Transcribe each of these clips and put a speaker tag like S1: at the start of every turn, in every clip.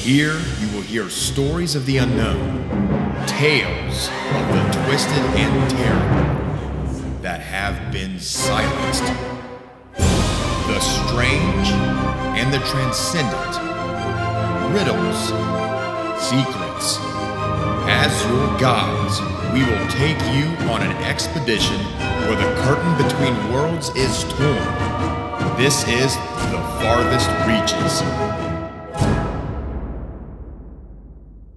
S1: Here, you will hear stories of the unknown, tales of the twisted and terrible that have been silenced. The strange and the transcendent, riddles, secrets. As your guides, we will take you on an expedition where the curtain between worlds is torn. This is The Farthest Reaches.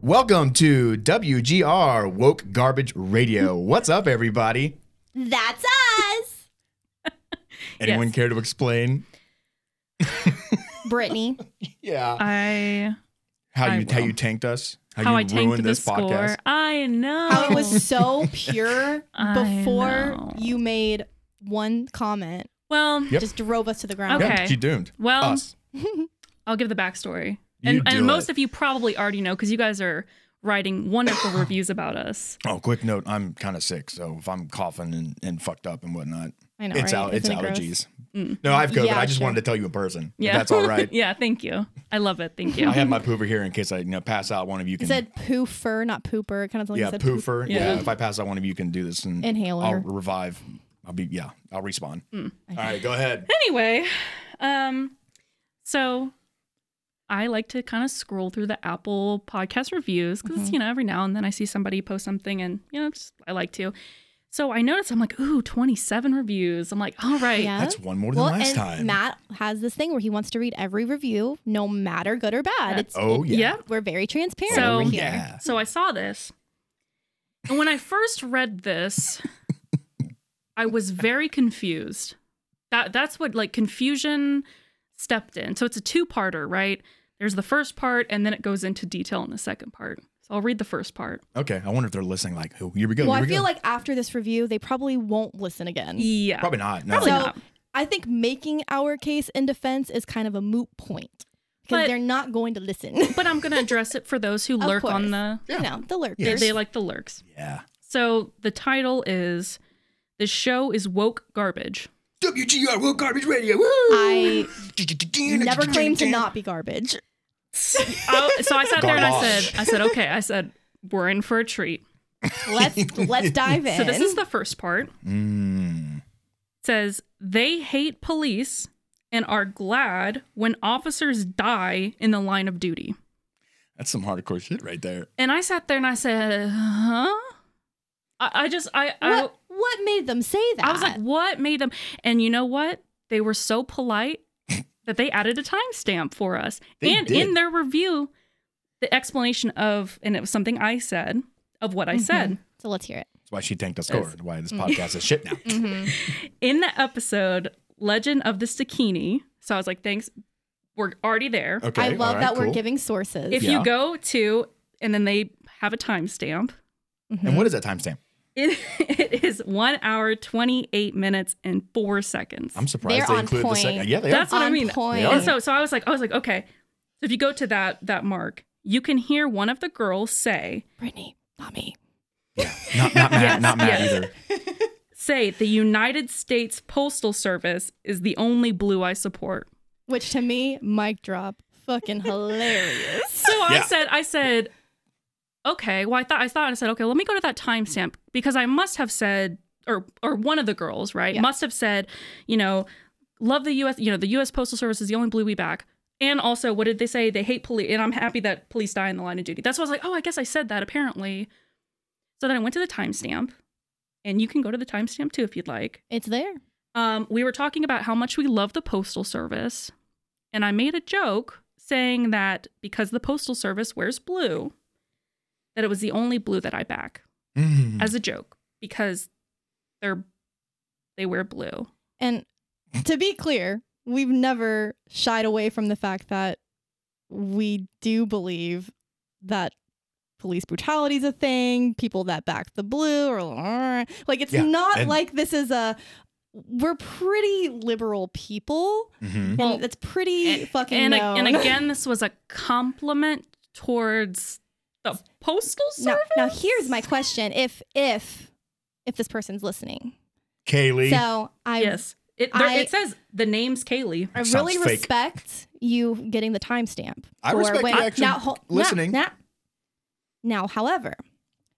S1: Welcome to WGR Woke Garbage Radio. What's up, everybody?
S2: That's us,
S1: Anyone
S3: Yes.
S1: care to explain?
S2: Brittany.
S1: Yeah.
S3: I
S1: How
S3: I
S1: you how
S3: will.
S1: you tanked us? How,
S3: how, I
S1: you
S3: tanked
S1: ruined
S3: the
S1: this
S3: score.
S1: podcast?
S3: I know.
S2: How it was so pure
S3: I
S2: before
S3: know.
S2: you made one comment,
S3: well.
S1: Yep.
S2: just drove us to the ground.
S3: Okay.
S1: Yeah, you doomed
S3: Well,
S1: us.
S3: I'll give the backstory,
S1: You
S3: and
S1: do
S3: and most
S1: it.
S3: of you probably already know because you guys are writing wonderful reviews about us.
S1: Oh, quick note: I'm kind of sick, so if I'm coughing and, and fucked up and whatnot,
S2: I know,
S1: it's
S2: right?
S1: out. It's
S2: Isn't it gross?
S1: allergies.
S3: Mm.
S1: No, I've COVID.
S2: Yeah,
S1: I just
S2: sure.
S1: wanted to tell you in person. if
S3: Yeah,
S1: that's all right.
S3: yeah, thank you. I love it. Thank you.
S1: I have my pooper here in case I you know pass out. One of you
S2: It
S1: can.
S2: said poofer, not pooper. It kind of like
S1: yeah,
S2: it said poop.
S1: poofer. Yeah.
S3: Yeah.
S1: if I pass out, one of you can do this and
S2: Inhaler.
S1: I'll revive. I'll be yeah. I'll respawn. All right, go ahead.
S3: anyway, um, so I like to kind of scroll through the Apple podcast reviews because
S2: Mm-hmm.
S3: you know every now and then I see somebody post something and you know just, I like to. So I noticed I'm like, ooh, 27 reviews. I'm like, all right,
S2: Yeah.
S1: That's one more than
S2: Well,
S1: last
S2: and
S1: time.
S2: Matt has this thing where he wants to read every review, no matter good or bad. It's
S1: oh yeah.
S3: Yep.
S2: we're very transparent.
S3: So-
S2: over here.
S1: yeah.
S3: So I saw this. And when I first read this, I was very confused. That that's what like confusion stepped in. So it's a two-parter, right? There's the first part and then it goes into detail in the second part. So I'll read the first part.
S1: Okay. I wonder if they're listening. Like, oh, here we go.
S2: Well,
S1: here
S2: I
S1: we go.
S2: feel like after this review, they probably won't listen again.
S3: Yeah.
S1: Mm. probably not. No.
S3: Probably
S2: So-
S3: not.
S2: I think making our case in defense is kind of a moot point because
S3: But-
S2: they're not going to listen.
S3: But I'm going to address it for those who
S2: Of
S3: lurk on
S2: course.
S3: the
S1: Yeah.
S2: You know, the
S3: they-
S2: lurkers.
S3: they like the lurks.
S1: Yeah.
S3: So the title is The show is woke garbage.
S1: WGR World Garbage Radio. Woo!
S2: I never claim to not be garbage.
S3: Oh, so I sat there and I
S1: Garbage.
S3: said I said okay, I said we're in for a treat.
S2: Let's let's dive in.
S3: So this is the first part. It
S1: Mm.
S3: says they hate police and are glad when officers die in the line of duty.
S1: That's some hardcore shit right there.
S3: And I sat there and I said, huh? I, I just I I,
S2: what what made them say that?
S3: I was like, what made them? And you know what? They were so polite that they added a timestamp for us.
S1: They
S3: and
S1: did.
S3: in their review, the explanation of and it was something I said of what I
S1: Mm-hmm.
S3: said.
S2: so let's hear it.
S1: That's why she tanked us score. That's why this podcast is shit now.
S3: in the episode Legend of the Stikini. So I was like, thanks. We're already there.
S1: Okay.
S2: I love
S1: alright,
S2: that we're
S1: cool.
S2: giving sources.
S3: If
S1: Yeah.
S3: you go to, and then they have a timestamp,
S1: And what is that timestamp?
S3: it, it is one hour, 28 minutes, and four seconds.
S1: I'm surprised
S2: They're
S1: they
S2: on
S1: included the
S2: point.
S1: second. Yeah, they
S3: That's
S1: are.
S3: what I
S2: On
S3: mean.
S2: point.
S3: And so, so I was like, I was like, okay. So if you go to that that mark, you can hear one of the girls say,
S2: Brittany, not me.
S1: Not, not mad.
S3: Yes,
S1: Not mad
S3: yes.
S1: either.
S3: say the United States Postal Service is the only blue I support.
S2: Which to me, mic drop, fucking hilarious.
S3: So I
S1: Yeah.
S3: said, I said, okay. Well, I thought, I thought, I said, okay. Let me go to that timestamp because I must have said, or or one of the girls, right,
S2: Yeah.
S3: must have said, you know, love the U.S. You know, the U.S. Postal Service is the only blue we back. And also, what did they say? They hate police, and I'm happy that police die in the line of duty. That's why I was like, oh, I guess I said that apparently. So then I went to the timestamp, and you can go to the timestamp too if you'd like.
S2: It's there.
S3: Um, we were talking about how much we love the Postal Service, and I made a joke saying that because the Postal Service wears blue, that it was the only blue that I back
S1: Mm.
S3: as a joke because they're they wear blue.
S2: And to be clear, we've never shied away from the fact that we do believe that police brutality is a thing, people that back the blue or like it's
S1: Yeah,
S2: not
S1: and-
S2: like this is a we're pretty liberal people
S1: Mhm.
S3: Well,
S2: and it's pretty fucking
S3: and, a- and
S2: known.
S3: again, this was a compliment towards the Postal
S2: now,
S3: Service.
S2: now here's my question if if if this person's listening
S1: Kaylee.
S2: so I
S3: yes. It, there,
S2: I-
S3: it says the name's Kaylee.
S2: I
S1: Sounds
S2: really
S1: fake.
S2: respect you getting the timestamp.
S1: I
S2: for
S1: respect
S3: uh,
S2: when-
S1: you actually
S2: now, hol- now-
S1: listening.
S2: Now, now, however,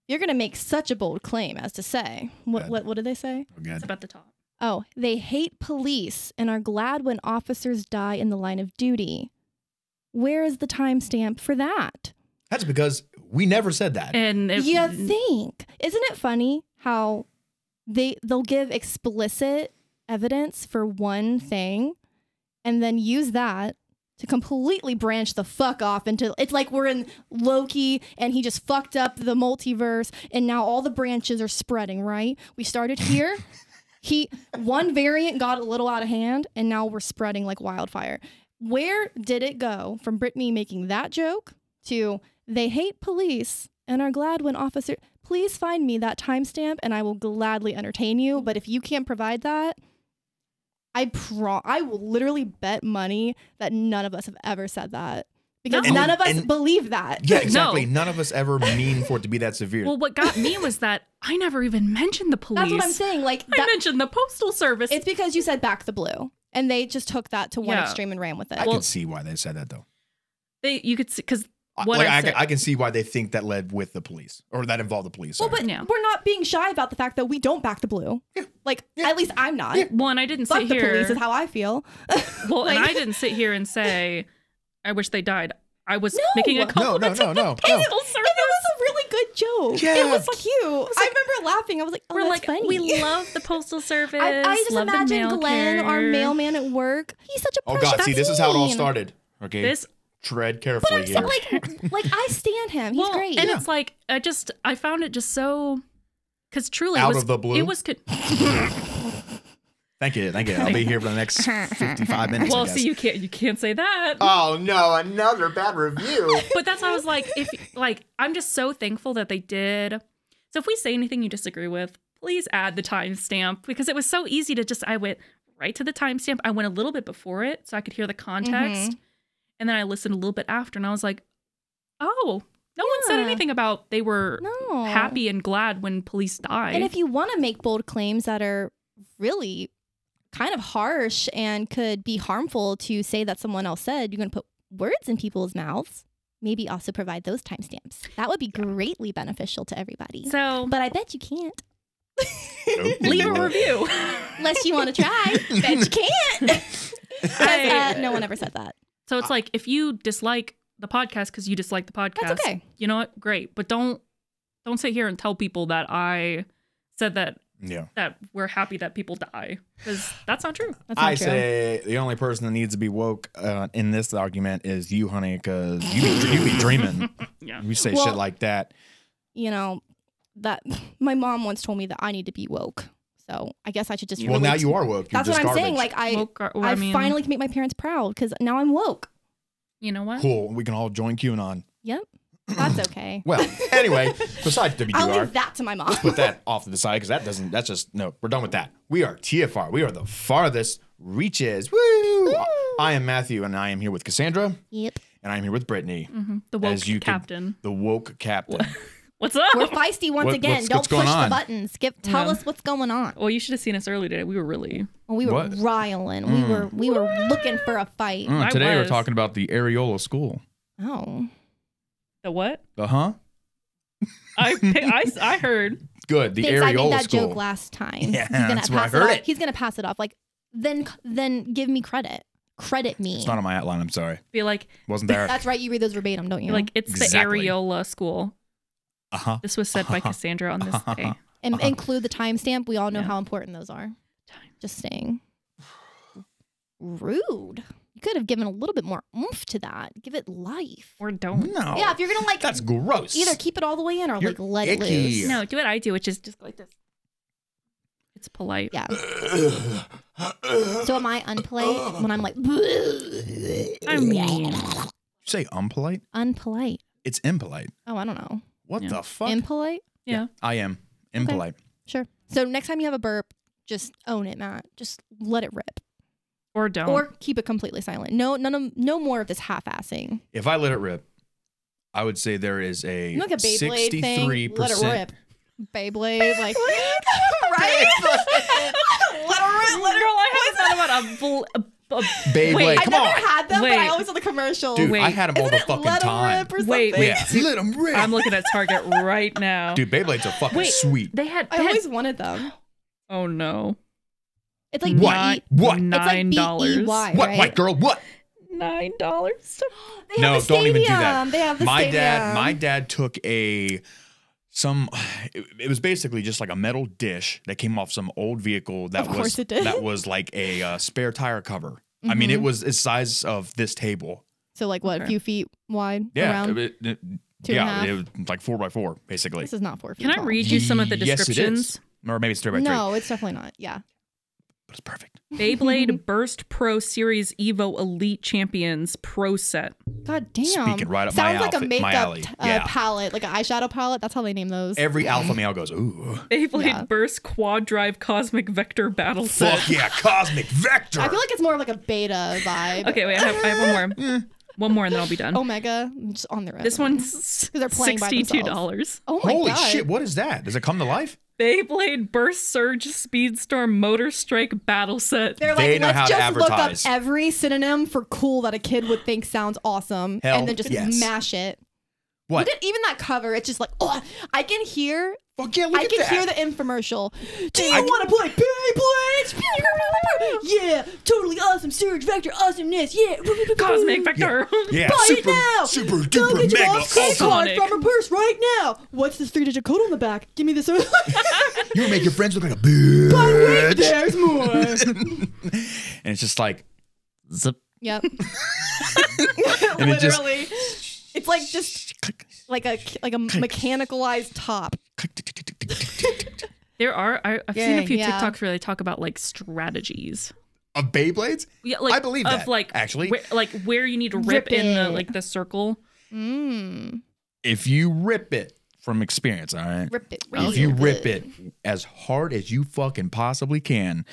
S2: you're going to make such a bold claim as to say, what,
S1: Good.
S2: what, what did they say?
S4: Oh, God.
S3: It's about the top.
S2: Oh, they hate police and are glad when officers die in the line of duty. Where is the timestamp for that?
S1: That's because we never said that.
S3: And if,
S2: you think? Isn't it funny how they they'll give explicit evidence for one thing and then use that to completely branch the fuck off into it's like we're in Loki and he just fucked up the multiverse and now all the branches are spreading, right? We started here. he one variant got a little out of hand and now we're spreading like wildfire. Where did it go from Brittany making that joke to they hate police and are glad when officer please find me that timestamp and I will gladly entertain you, but if you can't provide that, I pro I will literally bet money that none of us have ever said that. Because
S3: No. And-
S2: none of us
S1: and-
S2: believe that.
S1: yeah, exactly. None of us ever mean for it to be that severe.
S3: Well, what got me was that I never even mentioned the police.
S2: That's what I'm saying. Like
S3: I
S2: that,
S3: mentioned the postal service.
S2: it's because you said back the blue and they just took that to one
S3: Yeah.
S2: extreme and ran with it.
S1: I
S3: well-
S1: can see why they said that though.
S3: they, you could see because
S1: I-
S3: What
S1: like,
S3: I
S1: I, can,
S3: said.
S1: I can see why they think that led with the police or that involved the police.
S2: Well,
S1: sorry.
S2: but
S3: Yeah.
S2: we're not being shy about the fact that we don't back the blue. Like,
S1: Yeah.
S2: at least I'm not.
S3: well, and I didn't
S2: Fuck
S3: sit
S2: the
S3: here.
S2: police is how I feel.
S3: well, and
S2: like-
S3: I didn't sit here and say, "I wish they died." I was
S2: No!
S3: making a
S1: no, no,
S3: compliment
S1: no, no,
S3: to the
S1: no.
S3: postal
S2: And
S3: service.
S2: it was a really good joke.
S1: Yeah.
S2: It was cute. I remember laughing. I was like, oh,
S3: We're
S2: that's
S3: like,
S2: funny.
S3: we love the postal service.
S2: I, I just
S3: love the
S2: imagine
S3: mail
S2: Glenn, our
S3: carrier."
S2: mailman at work. He's such a
S1: oh
S2: precious
S1: god, see, this is how it all
S2: bean.
S1: started. Okay,
S3: This
S1: tread
S2: But
S1: carefully
S2: I'm
S1: here.
S2: saying, like, like I stand him. He's
S3: well,
S2: great.
S3: and it's like I just I found it just so because truly it
S1: Out
S3: was,
S1: of the blue?
S3: It was co-
S1: thank you, thank you. I'll be here for the next fifty-five minutes. I
S3: well,
S1: guess.
S3: see, you can't you can't say that.
S1: Oh no, another bad review.
S3: but that's why I was like, if like I'm just so thankful that they did. So if we say anything you disagree with, please add the timestamp because it was so easy to just I went right to the timestamp. I went a little bit before it so I could hear the context,
S2: Mm-hmm.
S3: and then I listened a little bit after, and I was like, oh, no one said
S2: Yeah.
S3: anything about they were
S2: no.
S3: happy and glad when police died.
S2: And if you want to make bold claims that are really kind of harsh and could be harmful to say that someone else said, you're going to put words in people's mouths. Maybe also provide those timestamps. That would be greatly beneficial to everybody.
S3: so
S2: but I bet you can't.
S3: leave a review.
S2: Unless you want to try. bet you can't. 'Cause,
S3: I-
S2: uh, no one ever said that.
S3: so it's like if you dislike the podcast because you dislike the podcast,
S2: Uh, That's okay.
S3: you know what? Great, but don't don't sit here and tell people that I said that
S1: Yeah.
S3: that we're happy that people die because that's not true.
S2: That's not
S1: I
S2: true.
S1: say the only person that needs to be woke uh, in this argument is you, honey, because you, be- you be dreaming.
S3: Yeah.
S1: You say
S2: Well-
S1: shit like that.
S2: you know that my mom once told me that I need to be woke. So I guess I should just.
S1: Well,
S2: really-
S1: now you are woke. You're
S2: That's
S1: just
S2: what I'm
S1: garbage.
S2: saying. Like I,
S3: Woke or- or
S2: I,
S3: I mean-
S2: finally can make my parents proud because now I'm woke.
S3: You know what?
S1: cool. We can all join QAnon.
S2: Yep, that's okay.
S1: Well, anyway, besides
S2: I'll
S1: WDR,
S2: leave that to my mom.
S1: let's put that off to the side because that doesn't. That's just no. We're done with that. We are TFR. We are the farthest reaches. Woo! I am Matthew, and I am here with Cassandra,
S2: yep,
S1: and I am here with Brittany,
S3: Mm-hmm. The woke
S1: As you could-
S3: captain.
S1: the woke captain.
S3: What's up?
S2: we're feisty once
S1: What-
S2: again.
S1: what's-
S2: Don't
S1: what's
S2: push
S1: going
S2: the
S1: on?
S2: buttons. Give, tell
S3: Yeah.
S2: us what's going on.
S3: well, you should have seen us earlier today. We were really.
S2: Well, we were
S1: What?
S2: riling. We were we were looking for a fight.
S1: Mm,
S3: I
S1: today we're
S3: was.
S1: talking about the Areola school.
S2: Oh,
S3: The what?
S1: Uh huh.
S3: I pick- I, s- I heard.
S1: Good. The
S2: thanks. I made
S1: Areola
S2: that
S1: school.
S2: joke last time.
S1: Yeah,
S2: he's gonna
S1: that's
S2: pass
S1: where I heard
S2: off.
S1: it.
S2: He's gonna pass it off. Like then then give me credit. Credit me.
S1: It's not on my outline. I'm sorry.
S3: Be like,
S1: Wasn't there?
S2: That's right. You read those verbatim, don't you?
S3: be like it's
S1: Exactly.
S3: the Areola school.
S1: Uh huh.
S3: This was said by Cassandra on this day.
S2: and
S1: uh-huh.
S2: include the timestamp. We all know
S3: Yeah.
S2: how important those are.
S3: Time.
S2: Just saying. Rude. You could have given a little bit more oomph to that. Give it life.
S3: Or don't.
S1: No.
S2: Yeah, if you're gonna like
S1: That's gross.
S2: either keep it all the way in or
S1: You're
S2: like let
S1: icky.
S2: it loose.
S3: No, do what I do, which is just go like this. It's polite.
S2: Yeah. so am I unpolite when I'm like
S3: I
S1: You
S3: mean,
S1: say unpolite?
S2: unpolite?
S1: It's impolite.
S2: Oh, I don't know.
S1: What
S3: Yeah.
S1: the fuck?
S2: Impolite?
S3: yeah.
S1: I am impolite.
S2: Sure. So next time you have a burp, just own it, Matt. Just let it rip.
S3: Or don't.
S2: Or keep it completely silent. No, none of no more of this half-assing.
S1: If I let it rip, I would say there is a
S2: You know, like a Beyblade thing.
S1: sixty-three
S2: Let it
S1: percent.
S2: rip. Beyblade, like
S3: right? Girl, I haven't thought about a, bull, a, a
S1: Beyblade.
S3: Wait,
S2: I
S1: Come
S2: never
S1: on.
S2: had them, but I
S3: Wait.
S2: always saw the commercials.
S1: Dude,
S3: Wait.
S1: I had them all
S2: Isn't
S1: the
S2: it
S1: fucking
S2: Let 'em
S1: time.
S2: Rip or
S3: Wait,
S2: something?
S1: Yeah.
S4: Let him rip.
S3: I'm looking at Target right now.
S1: Dude, Beyblades are fucking
S3: Wait,
S1: sweet.
S3: they had. They
S2: I
S3: had
S2: always wanted them.
S3: oh no!
S2: It's like
S1: What?
S2: B- E,
S1: What?
S2: It's like
S3: Nine dollars.
S2: B-E-Y,
S1: What,
S2: right?
S1: white girl? What?
S3: Nine dollars.
S2: They
S1: No,
S2: have the
S1: don't even do that.
S2: stadium. They have the
S1: my
S2: stadium.
S1: dad my dad took a some it, it was basically just like a metal dish that came off some old vehicle that
S2: Of
S1: was
S2: course it did. Mm-hmm.
S1: that was like a uh, spare tire cover i mean it was the size of this table
S2: So like what, a
S3: Okay.
S2: few feet wide
S1: yeah
S2: around?
S1: it- it- it-
S2: Two and a
S1: yeah
S2: half?
S1: it was like four by four basically
S2: This is not four feet.
S3: Can I
S2: tall.
S3: read you some of the
S1: Yes, it is.
S3: descriptions?
S1: or maybe it's three by three
S2: No, it's definitely not. Yeah.
S1: but it's perfect
S3: Beyblade Burst Pro Series Evo Elite Champions Pro Set.
S2: God damn.
S1: Speaking right up my
S2: Sounds like a
S1: outfit- my
S2: makeup
S1: alley.
S2: t-
S1: Yeah.
S2: uh, palette, like an eyeshadow palette. That's how they name those.
S1: every alpha male goes ooh
S3: Beyblade
S2: Yeah.
S3: Burst Quad Drive Cosmic Vector Battle Set.
S1: fuck yeah cosmic vector
S2: I feel like oh it's more of like a beta vibe.
S3: Okay, wait, I have, I have one more. one more, and then I'll be done.
S2: Omega, just on their own.
S3: this one's
S2: Oh. they're playing by
S3: sixty-two dollars.
S2: Oh my
S1: holy
S2: god.
S1: shit what is that does it come to life
S3: Beyblade Burst Surge Speedstorm Motor Strike Battle Set.
S2: They're
S1: They
S2: like,
S1: know
S2: let's
S1: how to
S2: just
S1: advertise."
S2: look up every synonym for cool that a kid would think sounds awesome,
S1: Hell
S2: and then just
S1: yes.
S2: mash it.
S1: what
S2: Look at even that cover. It's just like, oh, I can hear,
S1: fuck yeah look
S2: I
S1: at
S2: can
S1: that
S2: hear the infomercial. Do you
S1: I-
S2: want to play Beyblades? yeah, totally awesome. Surge Vector awesomeness. Yeah,
S3: Cosmic Vector.
S1: yeah
S2: Buy it
S1: super
S2: now.
S1: super
S2: Go
S1: duper
S2: get your
S1: mega
S2: mom's credit
S1: awesome
S2: card
S3: Sonic.
S2: from her purse right now. What's this three-digit code on the back? Give me this.
S1: You make your friends look like a bitch.
S2: Wait, there's more.
S1: and it's just like, zip.
S2: yep.
S1: And it just-
S2: Literally, it's like just like a like a mechanicalized top.
S3: There are I, I've seen a
S2: Yay,
S3: few
S2: yeah.
S3: TikToks where they talk about like strategies.
S1: Of Beyblades?
S3: Yeah, like
S1: I believe
S3: of
S1: that,
S3: like
S1: actually.
S3: where, like where you need to rip,
S2: Rip
S3: in the
S2: it.
S3: like the circle.
S2: Mm,
S1: If you rip it from experience, all right?
S2: rip it.
S1: if you rip it as hard as you fucking possibly can,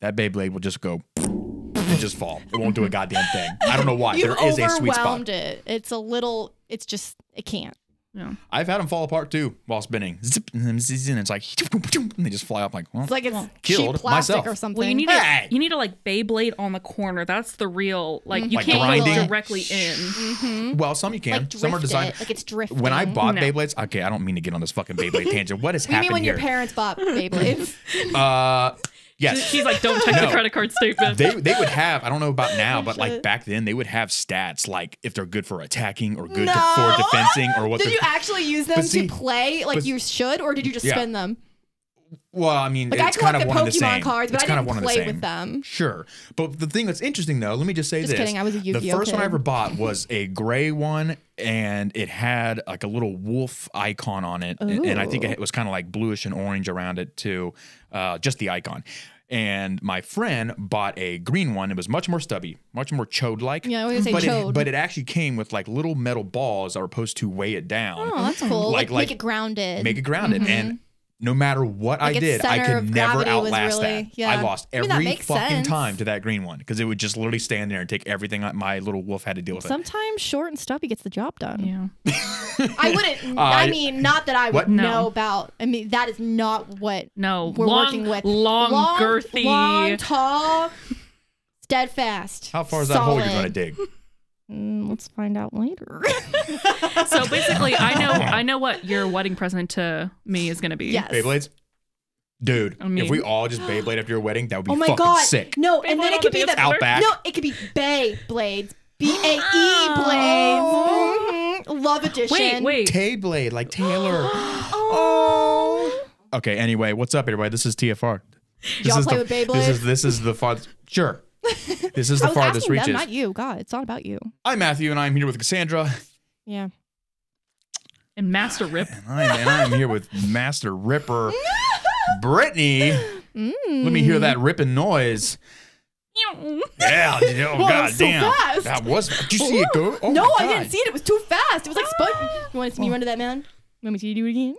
S1: that Beyblade will just go and just fall. It won't do a goddamn thing. I don't know why.
S2: You've
S1: There is a sweet
S2: overwhelmed
S1: spot.
S2: it. It's a little. It's just. It can't.
S3: Yeah.
S1: I've had them fall apart too while spinning. Zip, and then zzzz, and it's like, and they just fly off. I'm like, well,
S2: It's like it's
S1: Killed
S2: cheap plastic
S1: myself.
S2: or something.
S3: Well, you need
S1: Hey!
S3: to you need to like Beyblade on the corner. That's the real like you
S1: Like
S3: can't
S1: grinding?
S3: go directly in.
S1: well, some you can.
S2: hmm. like drift
S1: some are designed.
S2: It. Like it's drifting.
S1: When I bought
S3: No.
S1: Beyblades, okay, I don't mean to get on this fucking Beyblade tangent. What is
S2: You mean
S1: happening
S2: when
S1: here?
S2: your parents bought Beyblades?
S1: Uh, yes.
S3: He's like, don't check
S1: No.
S3: the credit card statement.
S1: They, they would have I don't know about now but like
S2: Shit.
S1: back then they would have stats like if they're good for attacking or good
S2: No.
S1: for defending or what
S2: did
S1: the
S2: you actually use them
S1: But see-
S2: to play like
S1: but-
S2: you should, or did you just
S1: Yeah.
S2: spin them?
S1: well I mean
S2: Like
S1: it's
S2: I
S1: kind of
S2: collected
S1: one and the same
S2: Pokemon cards, but
S1: it's
S2: I
S1: kind of
S2: didn't
S1: one and the
S2: play
S1: same
S2: with them.
S1: sure but the thing that's interesting though let me just say
S2: Just
S1: this
S2: kidding, I was a
S1: the
S2: Yu-Gi-Oh
S1: first one I
S2: kid.
S1: ever bought was a gray one and it had like a little wolf icon on it and, and I think
S2: Ooh.
S1: it was kind of like bluish and orange around it too uh, just the icon. And my friend bought a green one. It was much more stubby, much more chode like.
S2: Yeah, I was gonna
S1: but
S2: say
S1: It,
S2: chode.
S1: but it actually came with like little metal balls that were supposed to weigh it down,
S2: Oh, that's cool.
S1: Like-
S2: Like,
S1: like-
S2: make it grounded.
S1: make it grounded. And no matter what
S2: mm-hmm. Like
S1: I
S2: its
S1: did, I
S2: center
S1: could
S2: of
S1: never
S2: gravity was
S1: outlast
S2: really-
S1: that.
S2: yeah.
S1: I lost
S2: I mean, that
S1: every
S2: makes
S1: fucking
S2: sense.
S1: time to that green one because it would just literally stand there and take everything I- my little wolf had to deal with. it.
S2: Sometimes short and stubby gets the job done.
S3: yeah.
S2: I wouldn't. I
S1: Uh,
S2: mean, not that I would
S1: what?
S3: No.
S2: know about. I mean, that is not what
S3: No.
S2: we're
S3: long,
S2: working with.
S3: Long, girthy.
S2: long, tall, steadfast.
S1: How far is that hole you're going to
S2: solid.
S1: dig?
S2: Mm, let's find out later.
S3: so basically I know I know what your wedding present to me is gonna be.
S2: yes.
S1: Beyblades? Dude,
S3: I mean-
S1: if we all just Beyblade after your wedding, that would be
S2: Oh my
S1: fucking
S2: god.
S1: sick.
S2: No, and then
S3: Beyblade
S2: it could
S3: on
S2: be
S3: the
S2: the
S1: Outback.
S2: No, it could be Bay blades. B A E
S1: Oh.
S2: blades. Mhm. Love edition.
S3: Wait, wait.
S1: Tay Blade, like Taylor.
S2: Oh.
S1: okay, anyway, what's up, everybody? This is TFR. This
S2: Y'all
S1: is
S2: play
S1: the,
S2: with Beyblade?
S1: This is, this is the farthest. Sure. This is
S2: I
S1: the
S2: was
S1: farthest
S2: asking
S1: reaches.
S2: them, not you. God, it's not about you.
S1: I'm Matthew, and I'm here with Cassandra.
S2: Yeah.
S3: And Master Rip.
S1: And I'm, and I'm here with Master Ripper Brittany.
S2: Mm.
S1: Let me hear that ripping noise. Yeah, oh, god
S2: was so
S1: damn.
S2: fast.
S1: That was. Did you see it go? Oh
S2: no,
S1: my
S2: I
S1: God.
S2: didn't see it. It was too fast. It was like sponge. You want to see me run to that man? Oh. Want me to do it again?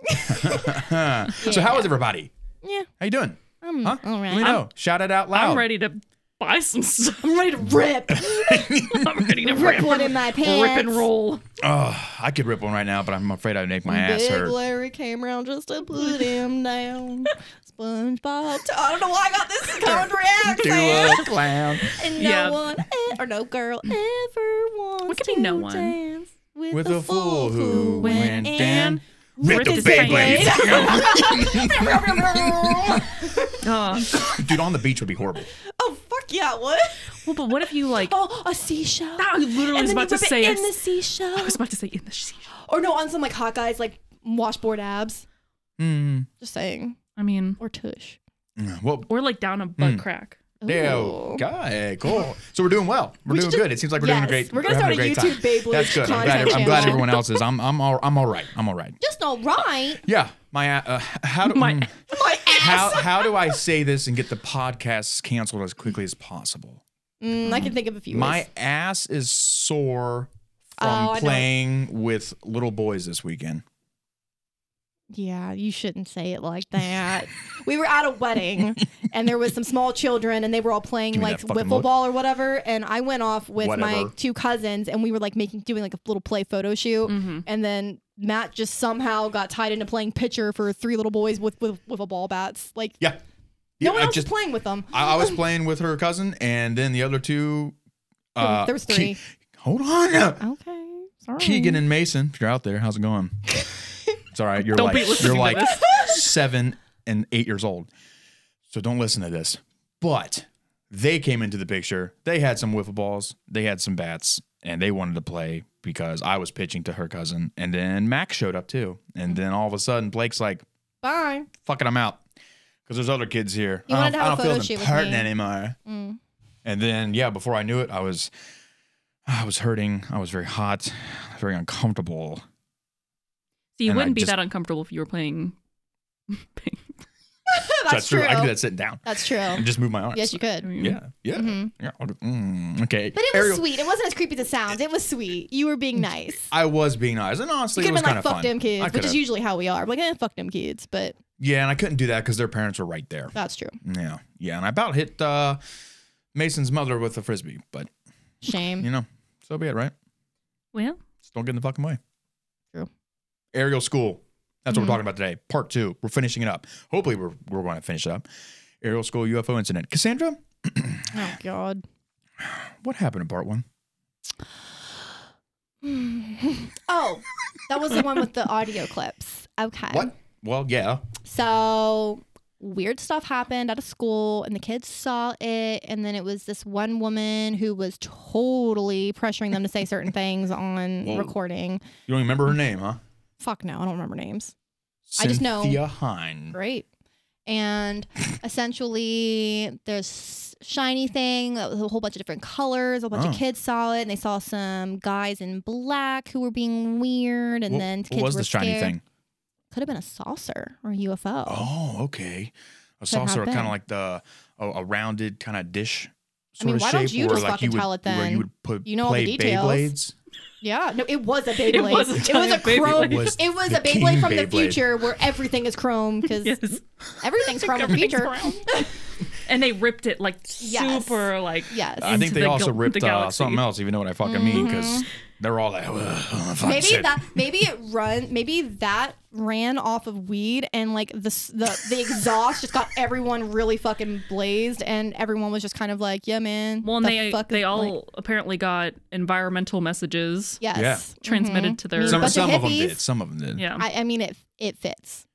S1: Huh. So, how is everybody?
S2: yeah.
S1: How you doing?
S2: I'm
S1: Huh?
S2: all
S1: Let me
S2: right.
S1: know. Shout it out loud.
S3: I'm ready to buy some stuff.
S2: I'm ready to rip.
S3: I'm ready to
S2: rip
S3: rip,
S2: one in my pants.
S3: rip and roll.
S1: Oh, I could rip one right now, but I'm afraid I'd make my ass
S2: Big
S1: hurt.
S2: Larry came around just to put him down. SpongeBob. T- I don't know why I got this code reaction.
S1: clown.
S2: And no
S3: Yeah. Mm.
S2: one e- or no girl ever wants
S3: could
S2: to
S3: be no one.
S2: dance with,
S1: With
S2: a, fool who went and
S3: ripped his pants. Uh,
S1: Dude, on the beach would be horrible.
S2: oh fuck yeah! What?
S3: well, but what if you like?
S2: Oh, a seashell.
S3: I literally
S2: and then
S3: was about
S2: you rip
S3: to
S2: it
S3: say.
S2: in the seashell,
S3: I was about to say in the sea.
S2: or no, on some like hot guys like washboard abs.
S1: Mm.
S2: Just saying,
S3: I mean,
S2: or tush.
S1: Well,
S3: or like down a
S1: Hmm.
S3: butt crack.
S1: Dale.
S2: Ooh.
S1: Okay, cool. So we're doing well. We're
S2: We
S1: doing
S2: should
S1: good. It seems like we're doing
S2: yes.
S1: a great.
S2: We're gonna
S1: having
S2: start a
S1: great
S2: YouTube
S1: time.
S2: Beyblade
S1: That's good. I'm glad,
S2: content
S1: I'm glad
S2: channel.
S1: everyone else is. I'm I'm all I'm all right. I'm all right.
S2: Just all right.
S1: Yeah. My uh, how do
S3: My
S1: mm.
S2: My
S1: how how do I say this and get the podcast canceled as quickly as possible?
S2: Mm, I can think of a few.
S1: My
S2: ways.
S1: ass is sore
S2: Oh,
S1: from
S2: I know.
S1: playing with little boys this weekend.
S2: Yeah, you shouldn't say it like that. we were at a wedding, and there was some small children, and they were all playing
S1: Give me
S2: like
S1: that fucking
S2: wiffle
S1: look.
S2: ball or whatever. And I went off with my
S1: Whatever.
S2: two cousins, and we were like making doing like a little play photo shoot.
S1: Mm-hmm.
S3: Mm-hmm.
S2: And then Matt just somehow got tied into playing pitcher for three little boys with with, with a ball bats. Like
S1: Yeah. yeah
S2: no one
S1: I
S2: else
S1: just
S2: was playing with them.
S1: I, I was playing with her cousin, and then the other two. Uh,
S2: Oh, there was three.
S1: Ke- hold on,
S2: okay, sorry.
S1: Keegan and Mason. If you're out there, how's it going? It's all right. You're
S3: Don't
S1: like
S3: be listening
S1: you're
S3: to
S1: like seven and eight years old, so don't listen to this. But they came into the picture. They had some wiffle balls. They had some bats, and they wanted to play because I was pitching to her cousin, and then Max showed up too. And then all of a sudden, Blake's like,
S2: Bye.
S1: fuck it, I'm out. Because there's other kids here.
S2: You
S1: I
S2: wanted
S1: don't,
S2: to have
S1: I don't
S2: a
S1: feel
S2: photo
S1: as
S2: shoot with
S1: important
S2: me.
S1: anymore.
S2: Mm.
S1: And then, yeah, before I knew it, I was, I was hurting. I was very hot, very uncomfortable.
S3: So you
S1: And I
S3: wouldn't be
S1: just-
S3: that uncomfortable if you were playing.
S2: That's, true.
S1: I could do that sitting down
S2: That's true.
S1: and just move my arms.
S2: Yes, you could. Mm-hmm.
S1: Yeah, yeah, yeah. I'll do- mm, okay.
S2: But it was sweet. It wasn't as creepy as it sounds. It was sweet. You were being nice.
S1: I was being nice, and honestly,
S2: You
S1: it
S2: could
S1: was
S2: have been
S1: kind
S2: like,
S1: of fun.
S2: fuck them
S1: I
S2: kids, which
S1: could've-
S2: is usually how we are. Like, eh, fuck them kids. But
S1: yeah, and I couldn't do that because their parents were right there.
S2: that's true.
S1: Yeah, yeah, and I about hit uh, Mason's mother with a frisbee, but
S2: Shame.
S1: you know, so be it, right?
S3: Well,
S1: Just don't get in the fucking way.
S2: True. Mm-hmm.
S1: Aerial school. That's what we're talking about today. Part two. We're finishing it up. Hopefully, we're, we're going to finish it up. Aerial school UFO incident. Cassandra,
S2: Oh, God.
S1: what happened in part one?
S2: Oh, that was the one with the audio clips. Okay.
S1: What? Well, yeah.
S2: So weird stuff happened at a school and the kids saw it and then it was this one woman who was totally pressuring them to say certain things on
S1: Whoa.
S2: recording.
S1: You don't remember her name, huh?
S2: Fuck no, I don't remember names. I just know-
S1: Cynthia Hine.
S2: Great. And essentially, there's shiny thing, that was a whole bunch of different colors. A bunch of
S1: Oh.
S2: kids saw it, and they saw some guys in black who were being weird. And
S1: What-
S2: then
S1: what
S2: kids
S1: was
S2: were
S1: the shiny
S2: scared.
S1: thing?
S2: Could have been a saucer or a UFO.
S1: Oh, okay. A saucer,
S2: have
S1: kind
S2: been.
S1: of like the a, a rounded kind of dish.
S2: I mean,
S1: sorta
S2: why don't
S1: shape
S2: you
S1: where,
S2: just
S1: like,
S2: fucking
S1: you would,
S2: tell it
S1: Where
S2: then?
S1: you would put
S2: You know all the
S1: play
S2: details.
S1: Beyblades.
S2: Yeah, no, it was a Beyblade.
S3: was a giant
S2: chrome.
S3: Beyblade. It
S1: was
S2: It was
S1: the
S2: a Beyblade
S1: king
S2: from the
S1: Beyblade.
S2: future, where everything is chrome because
S3: yes.
S2: everything's chrome in the
S3: Everything's
S2: future.
S3: brown. and they ripped it like
S2: Yes.
S3: super like
S2: Yes.
S1: I think
S3: into
S1: they
S3: the
S1: also
S3: gal-
S1: ripped
S3: the
S1: uh,
S3: galaxy.
S1: something else, even know what I fucking mean, because they're all like, "Ugh, fuck
S2: Mm-hmm. maybe
S1: shit."
S2: that maybe it run maybe that ran off of weed and like the s- the the exhaust just got everyone really fucking blazed and everyone was just kind of like yeah man
S3: Well, and
S2: the
S3: they
S2: fuck
S3: they
S2: is-
S3: all
S2: like,
S3: apparently got environmental messages
S2: yes
S1: Yeah.
S3: transmitted to their.
S2: Me-
S1: some
S2: bunch of
S1: some of them
S2: hippies.
S1: did. Some of them did.
S3: yeah.
S2: I, I mean it it fits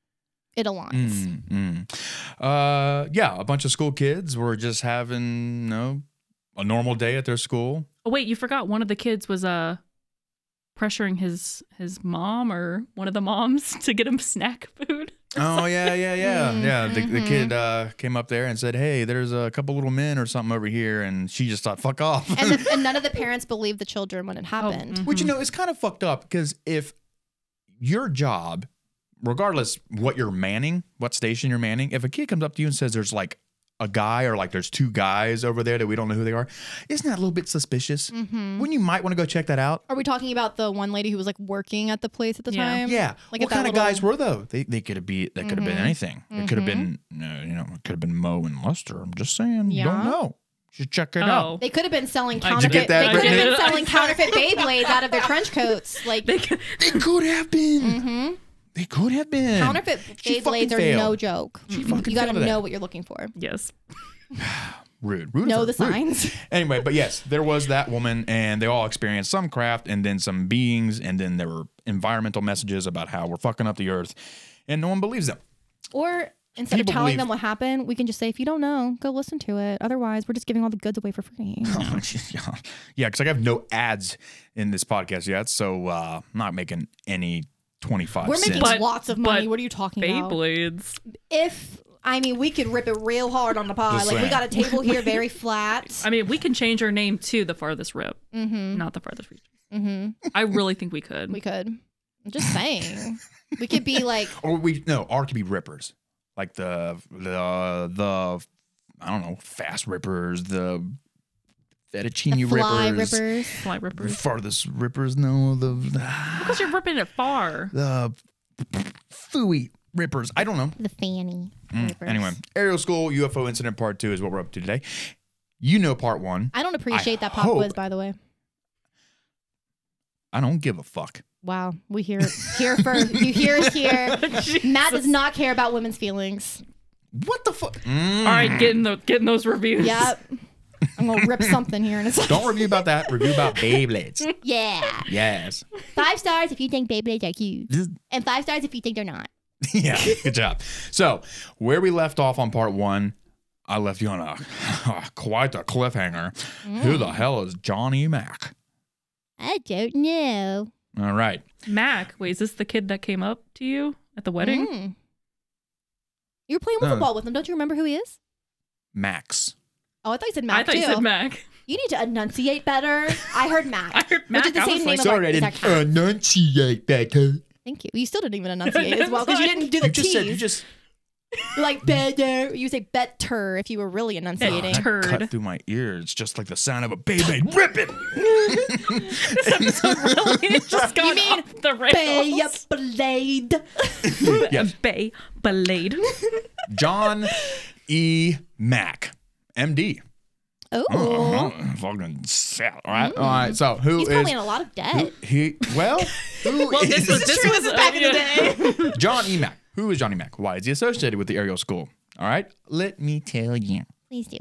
S2: it aligns
S1: Mm, mm. Uh, yeah, a bunch of school kids were just having, you know, a normal day at their school.
S3: oh wait, you forgot one of the kids was uh pressuring his his mom or one of the moms to get him snack food.
S1: Oh yeah, yeah, yeah,
S2: Mm,
S1: yeah. The, the
S2: mhm.
S1: kid uh, came up there and said, "Hey, there's a couple little men or something over here," and she just thought, "Fuck off."
S2: and, the, and none of the parents believed the children when it
S3: Oh, mm-hmm.
S2: happened
S1: Which you know is kind of fucked up because if your job, regardless what you're manning, what station you're manning, if a kid comes up to you and says, "There's like a guy or like there's two guys over there that we don't know who they are," isn't that a little bit suspicious?
S2: Mhm.
S1: Wouldn't you might want to go check that out?
S2: are we talking about the one lady who was like working at the place at the
S3: Yeah.
S2: time
S1: Yeah.
S2: Like at
S1: what
S2: that
S1: kind of
S2: little- Mm-hmm.
S1: guys were though? They they could have be that could have been anything. It could have been uh, you know, it could have been Mo and Lester. I'm just saying, you
S2: Yeah.
S1: don't know. should check it
S3: Oh,
S1: out.
S2: They could have been selling
S3: I did
S2: counterfeit.
S1: that,
S2: They could have
S3: Brittany.
S2: been selling counterfeit Beyblades out of their trench coats. Like
S3: They could-
S1: They could have been. They could have been.
S2: Mm-hmm. counterfeit
S1: She fucking
S2: Beyblades are
S1: failed.
S2: no joke.
S1: fucking
S2: You got to
S1: failed at
S2: know
S1: it.
S2: what you're looking for.
S3: yes.
S1: Rude. Rude.
S2: Know
S1: for-
S2: the
S1: rude.
S2: signs.
S1: Anyway, but yes, there was that woman, and they all experienced some craft and then some beings, and then there were environmental messages about how we're fucking up the earth, and no one believes them.
S2: Or instead
S1: People
S2: of telling
S1: believe-
S2: them what happened, we can just say, if you don't know, go listen to it. Otherwise, we're just giving all the goods away for free.
S1: yeah, because I have no ads in this podcast yet, so uh, I'm not making any 25
S2: We're
S1: cents.
S2: making
S3: But-
S2: lots of money.
S3: but
S2: What are you talking about?
S3: Beyblades.
S2: If I mean, we could rip it real hard on the pod.
S1: Just
S2: like we
S1: saying.
S2: got a table here, very flat.
S3: I mean, we can change our name to the farthest rip,
S2: Mm-hmm.
S3: not the farthest reach.
S2: Mm-hmm.
S3: I really think we could.
S2: We could. I'm just saying. we could be like
S1: or we no, R could be rippers, like the the the I don't know, fast rippers, the
S2: the
S1: fettuccine
S2: fly
S1: rippers,
S2: rippers.
S3: Fly rippers.
S1: farthest rippers. No, the the,
S3: Because you're ripping it far.
S1: the fooey rippers. I don't know.
S2: The fanny.
S1: Mm,
S2: rippers.
S1: Anyway, aerial school UFO incident part two is what we're up to today. You know part one.
S2: I don't appreciate that pop
S1: hope-
S2: quiz, by the way.
S1: I don't give a fuck.
S2: Wow, we hear it here first. You hear it here. Matt does not care about women's feelings.
S1: What the mm. fuck?
S3: All right, getting the getting those reviews.
S2: Yep. I'm gonna rip something here in a second.
S1: Don't review about that. Review about Beyblades.
S2: Yeah.
S1: Yes.
S2: Five stars if you think Beyblades are cute, and five stars if you think they're not.
S1: yeah. Good job. So where we left off on part one, I left you on a quite a cliffhanger. Who the hell is Johnny Mac?
S2: Mm. I don't know.
S1: All right.
S3: Mac, wait, is this the kid that came up to you at the wedding?
S2: Mm. You were playing
S1: No.
S2: wiffle ball with him. Don't you remember who he is?
S1: Max.
S2: Oh, I thought you said
S3: I
S2: Mac
S3: thought
S2: too.
S3: you said Mac.
S2: You need to enunciate better. I heard Mac.
S3: I heard
S2: Which
S3: Mac.
S2: is the
S3: I was
S2: same
S3: like,
S2: name of
S1: Sorry,
S2: our
S1: I
S2: exact
S1: didn't enunciate better.
S2: Thank you. You still didn't even enunciate as well because you didn't do the
S1: You just
S2: T's.
S1: said you just
S2: You're like better. You say better if you were really enunciating.
S1: That
S3: Turd.
S1: cut through my ears just like the sound of a Beyblade ripping.
S3: really just got
S2: mean
S3: off the rails.
S2: Beyblade.
S1: yes.
S3: Bay, Beyblade.
S1: John E. Mack, MD.
S2: Oh,
S1: Oh, fucking sad. All right. All right. So who
S2: he's
S1: is-
S2: probably in a lot of debt.
S1: who- he? Well, who
S3: Well,
S1: is-
S3: this was this was back in the day.
S1: John E. Mack? Who is Johnny Mack? Why is he associated with the aerial school? All right. Let me tell you.
S2: Please do.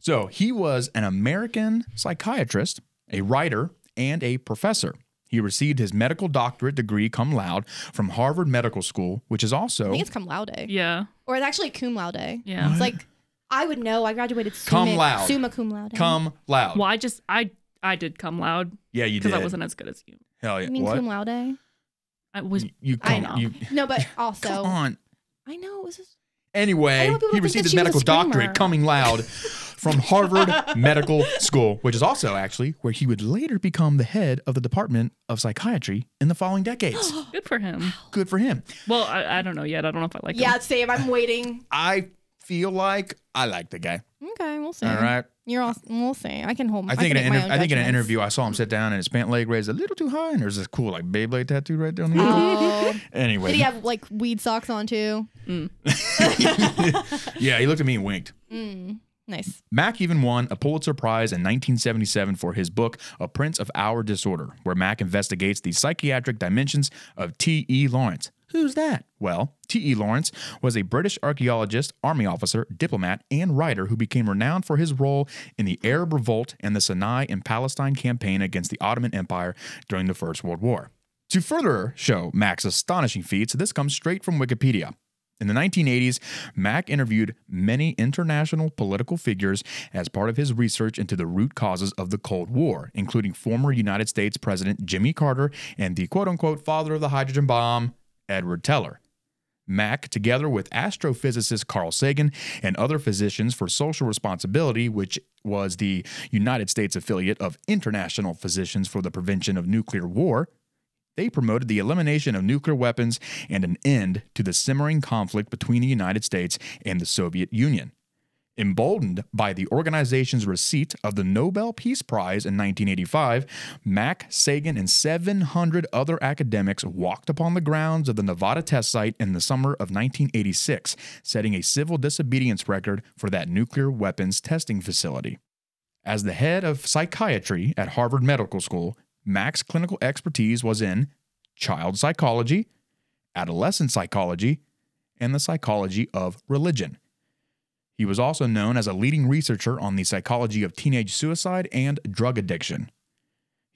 S1: So he was an American psychiatrist, a writer, and a professor. He received his medical doctorate degree cum laude from Harvard Medical School, which is also
S2: I think it's cum laude,
S3: Yeah,
S2: or it's actually cum laude.
S3: yeah.
S2: It's like I would know. I graduated summa,
S1: Cum laude.
S2: summa cum laude.
S1: cum laude.
S3: Well, I just I I did come loud
S1: Yeah, you did.
S3: because I wasn't as good as you.
S1: Hell yeah.
S2: You mean
S1: what?
S2: cum laude?
S3: I was.
S1: You
S2: I
S1: come,
S2: know.
S1: you
S2: No, but also
S1: come on.
S2: I know it was. Just, I
S1: Anyway,
S2: don't want
S1: he
S2: people to think
S1: received
S2: that
S1: his
S2: she was a
S1: medical doctorate
S2: screamer.
S1: coming loud from Harvard Medical School, which is also actually where he would later become the head of the Department of Psychiatry in the following decades.
S2: Mm.
S3: Good for him.
S1: Good for him.
S3: Well, I, I don't know yet. I don't know if I like
S2: yeah,
S3: him.
S2: same. I'm waiting.
S1: I feel like I like the guy.
S2: Okay, we'll see.
S1: All right.
S2: You're all. We'll see. Mm-hmm. I can hold.
S1: I think
S2: can
S1: in an
S2: make my
S1: inter-
S2: own
S1: I think in an
S2: judgments.
S1: interview I saw him sit down and his pant leg raised a little too high and there's this cool like Beyblade tattoo right down the elbow.
S2: Oh,
S1: Anyway,
S2: did he have like weed socks on too?
S1: yeah, he looked at me and winked.
S2: Nice.
S1: Mack even won a Pulitzer Prize in 1977 for his book, A Prince of Our Disorder, where Mack investigates the psychiatric dimensions of T.E. Lawrence. Who's that? Well, T.E. Lawrence was a British archaeologist, army officer, diplomat, and writer who became renowned for his role in the Arab Revolt and the Sinai and Palestine campaign against the Ottoman Empire during the First World War. To further show Mack's astonishing feats, this comes straight from Wikipedia. In the 1980s, Mack interviewed many international political figures as part of his research into the root causes of the Cold War, including former United States President Jimmy Carter and the quote unquote father of the hydrogen bomb, Edward Teller. Mack, together with astrophysicist Carl Sagan and other physicians for social responsibility, which was the United States affiliate of International Physicians for the Prevention of Nuclear War, they promoted the elimination of nuclear weapons and an end to the simmering conflict between the United States and the Soviet Union. Emboldened by the organization's receipt of the Nobel Peace Prize in 1985, Mack, Sagan, and 700 other academics walked upon the grounds of the Nevada test site in the summer of 1986, setting a civil disobedience record for that nuclear weapons testing facility. As the head of psychiatry at Harvard Medical School, Mack's clinical expertise was in child psychology, adolescent psychology, and the psychology of religion. He was also known as a leading researcher on the psychology of teenage suicide and drug addiction.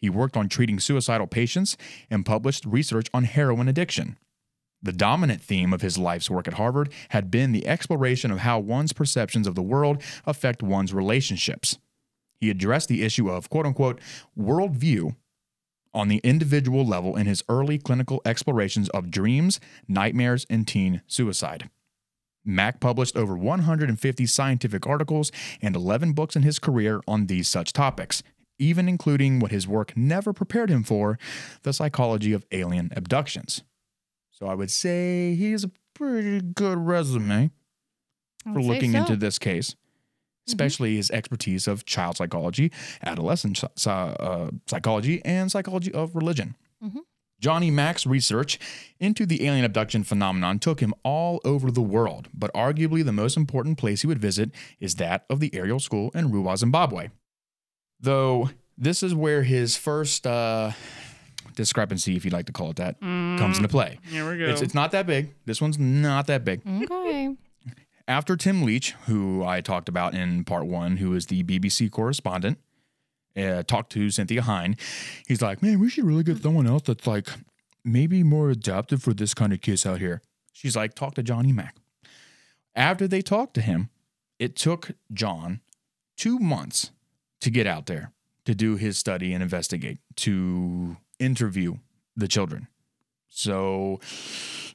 S1: He worked on treating suicidal patients and published research on heroin addiction. The dominant theme of his life's work at Harvard had been the exploration of how one's perceptions of the world affect one's relationships. He addressed the issue of quote unquote worldview on the individual level in his early clinical explorations of dreams, nightmares, and teen suicide. Mack published over 150 scientific articles and 11 books in his career on these such topics, even including what his work never prepared him for the psychology of alien abductions. So I would say he has a pretty good resume
S5: I
S1: for
S5: would say
S1: looking
S5: so. Mm-hmm.
S1: into this case, especially his expertise of child psychology, adolescent psy- psy- uh, psychology, and psychology of religion.
S5: Mhm.
S1: Johnny Mack's research into the alien abduction phenomenon took him all over the world, but arguably the most important place he would visit is that of the aerial school in Ruwa, Zimbabwe. Though this is where his first uh, discrepancy, if you'd like to call it that,
S5: Mm.
S1: comes into play.
S3: Here we go.
S1: It's, it's not that big. This one's not that big.
S5: Okay.
S1: After Tim Leach, who I talked about in part one, who is the BBC correspondent, uh, talked to Cynthia Hine, he's like, man, we should really get someone else that's like maybe more adapted for this kind of case out here. She's like, talk to Johnny Mack. After they talked to him, it took John two months to get out there to do his study and investigate, to interview the children. So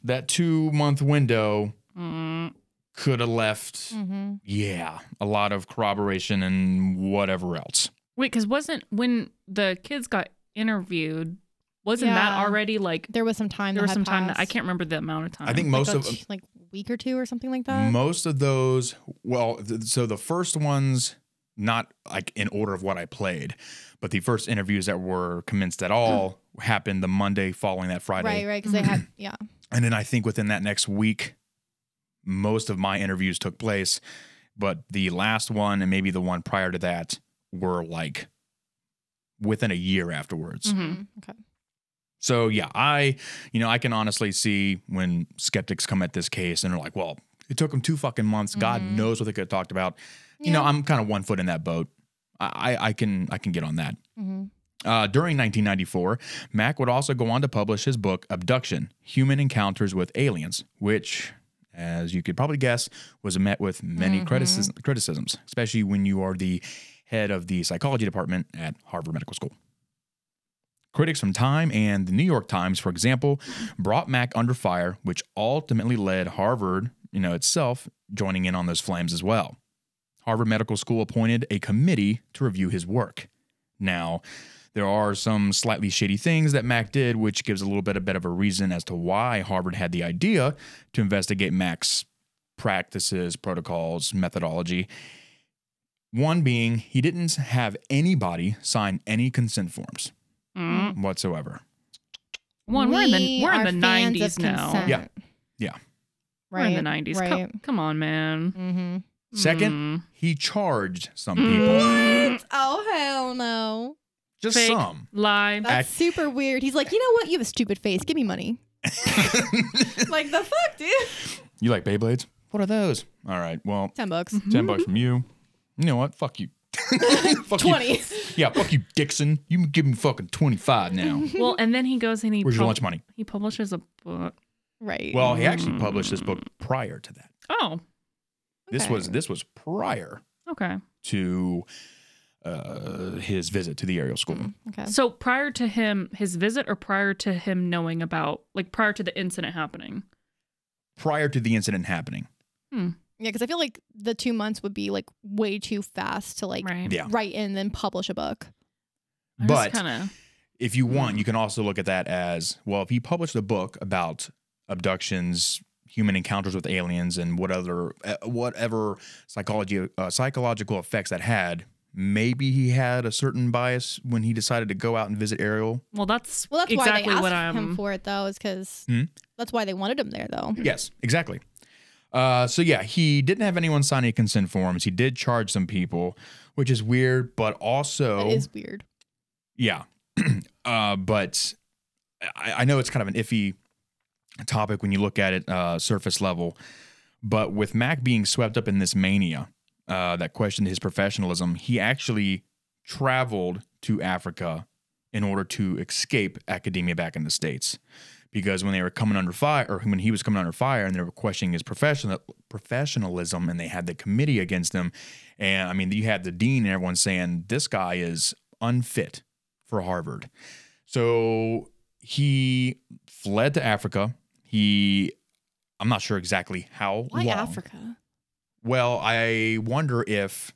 S1: that two month window
S3: Mm.
S1: could have left,
S5: Mm-hmm.
S1: yeah, a lot of corroboration and whatever else.
S3: Wait, because wasn't when the kids got interviewed, wasn't
S5: Yeah.
S3: that already like
S5: There was some time.
S3: there
S5: that
S3: was
S5: had
S3: some time? That, I
S5: passed.
S3: can't remember the amount of time.
S1: I think
S5: Like
S1: most
S5: a
S1: of
S5: t- like week or two or something like that.
S1: most of those. Well, th- so the first ones, not like in order of what I played, but the first interviews that were commenced at all happened the Monday following that Friday,
S5: Mm. right, right, because they had yeah.
S1: and then I think within that next week, most of my interviews took place, but the last one and maybe the one prior to that were like within a year afterwards.
S3: Mhm.
S5: Mm-hmm. Okay.
S1: So yeah, I, you know, I can honestly see when skeptics come at this case and they're like, well, it took them two fucking months. God
S5: Mhm.
S1: knows what they could have talked about. You know, I'm kind of one foot in that boat. I, I I can I can get on that.
S5: hmm
S1: Uh, during 1994, Mack would also go on to publish his book Abduction: Human Encounters with Aliens, which, as you could probably guess, was met with many criticis- criticisms, especially when you are the head of the psychology department at Harvard Medical School. Critics from Time and the New York Times, for example, brought Mack under fire, which ultimately led Harvard, you know, itself joining in on those flames as well. Harvard Medical School appointed a committee to review his work. Now, there are some slightly shady things that Mack did, which gives a little bit a bit of a reason as to why Harvard had the idea to investigate Mack's practices, protocols, methodology. One being he didn't have anybody sign any consent forms
S3: Mm.
S1: whatsoever.
S3: Mm-hmm. One, we're in the
S5: Mm-hmm. We
S3: we're in
S5: are
S3: the
S5: fans
S3: nineties
S5: of
S3: now.
S5: consent.
S1: Yeah. Yeah.
S5: Right.
S3: we're in the nineties.
S5: Right.
S3: Come, come on, man. Mm-hmm.
S5: Mm-hmm.
S1: Second,
S3: Mm.
S1: he charged some people,
S3: Mm.
S5: Oh hell no.
S1: just
S3: Fake.
S1: some.
S3: lie.
S1: That's
S5: That's
S1: Act-
S5: super weird. He's like, you know what? You have a stupid face. Give me money. like the fuck, dude.
S1: You like Beyblades? What are those? All right. Well,
S5: Ten bucks.
S1: 10
S3: Mm.
S1: bucks from you. You know what? Fuck you. fuck you.
S5: Twenty.
S1: Yeah, fuck you, Dixon. You can give me fucking 25 now.
S3: Well, and then he goes and he
S1: Where's your
S3: pub-
S1: lunch money?
S3: He publishes a book.
S5: right.
S1: Well, he actually published this book prior to that.
S3: Oh,
S1: This
S5: Okay.
S1: was this was prior
S3: okay.
S1: to uh, his visit to the aerial school.
S5: okay.
S3: So prior to him, his visit, or prior to him knowing about, like prior to the incident happening.
S1: Prior to the incident happening.
S5: Yeah, because I feel like the two months would be like way too fast to like
S3: right.
S1: Yeah.
S5: write in and then publish a book.
S1: But
S3: kind of
S1: if you want, you can also look at that as well, if he published a book about abductions, human encounters with aliens and what other eh, whatever psychology uh, psychological effects that had. Maybe he had a certain bias when he decided to go out and visit Ariel.
S3: Well, that's
S2: Well, that's
S3: exactly
S2: why
S3: what
S2: they asked him
S3: I'm.
S2: for it, though, is because
S1: Hmm?
S2: that's why they wanted him there, though.
S1: Yes, exactly. Uh, so yeah, he didn't have anyone sign any consent forms. He did charge some people, which is weird, but also
S2: That is weird.
S1: yeah. uh, but I, I know it's kind of an iffy topic when you look at it uh, surface level. But with Mac being swept up in this mania uh, that questioned his professionalism, he actually traveled to Africa in order to escape academia back in the states. Because when they were coming under fire, or when he was coming under fire, and they were questioning his professional professionalism, and they had the committee against him, and I mean, you had the dean and everyone saying this guy is unfit for Harvard. So he fled to Africa. He, I'm not sure exactly how
S2: Why
S1: long.
S2: Africa?
S1: Well, I wonder if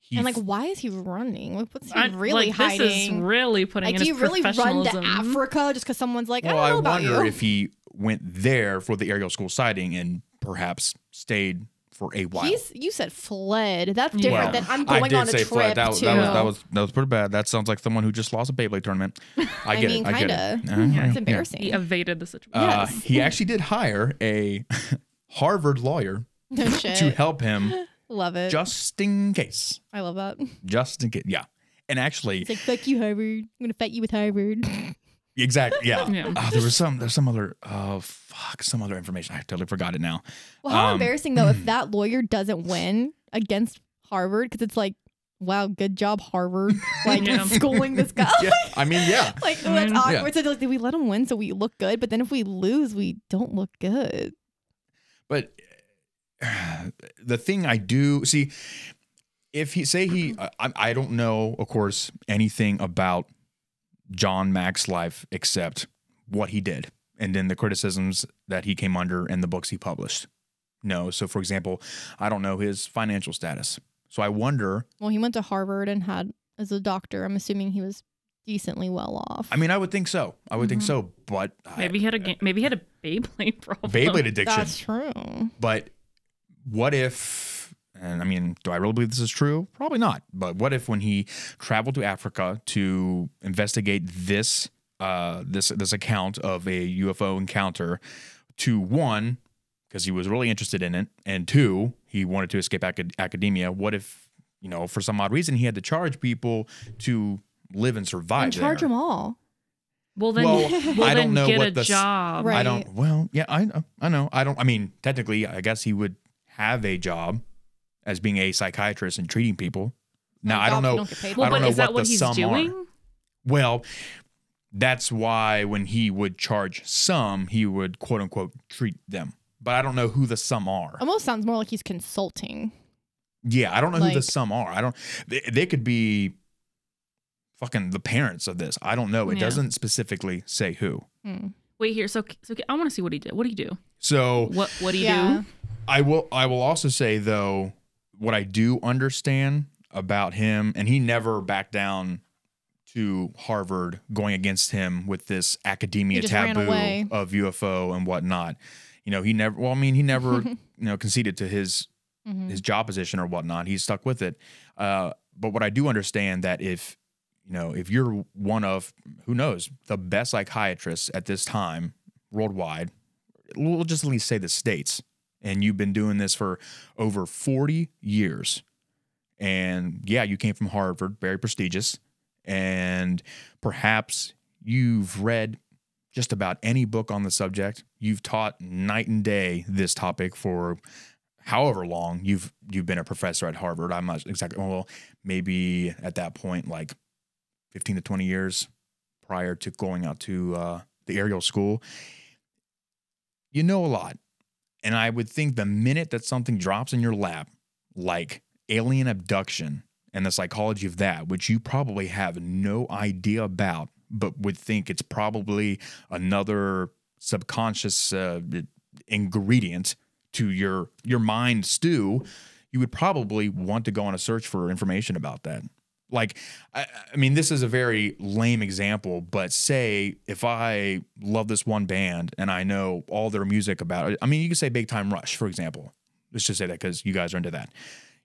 S1: he
S2: And like, why is he running? Like, What's he
S3: I-
S2: really
S3: like,
S2: hiding?
S3: This is really putting
S2: like, do
S3: in his
S2: you really run to
S3: professionalism.
S2: Africa just because someone's like,
S1: Well,
S2: I
S1: I,
S2: don't know
S1: wonder
S2: about you?
S1: if he went there for the aerial school sighting and perhaps stayed for a while.
S2: He's, you said fled. That's
S3: Yeah.
S1: Well,
S2: different than I'm
S1: I
S2: going
S1: did
S2: on a
S1: say
S2: trip
S1: flat. That, was-
S2: to.
S1: that was that was that was pretty bad. That sounds like someone who just lost a Beyblade tournament. I get
S2: mean,
S1: it. I get
S2: kinda.
S1: it. Uh,
S2: it's
S1: yeah.
S2: embarrassing.
S3: He evaded the situation.
S1: Uh,
S2: Yes.
S1: He actually did hire a Harvard lawyer
S2: No shit.
S1: to help him,
S2: Love it.
S1: just in case.
S2: I love that.
S1: Just in case. Yeah. And actually,
S2: It's like, fuck you, Harvard. I'm going to fight you with Harvard.
S1: exactly. Yeah.
S3: Yeah.
S1: Ah, there was some. There's some other. Oh fuck. Some other information. I totally forgot it now.
S2: Well, how
S1: Um,
S2: embarrassing, though, if that lawyer doesn't win against Harvard because it's like, wow, good job, Harvard. Like,
S3: Yeah.
S2: schooling this guy.
S1: Yeah. I mean, yeah.
S2: Like, oh, that's
S3: Yeah.
S2: awkward. So, like, did we let him win so we look good? But then if we lose, we don't look good.
S1: But uh, the thing I do see, if he say he, I, I- I don't know, of course, anything about John Mack's life except what he did, and then the criticisms that he came under and the books he published. No, so for example, I don't know his financial status, so I wonder.
S2: Well, he went to Harvard and had, as a doctor, I'm assuming he was decently well off.
S1: I mean, I would think so. I would think so, but I-
S3: maybe he had a game, maybe he had a Beyblade problem.
S1: Beyblade addiction.
S2: That's true.
S1: But what if, and I mean, do I really believe this is true? Probably not. But what if when he traveled to Africa to investigate this, uh, this, this account of a UFO encounter to one, because he was really interested in it, and two, he wanted to escape acad- academia. What if, you know, for some odd reason, he had to charge people to live and survive?
S2: And charge
S1: there?
S2: them all.
S3: Well, then,
S1: Well,
S3: well,
S1: I
S3: then
S1: don't know
S3: get
S1: what
S3: a
S1: the s-
S3: job.
S2: Right.
S1: I don't. Well, yeah, I know. I know. I don't. I mean, technically, I guess he would have a job as being a psychiatrist and treating people.
S3: Oh,
S1: Now, I don't know.
S3: Well,
S1: I don't
S3: but
S1: know
S3: is that
S1: what
S3: what
S1: the
S3: he's
S1: sum are.
S3: doing?
S1: Well, that's why when he would charge some, he would quote unquote treat them. But I don't know who the some are.
S3: Oh,
S2: Almost sounds more like he's consulting.
S1: Yeah, I don't know who the
S2: Like-
S1: some are. I don't. They, they could be fucking the parents of this. I don't know. It
S3: Yeah.
S1: doesn't specifically say who.
S2: Hmm.
S3: Wait here. So, so I want to see what he did. What do you do?
S1: So
S3: What what do you
S2: Yeah.
S1: I will I will also say though what I do understand about him and he never backed down to Harvard going against him with this academia
S2: He just ran away.
S1: taboo of UFO and whatnot. You know, he never well I mean he never you know conceded to his
S2: Mhm.
S1: his job position or whatnot. He's stuck with it. Uh, but what I do understand that if you know if you're one of who knows the best psychiatrists at this time worldwide, we'll just at least say the states, and you've been doing this for over 40 years, and yeah, you came from Harvard, very prestigious, and perhaps you've read just about any book on the subject. You've taught night and day this topic for however long you've you've been a professor at Harvard. I'm not exactly well, maybe at that point like 15 to 20 years prior to going out to uh, the aerial school. You know a lot. And I would think the minute that something drops in your lap, like alien abduction and the psychology of that, which you probably have no idea about, but would think it's probably another subconscious uh, ingredient to your your mind stew, you would probably want to go on a search for information about that. Like, I, I mean, this is a very lame example, but say if I love this one band and I know all their music about it, I mean, you could say Big Time Rush, for example. Let's just say that because you guys are into that.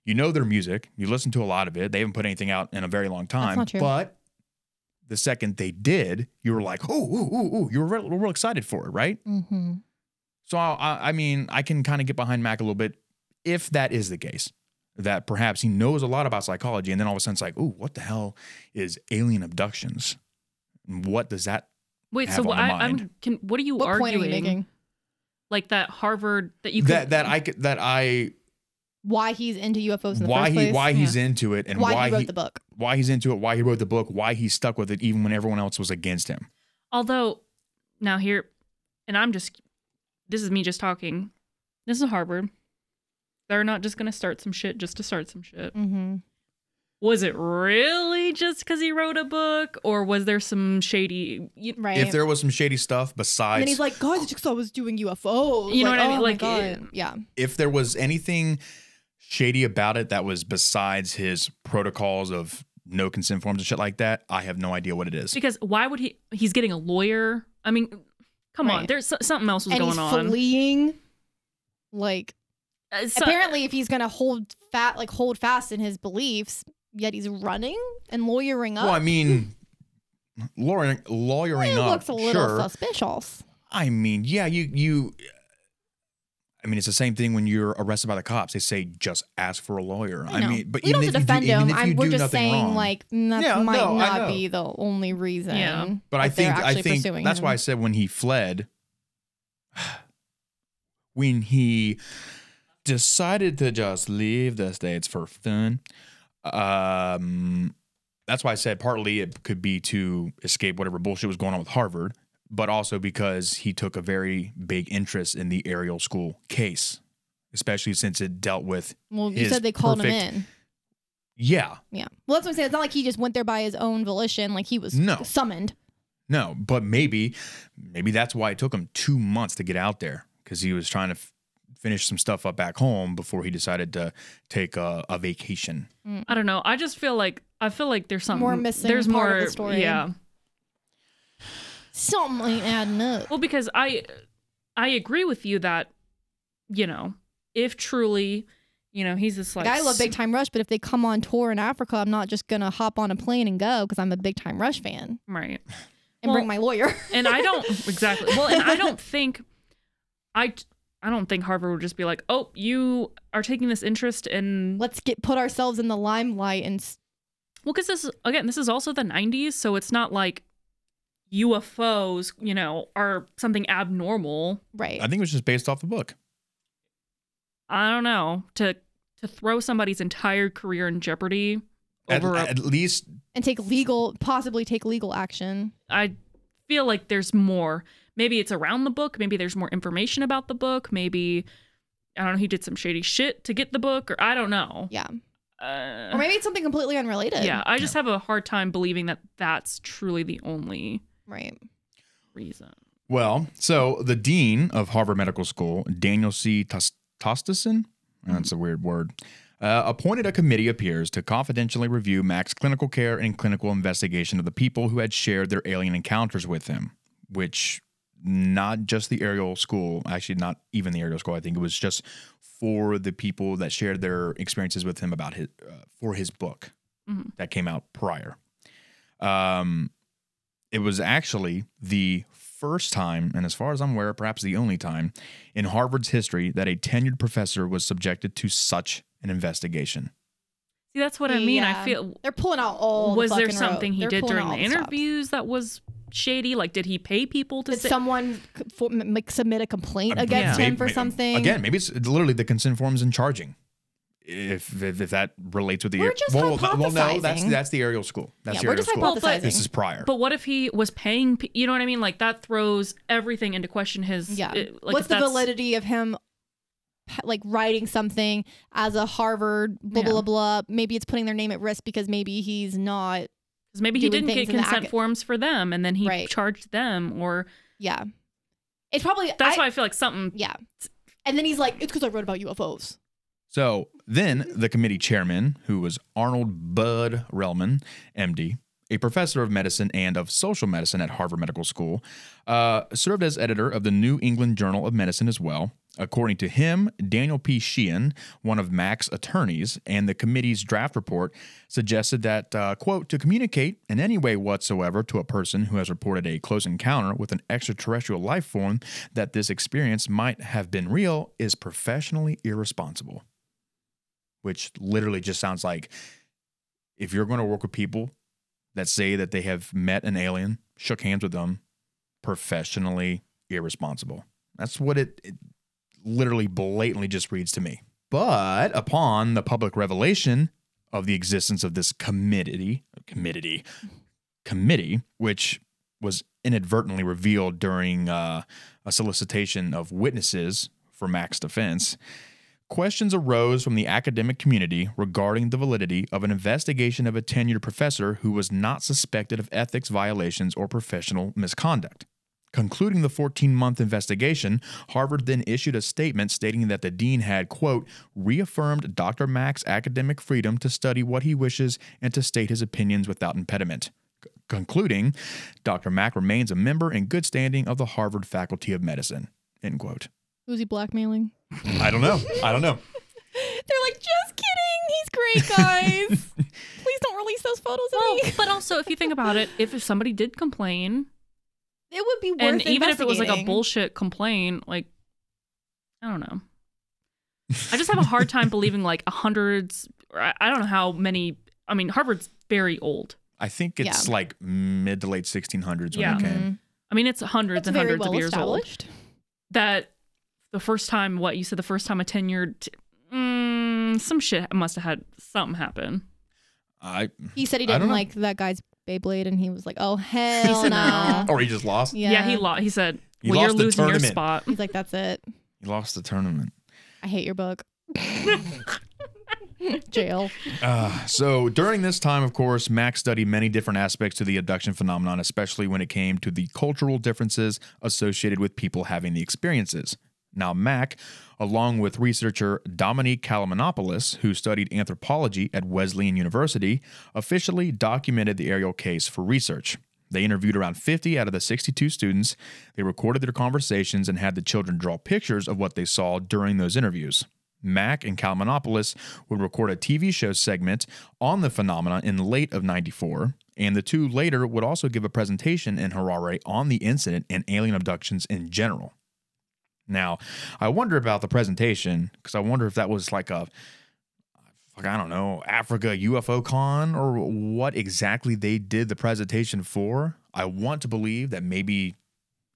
S1: You know their music, you listen to a lot of it. They haven't put anything out in a very long time,
S2: not true.
S1: but the second they did, you were like, oh, ooh, ooh, ooh. you were real, real excited for it, right?
S2: Mm-hmm.
S1: So I- I, I mean, I can kind of get behind Mac a little bit if that is the case. That perhaps he knows a lot about psychology, and then all of a sudden it's like, oh, what the hell is alien abductions? And What does that?
S3: Wait,
S1: have
S3: so
S1: on
S3: what,
S1: the
S3: I, I'm.
S1: mind.
S3: Can, what are you
S2: What
S3: arguing?
S2: point are you making?
S3: Like that Harvard that you could,
S1: that that I could that I
S2: Why he's into UFOs in the
S1: why
S2: first
S1: he
S2: place?
S1: why he's into it and
S2: Why
S1: why,
S2: he wrote the book.
S1: why he's into it why he wrote the book why he stuck with it even when everyone else was against him.
S3: Although, now here, and I'm just, this is me just talking. This is Harvard. They're not just going to start some shit just to start some shit.
S2: Mm-hmm.
S3: Was it really just because he wrote a book, or was there some shady? You,
S5: Right.
S1: If there was some shady stuff
S2: And
S1: besides
S2: then he's like, guys, I just thought I was doing UFOs.
S3: You know
S2: Like,
S3: what I mean?
S2: oh my
S3: Like,
S2: God.
S3: it-
S2: yeah.
S1: if there was anything shady about it that was besides his protocols of no consent forms and shit like that, I have no idea what it is.
S3: because why would he? He's getting a lawyer. I mean, come on.
S2: Right.
S3: There's so- something else was
S2: And
S3: going
S2: he's
S3: on.
S2: fleeing. Like,
S3: Uh, so-
S5: Apparently, if he's gonna hold fat, like hold fast in his beliefs, yet he's running and lawyering up.
S1: Well, I mean, lawyering, lawyering
S5: it
S1: up.
S5: looks a little
S1: sure.
S5: suspicious.
S1: I mean, yeah, you you. I mean, it's the same thing when you're arrested by the cops. They say just ask for a lawyer. I,
S5: know.
S1: mean, but
S5: we
S1: even
S5: don't
S1: if
S5: have to defend
S1: you do, even
S5: him.
S1: if
S5: I'm,
S1: you
S5: we're
S1: do
S5: just
S1: nothing
S5: saying
S1: wrong-
S5: like mm, that
S1: Yeah,
S5: might
S1: no, I
S5: not
S1: know.
S5: be the only reason.
S3: Yeah.
S1: But I
S5: that they're
S1: think I
S5: actually
S1: think
S5: pursuing
S1: that's
S5: him.
S1: why I said when he fled, when he decided to just leave the states for fun, um, that's why I said partly it could be to escape whatever bullshit was going on with Harvard, but also because he took a very big interest in the Ariel School case, especially since it dealt with
S5: Well, you
S1: his
S5: said they called
S1: perfect-
S5: him in.
S1: yeah
S5: Yeah. Well, that's what I'm saying. It's not like he just went there by his own volition. Like he was
S1: No.
S5: summoned.
S1: No, but maybe, maybe that's why it took him two months to get out there because he was trying to f- finish some stuff up back home before he decided to take a, a vacation.
S3: I don't know. I just feel like I feel like there's something
S5: More missing
S3: There's
S5: part
S3: more
S5: of the story.
S3: Yeah.
S5: Something ain't adding up.
S3: Well, because I I agree with you that you know if truly you know he's this like
S5: Like, I love Big Time Rush, but if they come on tour in Africa, I'm not just gonna hop on a plane and go because I'm a Big Time Rush fan and
S3: right Well-
S5: bring my lawyer.
S3: and I don't exactly well and I don't think I I don't think Harvard would just be like oh you are taking this interest in well
S5: Let's get put ourselves in the limelight and s-
S3: because this is again this is also the 90s so it's not like UFOs you know are something abnormal
S5: right.
S1: I think it was just based off the book.
S3: I don't know to to throw somebody's entire career in jeopardy
S1: At,
S3: over a
S1: at least,
S5: and take legal, possibly take legal action.
S3: I feel like there's more. Maybe it's around the book. Maybe there's more information about the book. Maybe I don't know. He did some shady shit to get the book, or I don't know.
S5: Yeah.
S3: Uh,
S5: Or maybe it's something completely unrelated.
S3: yeah, I just have a hard time believing that that's truly the only
S5: Right.
S3: reason.
S1: well, so the dean of Harvard Medical School, Daniel C. Tos- Tosteson, that's a weird word, uh, appointed a committee of peers to confidentially review Mac's clinical care and clinical investigation of the people who had shared their alien encounters with him, which not just the aerial school, actually not even the aerial school. I think it was just for the people that shared their experiences with him about his uh, for his book
S3: Mhm.
S1: that came out prior. Um, it was actually the first time, and as far as I'm aware, perhaps the only time in Harvard's history that a tenured professor was subjected to such an investigation.
S3: See, that's what I mean. I
S5: Yeah.
S3: feel
S5: They're pulling out all. the
S3: was there
S5: fucking
S3: something
S5: rope.
S3: he
S5: They're
S3: did
S5: pulling
S3: during
S5: out
S3: the
S5: all stops.
S3: interviews that was shady? Like, did he pay people to
S5: Did
S3: say?
S5: someone c- for, m- m- submit a complaint
S1: I mean,
S5: against
S1: may-
S5: him for
S1: may-
S5: something?
S1: Again, maybe it's literally the consent forms and charging. If, if if that relates with the
S5: We're just
S1: well, th- well, no, that's
S5: hypothesizing.
S1: that's the aerial school. That's
S5: Yeah,
S1: the
S5: we're
S1: aerial
S5: just
S1: school.
S5: hypothesizing.
S1: This is prior.
S3: but what if he was paying? pe- You know what I mean? Like that throws everything into question. His
S5: Yeah.
S3: it- like,
S5: What's
S3: if
S5: the
S3: that's-
S5: validity of him p- like writing something as a Harvard blah
S3: Yeah.
S5: blah blah? Maybe it's putting their name at risk because maybe he's not.
S3: Because maybe he
S5: doing
S3: didn't get
S5: things in the
S3: consent
S5: acad-
S3: forms for them, and then he
S5: Right.
S3: charged them, or
S5: Yeah, it's probably
S3: that's
S5: I-
S3: why I feel like something.
S5: Yeah, and then he's like, it's because I wrote about UFOs.
S1: So then the committee chairman, who was Arnold Bud Relman, MD, a professor of medicine and of social medicine at Harvard Medical School, uh, served as editor of the New England Journal of Medicine as well. According to him, Daniel P. Sheehan, one of Mac's attorneys, and the committee's draft report suggested that, uh, quote, to communicate in any way whatsoever to a person who has reported a close encounter with an extraterrestrial life form that this experience might have been real is professionally irresponsible which literally just sounds like if you're going to work with people that say that they have met an alien, shook hands with them, professionally irresponsible. That's what it, it literally blatantly just reads to me. But upon the public revelation of the existence of this committee, committee, committee, which was inadvertently revealed during uh, a solicitation of witnesses for Mac's defense, Questions arose from the academic community regarding the validity of an investigation of a tenured professor who was not suspected of ethics violations or professional misconduct. Concluding the 14 month investigation, Harvard then issued a statement stating that the dean had, quote, reaffirmed Dr. Mack's academic freedom to study what he wishes and to state his opinions without impediment. C- concluding, Dr. Mack remains a member in good standing of the Harvard Faculty of Medicine, end quote.
S2: Who's he blackmailing?
S1: I don't know. I don't know.
S2: They're like, just kidding. He's great, guys. Please don't release those photos of
S3: Well,
S2: me.
S3: but also if you think about it, if somebody did complain,
S2: It would be worth
S3: and even if it was like a
S2: investigating.
S3: bullshit complaint, like I don't know. I just have a hard time believing like hundreds. or I I don't know how many. I mean, Harvard's very old.
S1: I think
S2: Yeah.
S1: it's like mid to late 1600s when
S3: Yeah.
S1: it came.
S3: I mean, it's hundreds
S2: It's
S3: and
S2: very
S3: hundreds
S2: well
S3: of years old.
S2: established.
S3: That the first time, what you said, the first time a tenured, t- mm, some shit must have had something happen.
S1: I
S2: He said
S1: I
S2: he
S1: don't didn't know.
S2: like that guy's Beyblade, and he was like, "Oh
S3: He
S2: hell
S3: said
S2: nah.
S1: or he just lost.
S3: Yeah, he lost. He said,
S1: He
S3: "Well, you're
S1: lost the
S3: losing your
S1: tournament.
S3: spot."
S2: He's like, "That's it.
S1: He lost the tournament.
S2: I hate your book." Jail.
S1: Uh, so during this time, of course, Max studied many different aspects to the abduction phenomenon, especially when it came to the cultural differences associated with people having the experiences. Now, Mack, along with researcher Dominique Kalamanopoulos, who studied anthropology at Wesleyan University, officially documented the aerial case for research. They interviewed around 50 out of the 62 students. They recorded their conversations and had the children draw pictures of what they saw during those interviews. Mack and Kalmanopoulos would record a TV show segment on the phenomena in late of 94, and the two later would also give a presentation in Harare on the incident and alien abductions in general. Now, I wonder about the presentation because I wonder if that was like a, like, I don't know, Africa UFO con or what exactly they did the presentation for. I want to believe that maybe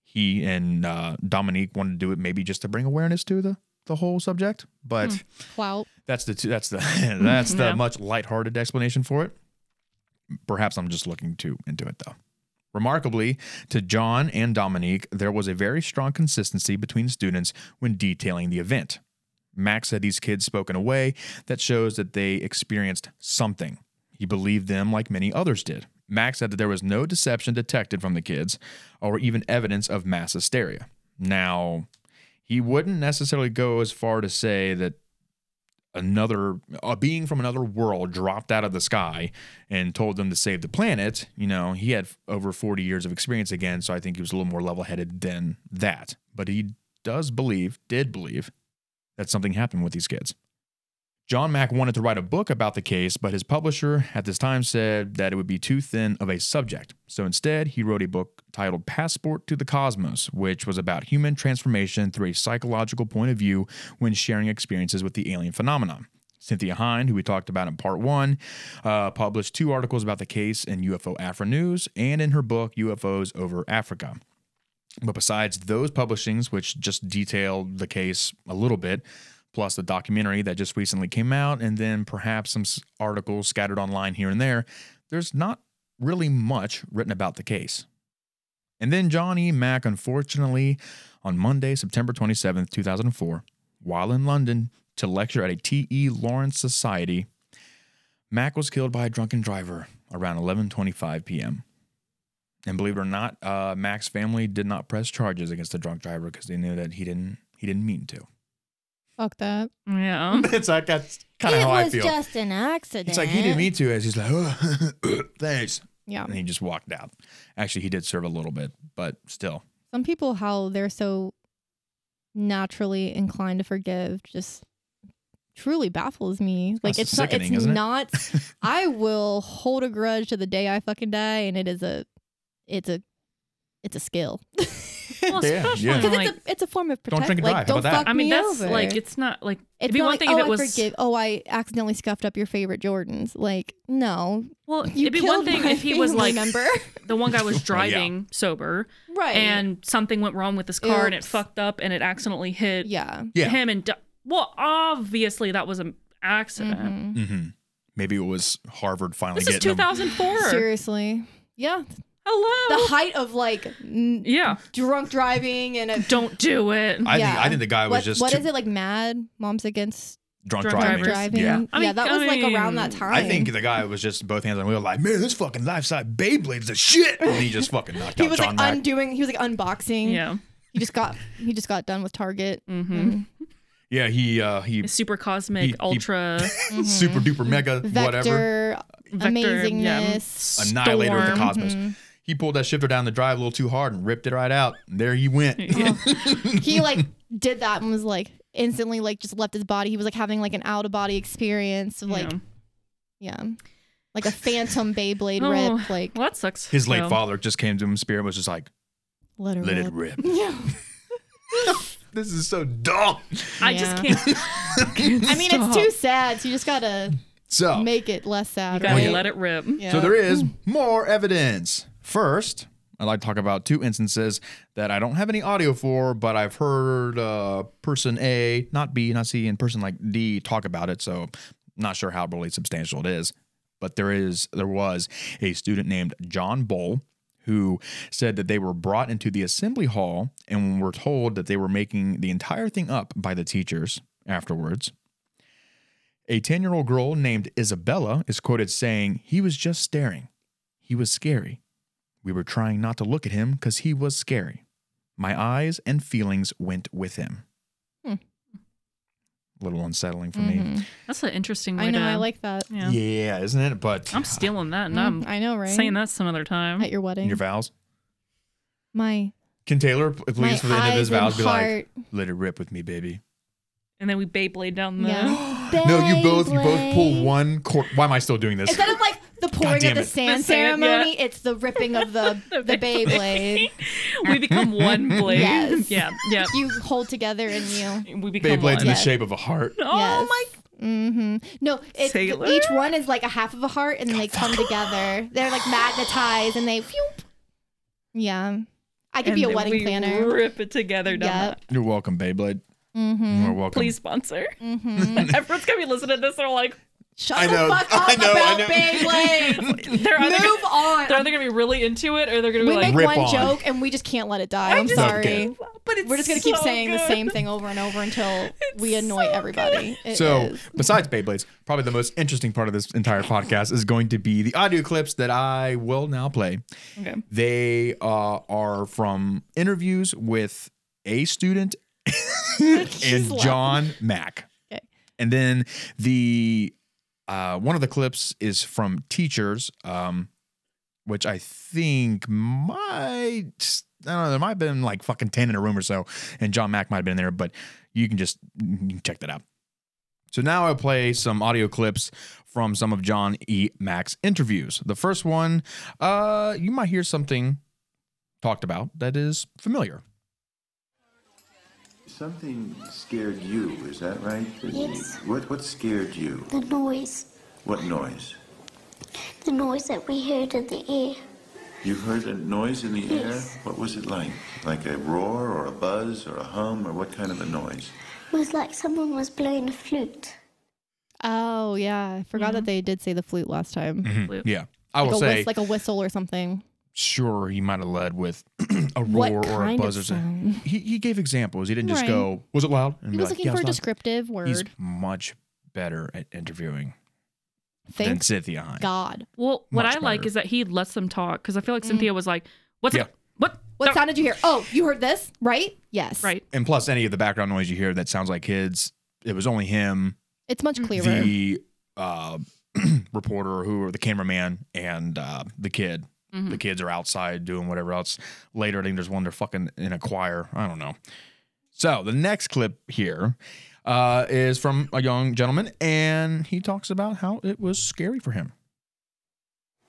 S1: he and uh, Dominique wanted to do it maybe just to bring awareness to the the whole subject, but
S2: Clout.
S1: that's the two, that's the that's the
S3: Yeah.
S1: much lighthearted explanation for it. Perhaps I'm just looking too into it though. Remarkably, to John and Dominique, there was a very strong consistency between students when detailing the event. Max said these kids spoke in a way that shows that they experienced something. He believed them like many others did. Max said that there was no deception detected from the kids or even evidence of mass hysteria. Now, he wouldn't necessarily go as far to say that another a being from another world dropped out of the sky and told them to save the planet you know he had over 40 years of experience again so i think he was a little more level-headed than that but he does believe did believe that something happened with these kids john mack wanted to write a book about the case but his publisher at this time said that it would be too thin of a subject so instead he wrote a book titled passport to the cosmos which was about human transformation through a psychological point of view when sharing experiences with the alien phenomenon. Cynthia Hine, who we talked about in part one, uh, published two articles about the case in UFO Afro News and in her book UFOs Over Africa. But besides those publishings, which just detailed the case a little bit, plus the documentary that just recently came out, and then perhaps some s- articles scattered online here and there, there's not really much written about the case. And then John E. Mack, unfortunately, on Monday, September 27th, 2004, while in London to lecture at a T.E. Lawrence Society, Mack was killed by a drunken driver around 11:25 p.m. And believe it or not, uh, Mack's family did not press charges against the drunk driver because they knew that he didn't he didn't mean to.
S2: Fuck that.
S3: Yeah.
S1: it's like that's kind of
S5: It
S1: how I
S5: was
S1: feel.
S5: just an accident.
S1: it's like he didn't mean to. As he's like, oh, thanks,
S2: Yeah.
S1: and he just walked out. Actually, he did serve a little bit, but still,
S2: Some people, how they're so naturally inclined to forgive, just truly baffles me. Like
S1: also
S2: it's not. It's
S1: sickening, isn't it?
S2: not. I will hold a grudge to the day I fucking die, and it is a, it's a, it's a skill.
S3: Well,
S1: Yeah,
S3: especially
S1: yeah.
S2: Because
S3: like,
S2: it's a it's a form of
S1: Don't
S2: protection.
S1: drink and
S2: Like,
S1: drive. How
S2: don't
S1: about that?
S2: fuck
S3: I mean,
S2: me
S3: that's
S2: over.
S3: like, it's not like,
S2: It's
S3: it'd be
S2: not
S3: one
S2: like,
S3: thing
S2: oh,
S3: if it
S2: I
S3: was-
S2: forgive. Oh, I accidentally scuffed up your favorite Jordans. Like, no,
S3: well,
S2: you
S3: it'd be
S2: killed
S3: one thing
S2: my
S3: if he was
S2: family
S3: like,
S2: member,
S3: the one guy was
S1: Well, Oh, yeah.
S3: driving sober
S2: right?
S3: and something went wrong with his car and it
S2: Oops.
S3: fucked up and it accidentally hit
S2: yeah,
S1: yeah.
S3: him and di- well, obviously that was an accident.
S2: Mhm.
S1: hmm Maybe it was Harvard finally
S3: This is
S1: getting him.
S3: 2004.
S2: seriously, yeah.
S3: Hello.
S2: The height of like n-
S3: yeah.
S2: drunk driving and a,
S3: Don't do it.
S1: I
S2: Yeah.
S1: think I think the guy was
S2: what,
S1: just
S2: what
S1: too
S2: is it like? Mad moms against
S1: drunk,
S3: Drunk
S1: driving.
S3: drivers.
S2: driving.
S1: Yeah.
S3: I
S2: yeah,
S3: mean-
S2: that
S3: I
S2: was like around that
S3: mean,
S2: time.
S1: I think the guy was just both hands on the wheel, like, man, this fucking life-size Beyblade's the shit, and he just fucking knocked
S2: he
S1: out
S2: was
S1: John
S2: like
S1: Mack.
S2: undoing. He was like unboxing.
S3: yeah.
S2: he just got he just got done with Target. Mm.
S3: Mm-hmm.
S1: yeah, he uh, he
S3: Super
S1: He-
S3: cosmic,
S1: he-
S3: ultra
S1: super duper mega whatever
S2: Mm-hmm. Vector, Mm-hmm.
S3: vector, yeah.
S2: amazingness.
S1: annihilator of the
S3: Storm.
S1: cosmos. He pulled that shifter down the drive a little too hard and ripped it right out. And there he went.
S2: Oh, he like did that and was like instantly like just left his body. He was like having like an out of body experience of like
S3: Yeah.
S2: yeah. Like a phantom Beyblade
S3: Oh,
S2: rip, like
S3: well, that sucks.
S1: His late
S3: So,
S1: father just came to him. in Spirit and was just like,
S2: let her
S1: "Let it
S2: rip.
S1: rip."
S2: Yeah.
S1: This is so dumb.
S3: I just
S2: Yeah.
S3: can't.
S2: I mean, it's too sad, so you just gotta
S1: So,
S2: make it less sad.
S3: Gotta
S2: right?
S3: let it rip.
S2: Oh, Yeah.
S1: Oh. so there is more evidence. First, I'd like to talk about two instances that I don't have any audio for, but I've heard uh, person A, not B, not C, and person like D talk about it. So, not sure how really substantial it is. But there is, there was a student named John Bull who said that they were brought into the assembly hall and were told that they were making the entire thing up by the teachers afterwards. A 10 year old girl named Isabella is quoted saying, He was just staring. He was scary. We were trying not to look at him because he was scary. My eyes and feelings went with him.
S2: Hmm.
S1: A little unsettling for me.
S2: Mhm.
S3: That's an interesting way
S2: I know,
S3: to.
S2: I like that.
S3: Yeah.
S1: Yeah, isn't it? But
S3: I'm stealing that, and
S2: Mm,
S3: I'm
S2: I know, right?
S3: saying that some other time.
S2: at your wedding.
S1: your vows.
S2: my
S1: Can Taylor, p- please,
S2: my
S1: for the end of his
S2: eyes and
S1: vows, be like,
S2: heart.
S1: let it rip with me, baby?
S3: and then we Beyblade down the.
S2: Yeah.
S1: No, you both, you both pull
S2: Beyblade.
S1: one cord. Why am I still doing this?
S2: Instead of like the pouring of
S1: damn
S2: the
S1: it.
S2: sand
S3: The sand,
S2: ceremony, it's the ripping of the
S3: The
S2: the Beyblade.
S3: We become one blade.
S2: Yes.
S3: Yeah. Yeah.
S2: you hold together and you.
S3: We become
S1: Beyblade's in
S3: one.
S1: the
S2: Yes.
S1: shape of a heart.
S3: Oh
S2: yes.
S3: my.
S2: Mm-hmm. No, it's,
S3: Taylor?
S2: each one is like a half of a heart, and then they come together. They're like magnetized, and they. phew. Yeah, I could
S3: And
S2: be a
S3: then
S2: wedding
S3: we
S2: planner.
S3: Rip it together down
S2: Yep.
S3: that.
S1: You're welcome, Beyblade.
S2: Mm-hmm.
S1: You're welcome.
S3: Please sponsor.
S2: Mm-hmm.
S3: Everyone's gonna be listening to this. They're like,
S2: Shut
S1: I know,
S2: the fuck up
S1: I know, I
S2: about
S1: know.
S2: Beyblades.
S3: they're either,
S2: Move on.
S3: they're either gonna be really into it or they're gonna be
S2: we
S3: like,
S2: make
S1: Rip
S2: one
S1: on.
S2: joke, and we just can't let it die. I'm
S3: just-
S2: sorry.
S1: Okay.
S3: but it's
S2: We're just gonna keep
S3: so
S2: saying the
S3: good.
S2: same thing over and over until we
S3: It's
S2: annoy
S3: so
S2: everybody. It
S1: So,
S2: is.
S1: besides Beyblades, probably the most interesting part of this entire podcast is going to be the audio clips that I will now play.
S3: Okay.
S1: They uh, are from interviews with a student and
S2: laughing.
S1: John Mack.
S2: Okay.
S1: And then the uh, one of the clips is from teachers, um, which I think might I don't know. There might have been like fucking ten in a room or so, and John Mack might have been there, but you can just you can check that out. So now I play some audio clips from some of John E. Mack's interviews. The first one, uh, you might hear something talked about that is familiar.
S6: Something scared you, is that right?
S7: Yes.
S6: What what scared you?
S7: The noise,
S6: What noise?
S7: the noise that we heard in the air.
S6: You heard a noise in the air?
S7: Yes.
S6: What was it like? Like a roar or a buzz or a hum or what kind of a noise?
S7: It was like someone was blowing a flute.
S2: oh yeah, I forgot
S3: Mm-hmm.
S2: that they did say the flute last time.
S3: Flute.
S1: Yeah, I
S2: Like
S1: will
S2: a,
S1: say,
S2: whist- like a whistle or something.
S1: sure, he might have led with a
S2: What
S1: roar or a
S2: kind of
S1: buzz or something.
S2: sound?
S1: He, he gave examples. He didn't just
S2: Right.
S1: go, "Was it loud?" And
S2: He
S1: be
S2: was
S1: like,
S2: looking
S1: "Yeah, it
S2: for a
S1: was loud."
S2: descriptive
S1: He's
S2: word.
S1: much better at interviewing than
S2: Thank
S1: Cynthia Hine.
S2: God.
S3: Well, what I
S1: Much
S3: like
S1: better.
S3: is that he lets them talk because I feel like
S2: Mm.
S3: Cynthia was like, "What's
S1: Yeah.
S3: it? What?
S2: What
S3: No.
S2: sound did you hear? Oh, you heard this, right? Yes.
S3: Right.
S1: And plus, any of the background noise you hear that sounds like kids it was only him,
S2: It's much clearer.
S1: the uh, reporter, who or the cameraman, and uh, the kid.
S2: Mm-hmm.
S1: The kids are outside doing whatever else. Later, I think there's one they're fucking in a choir. I don't know. So the next clip here uh, is from a young gentleman, and he talks about how it was scary for him.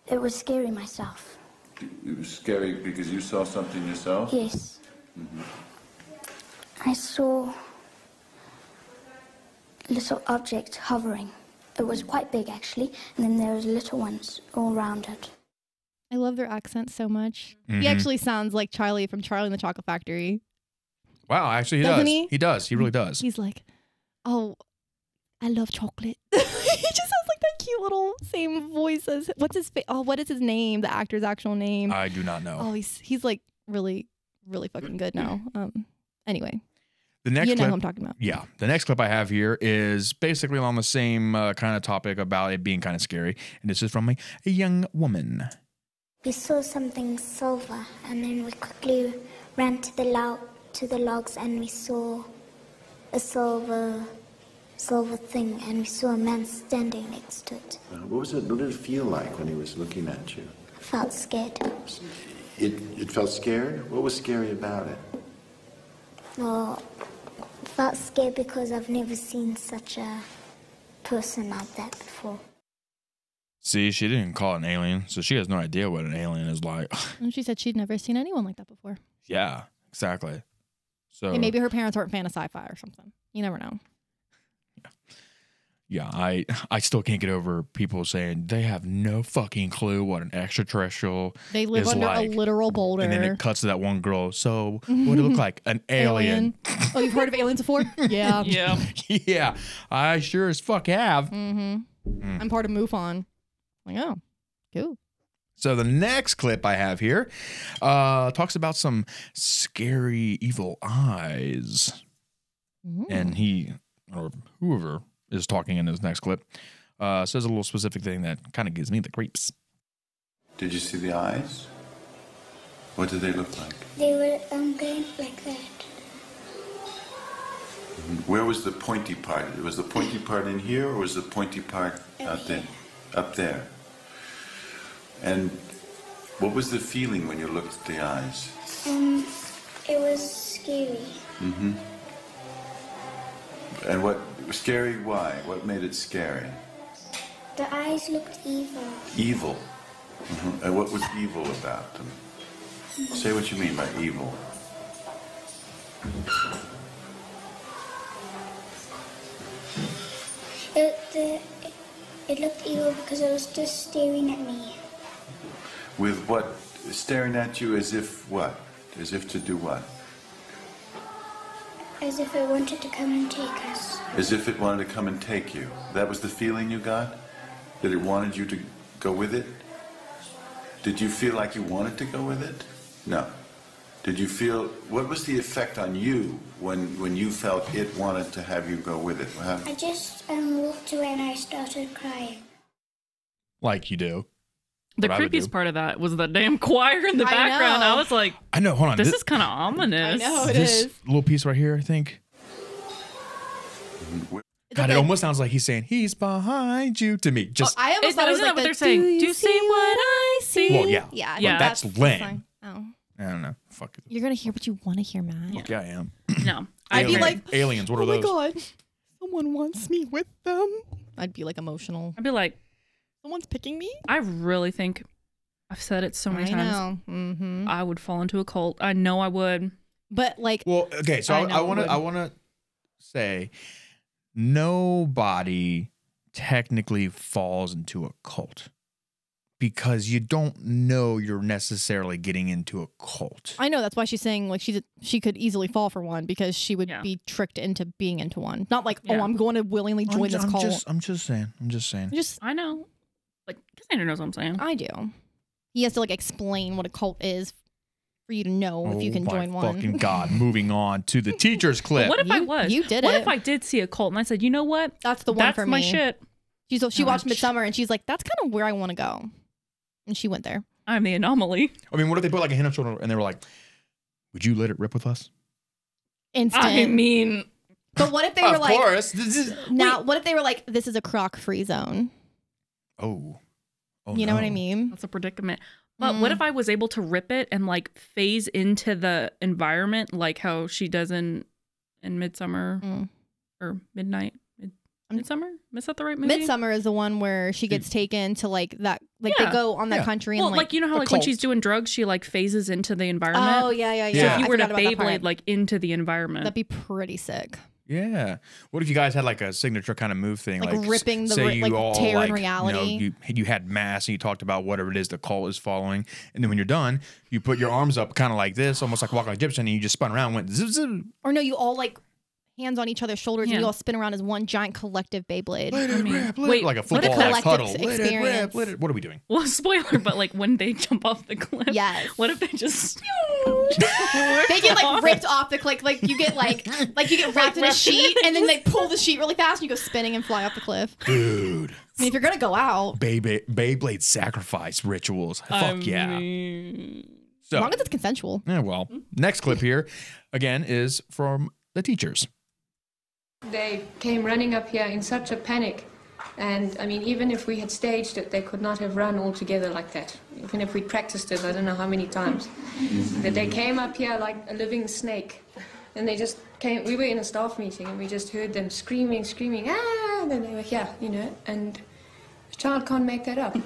S7: It was scary myself.
S6: It was scary because you saw something yourself.
S7: Yes. I saw a little object hovering. It was quite big actually, and then there was little ones all round it.
S2: I love their accent so much.
S1: Mm-hmm.
S2: He actually sounds like Charlie from Charlie and the Chocolate Factory.
S1: Wow, actually, he
S2: Doesn't
S1: does.
S2: he?
S1: does. He really does.
S2: He's like, oh, I love chocolate. he just has like that cute little same voice as what's his fa- oh what is his name? The actor's actual name.
S1: I do not know.
S2: oh, he's he's like really really fucking good now. Um, anyway,
S1: the next
S2: you know
S1: clip,
S2: who I'm talking about.
S1: yeah, the next clip I have here is basically along the same uh, kind of topic about it being kind of scary, and this is from a, a young woman.
S7: We saw something silver, and then we quickly ran to the log, to the logs, and we saw a silver, silver thing, and we saw a man standing next to it.
S6: Uh, What was it? What did it feel like when he was looking at you?
S7: I felt scared.
S6: It it felt scared. What was scary about it?
S7: Well, I felt scared because I've never seen such a person like that before.
S1: See, she didn't call it an alien, so she has no idea what an alien is like.
S2: And she said she'd never seen anyone like that before.
S1: yeah, exactly. So
S2: And maybe her parents weren't fan of sci-fi or something. You never know.
S1: yeah, I I still can't get over people saying they have no fucking clue what an extraterrestrial
S2: They live
S1: is
S2: under
S1: like.
S2: a literal boulder.
S1: and then it cuts to that one girl. So what do it look like? An alien.
S2: oh, you've heard of aliens before? Yeah.
S3: Yeah.
S1: yeah, I sure as fuck have.
S2: Mm-hmm.
S1: Mm.
S2: I'm part of MUFON. Like, oh, cool.
S1: So the next clip I have here uh, talks about some scary evil eyes, and he or whoever is talking in this next clip uh, says a little specific thing that kind of gives me the creeps.
S6: Did you see the eyes? What did they look like?
S7: They were um, going like that.
S6: Where was the pointy part? Was the pointy part in here, or was the pointy part out there? Up there. And what was the feeling when you looked at the eyes?
S7: Um, it was scary.
S6: And what scary? Why? What made it scary?
S7: The eyes looked evil.
S6: Evil. hmm And what was evil about them? Say what you mean by evil.
S7: It, the, it, it looked evil because it was just staring at me.
S6: With what? Staring at you as if what? As if to do what?
S7: As if it wanted to come and take us.
S6: As if it wanted to come and take you. That was the feeling you got? That it wanted you to go with it? Did you feel like you wanted to go with it? No. Did you feel what was the effect on you when when you felt it wanted to have you go with it? How-
S7: I just um, walked away and I started crying.
S1: Like you do.
S3: The
S1: What I would do.
S3: creepiest part of that was the damn choir in the
S2: I
S3: background.
S2: know.
S3: I was like,
S1: I know. Hold on.
S3: this is kind of ominous.
S2: I know. How it
S1: this
S2: is.
S1: little piece right here. I think. God, it
S2: like-
S1: almost sounds like he's saying he's behind you to me. Just
S2: Oh, I almost
S3: It-
S2: thought it was
S3: isn't
S2: like
S3: that what
S2: the,
S3: they're saying?
S2: Do you,
S3: Do you
S2: see,
S3: see
S2: what I see?
S1: Well, yeah.
S2: Yeah. I
S3: Yeah.
S2: think
S1: That's
S2: the
S1: lame.
S2: song. Oh.
S1: I don't know. Fuck it.
S2: You're going to hear what you want to hear, Matt.
S1: Yeah, I am.
S3: No.
S2: I'd be
S1: Alien-
S2: like, oh
S1: aliens. What are those?
S2: God. Someone wants me with them. I'd be like emotional.
S3: I'd be like,
S2: Someone's picking me?
S3: I really think I've said it so many
S2: I
S3: times.
S2: know. hmm
S3: I would fall into a cult. I know I would.
S2: But like,
S1: Well, okay, so
S2: I
S1: I,
S2: know
S1: I
S2: it
S1: want to I
S2: wouldn't.
S1: want to say nobody technically falls into a cult because you don't know you're necessarily getting into a cult.
S2: I know that's why she's saying like she's a, she could easily fall for one because she would
S3: Yeah.
S2: be tricked into being into one. Not like,
S3: Yeah.
S2: oh, I'm going to willingly
S1: I'm,
S2: join this
S1: I'm
S2: cult.
S1: just I'm just saying. I'm just saying.
S2: just
S3: I know. Like, Cassandra knows what I'm saying.
S2: I do. He has to like explain what a cult is for you to know if you
S1: Oh
S2: can
S1: my
S2: join one.
S1: Fucking god. Moving on to the teacher's clip.
S3: What if I
S2: You-
S3: was?
S2: you did
S3: what
S2: it.
S3: if I did see a cult and I said, you know what?
S2: That's the one
S3: That's
S2: for
S3: my
S2: me.
S3: shit.
S2: She's, she
S3: Oh,
S2: watched
S3: shit.
S2: Midsummer and she's like, that's kind of where I want to go, and she went there.
S3: I'm the anomaly.
S1: I mean, what if they put like a hand on shoulder and they were like, "Would you let it rip with us?"
S2: Instant.
S3: I mean,
S2: But what if they were
S1: of
S2: like,
S1: course. This is-
S2: now, what if they were like, this is a croc free zone?
S1: oh. oh,
S2: you know what
S1: no.
S2: I mean?
S3: That's a predicament. But what
S2: Mm.
S3: if I was able to rip it and like phase into the environment, like how she does in in Midsummer
S2: Mm.
S3: or Midnight? Mid- Midsummer? Is that the right movie?
S2: Midsummer is the one where she gets taken to like that, like
S3: Yeah.
S2: they go on that
S1: Yeah.
S2: country and
S3: Well, like,
S2: like,
S3: you know how
S1: a
S3: like when
S1: cult.
S3: she's doing drugs, she like phases into the environment.
S2: oh yeah, yeah, yeah.
S1: So
S3: If
S1: yeah.
S3: you were to
S2: I forgot about that part.
S3: Beyblade like into the environment,
S2: that'd be pretty sick.
S1: Yeah. What if you guys had like a signature kind of move thing,
S2: Like
S1: like, s-
S2: ripping the
S1: say
S2: re-
S1: you
S2: like
S1: all
S2: tearing
S1: like,
S2: reality.
S1: You, know, you you had mass and you talked about whatever it is the cult is following, and then when you're done, you put your arms up kind of like this, almost like walking Egyptian, and you just spun around, and went zip zip.
S2: Or no, you all like hands on each other's shoulders
S3: Yeah.
S2: and you all spin around as one giant collective Beyblade.
S1: Let it rip, let it-
S3: wait,
S1: like a
S3: what a
S1: football like
S2: collective
S1: puddle.
S2: s-
S1: Let it rip,
S2: experience.
S1: let it. What are we doing?
S3: well, spoiler, but like when they jump off the cliff,
S2: Yes.
S3: What if they just
S2: They get like ripped off the click, like you get like like you get wrapped in a sheet and then they pull the sheet really fast and you go spinning and fly off the cliff. I
S1: Dude,
S2: mean, if you're gonna go out,
S1: Beyblade, Beyblade sacrifice rituals. Fuck yeah.
S2: as
S1: so
S2: long as it's consensual.
S1: yeah, well,
S2: Hmm?
S1: next clip here, again, is from the teachers.
S8: They came running up here in such a panic. And I mean, even if we had staged it, they could not have run all together like that. Even if we'd practiced it, I don't know how many times. That they came up here like a living snake. And they just came, we were in a staff meeting and we just heard them screaming, screaming, ah, and then they were here, you know. And a child can't make that up.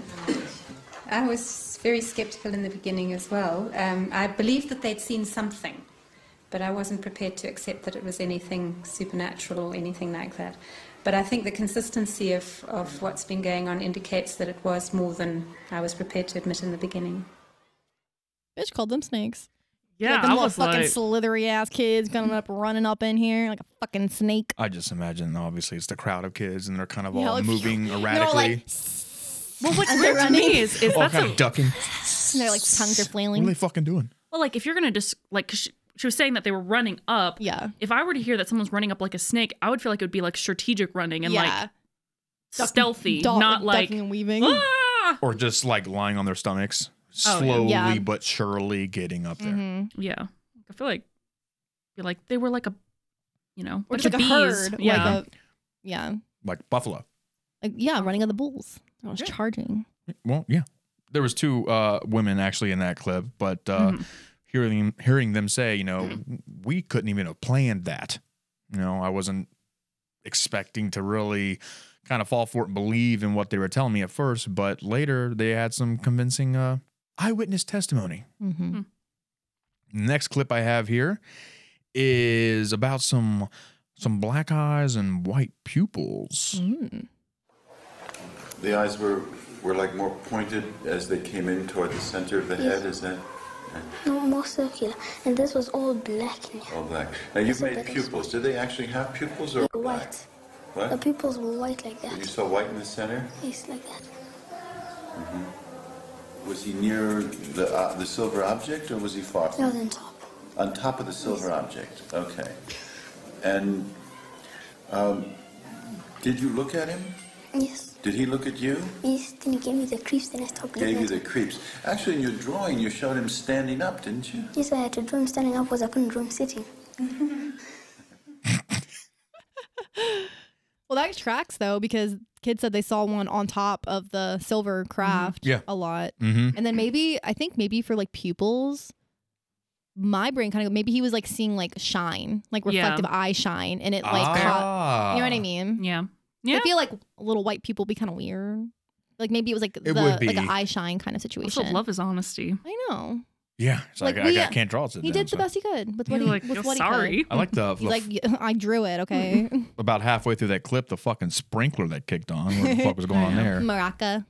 S9: I was very skeptical in the beginning as well. Um, I believed that they'd seen something, but I wasn't prepared to accept that it was anything supernatural or anything like that. But I think the consistency of, of what's been going on indicates that it was more than I was prepared to admit in the beginning.
S2: Bitch called them snakes.
S3: yeah?
S2: like them
S3: I
S2: little
S3: was
S2: fucking
S3: like,
S2: slithery ass kids coming up running up in here like a fucking snake.
S1: I just imagine, obviously, it's the crowd of kids, and they're kind of
S2: You know,
S1: all
S2: like-
S1: moving
S2: They're all
S1: erratically.
S2: like,
S3: well, what's
S2: they're
S3: weird to
S2: running.
S3: me is, is
S1: all
S3: that's
S1: kind
S3: a
S1: of ducking.
S2: and their like tongues are
S1: What are they
S2: flailing.
S1: fucking doing?
S3: Well, like if you're gonna just like 'cause she, she was saying that they were running up.
S2: Yeah.
S3: If I were to hear that someone's running up like a snake, I would feel like it would be like strategic running and
S2: yeah,
S3: like stealthy,
S2: Duck-
S3: not like.
S2: ducking and weaving.
S3: "Ah!"
S1: Or just like lying on their stomachs,
S3: Oh, yeah.
S1: slowly
S2: Yeah.
S1: but surely getting up there.
S2: Mhm.
S3: Yeah, I feel like you're like they were like a, you know,
S2: Or
S3: like
S2: just
S3: the
S2: like a
S3: bees.
S2: herd,
S3: yeah.
S2: like a yeah,
S1: Like buffalo.
S2: like, yeah, running of the bulls. I was charging.
S1: Well, yeah. There was two uh, women actually in that clip, but uh,
S2: Mm-hmm.
S1: hearing hearing them say, you know, we couldn't even have planned that. You know, I wasn't expecting to really kind of fall for it and believe in what they were telling me at first, but later they had some convincing uh, eyewitness testimony.
S2: Mm-hmm.
S1: Next clip I have here is about some some black eyes and white pupils.
S2: Mm-hmm.
S6: The eyes were, were like more pointed as they came in toward the center of the head, is that
S7: No, more circular. And this was all black and
S6: all black? Now you've
S7: Yes, I
S6: made
S7: think so.
S6: pupils. Did they actually have pupils or black?
S7: white. The
S6: What?
S7: pupils were white like
S6: You
S7: that.
S6: saw white in the center?
S7: It's like that.
S6: Was he near the, uh, the silver object or was he far
S7: It
S6: from
S7: was on top.
S6: On top of the silver object, okay. And um, did you look at him?
S7: Yes.
S6: Did he look at you?
S7: Yes, then you gave me the creeps, then I stopped looking
S6: Gave you
S7: at
S6: the
S7: it.
S6: creeps. Actually, in your drawing, you showed him standing up, didn't you?
S7: Yes, I had to draw him standing up because I couldn't draw him sitting.
S2: Well, that tracks though because kids said they saw one on top of the
S3: Mm-hmm.
S2: silver craft
S1: Yeah.
S2: a lot,
S1: Mm-hmm.
S2: and then maybe I think maybe for like pupils, my brain kind of maybe he was like seeing like shine, like
S3: Yeah.
S2: reflective eye shine, and it Mm. like caught.
S1: Ah.
S2: You know what I mean?
S3: Yeah.
S2: I feel like little white people be kind of weird. Like maybe it was like the
S1: would
S2: like
S1: be.
S2: an eye shine kind of
S3: Also,
S2: situation.
S3: love is honesty.
S2: I know.
S1: Yeah, it's like,
S2: Like,
S1: I,
S2: we,
S1: I
S2: uh,
S1: can't draw it.
S2: He
S1: down,
S2: did the
S1: so.
S2: best he could with what
S3: You're
S2: he
S3: like,
S2: with
S3: "You're
S2: what
S3: sorry.
S2: he could.
S1: I like the,
S2: He's
S1: the
S2: like, "Yeah, I drew it, okay.
S1: about halfway through that clip, the fucking sprinkler that kicked on. What the fuck was going on
S2: Mm.
S1: there?
S2: Maraca.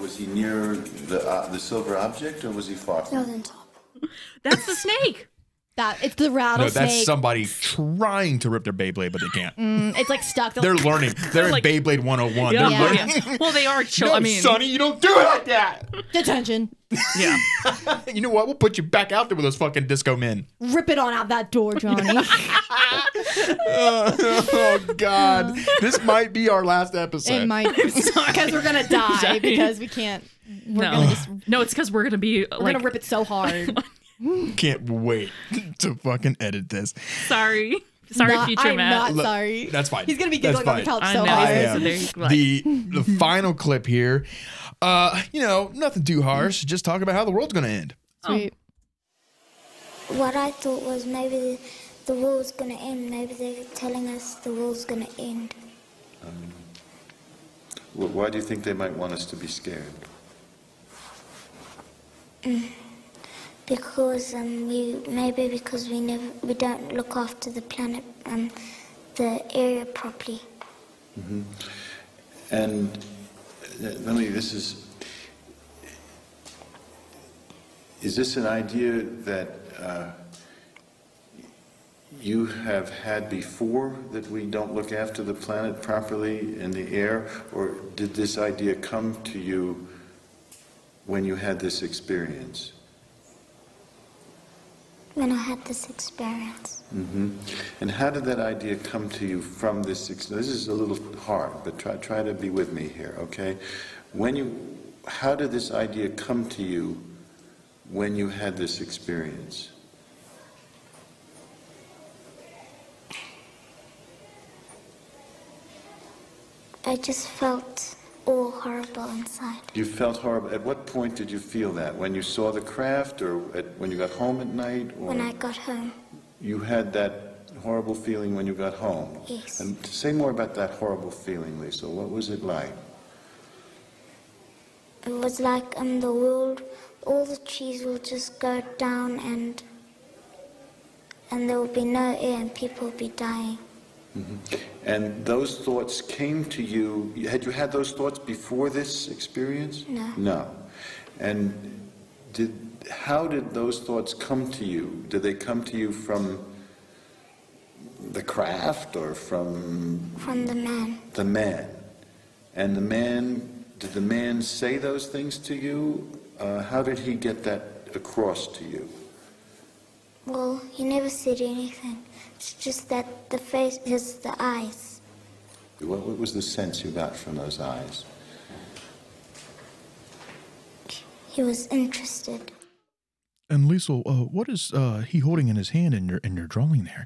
S6: Was he near the, uh, the silver object or was he far
S7: It
S6: from
S7: was
S6: it?
S7: on top.
S3: That's the snake.
S2: That it's the
S1: No,
S2: rattlesnake.
S1: that's somebody trying to rip their Beyblade, but they can't.
S2: Mm, it's like stuck. to-
S1: They're learning. They're
S3: like-
S1: in Beyblade 101. They're
S2: Yeah.
S1: learning.
S3: Well, they are chill. I mean,
S1: Sonny, you don't do it like that.
S2: detention.
S3: yeah.
S1: You know what? We'll put you back out there with those fucking disco men.
S2: Rip it on out that door, Johnny.
S1: oh God, this might be our last episode.
S2: it might because we're gonna die because we can't. We're
S3: No,
S2: gonna just we're
S3: no, it's because we're gonna be like
S2: gonna rip it so hard.
S1: Can't wait to fucking edit this.
S3: sorry. Sorry,
S2: Not-
S3: future
S2: I'm
S3: Matt.
S2: not
S1: Look,
S2: sorry.
S1: that's fine.
S2: He's gonna be
S1: That's
S2: giggling on the
S1: fine.
S2: couch
S3: I
S2: so
S3: know.
S1: I
S2: hard.
S1: am.
S3: So there you go.
S1: the the final clip here. Uh, you know, nothing too harsh. Just talking about how the world's gonna end.
S2: Sweet.
S3: Oh.
S7: What I thought was maybe the, the war's gonna end. Maybe they're telling us the war's gonna end.
S6: Wh- Why do you think they might want us to be scared?
S7: Because um, we maybe because we never we don't look after the planet um, the area properly.
S6: And uh, let me, this is, is this an idea that uh, you have had before, that we don't look after the planet properly and the air? Or did this idea come to you when you had this experience?
S7: When I had this experience,
S6: Mhm. And how did that idea come to you from this? ex- This is a little hard, but try, try to be with me here, okay? When you, how did this idea come to you when you had this experience?
S7: I just felt all horrible inside.
S6: You felt horrible. At what point did you feel that? When you saw the craft, or at, when you got home at night, or
S7: When I got home,
S6: you had that horrible feeling when you got home?
S7: Yes.
S6: And say more about that horrible feeling, Lisa. What was it like?
S7: it was like um the world, all the trees will just go down and and there will be no air and people will be dying.
S6: And those thoughts came to you, had you had those thoughts before this experience?
S7: No.
S6: No. And did, how did those thoughts come to you? Did they come to you from the craft or from
S7: From the man,
S6: the man? And the man, did the man say those things to you? Uh, how did he get that across to you?
S7: well, he never said anything. It's just that the face, his the eyes.
S6: What, what was the sense you got from those eyes?
S7: He was interested.
S1: And Liesel, uh, what is uh, he holding in his hand in your in your drawing there?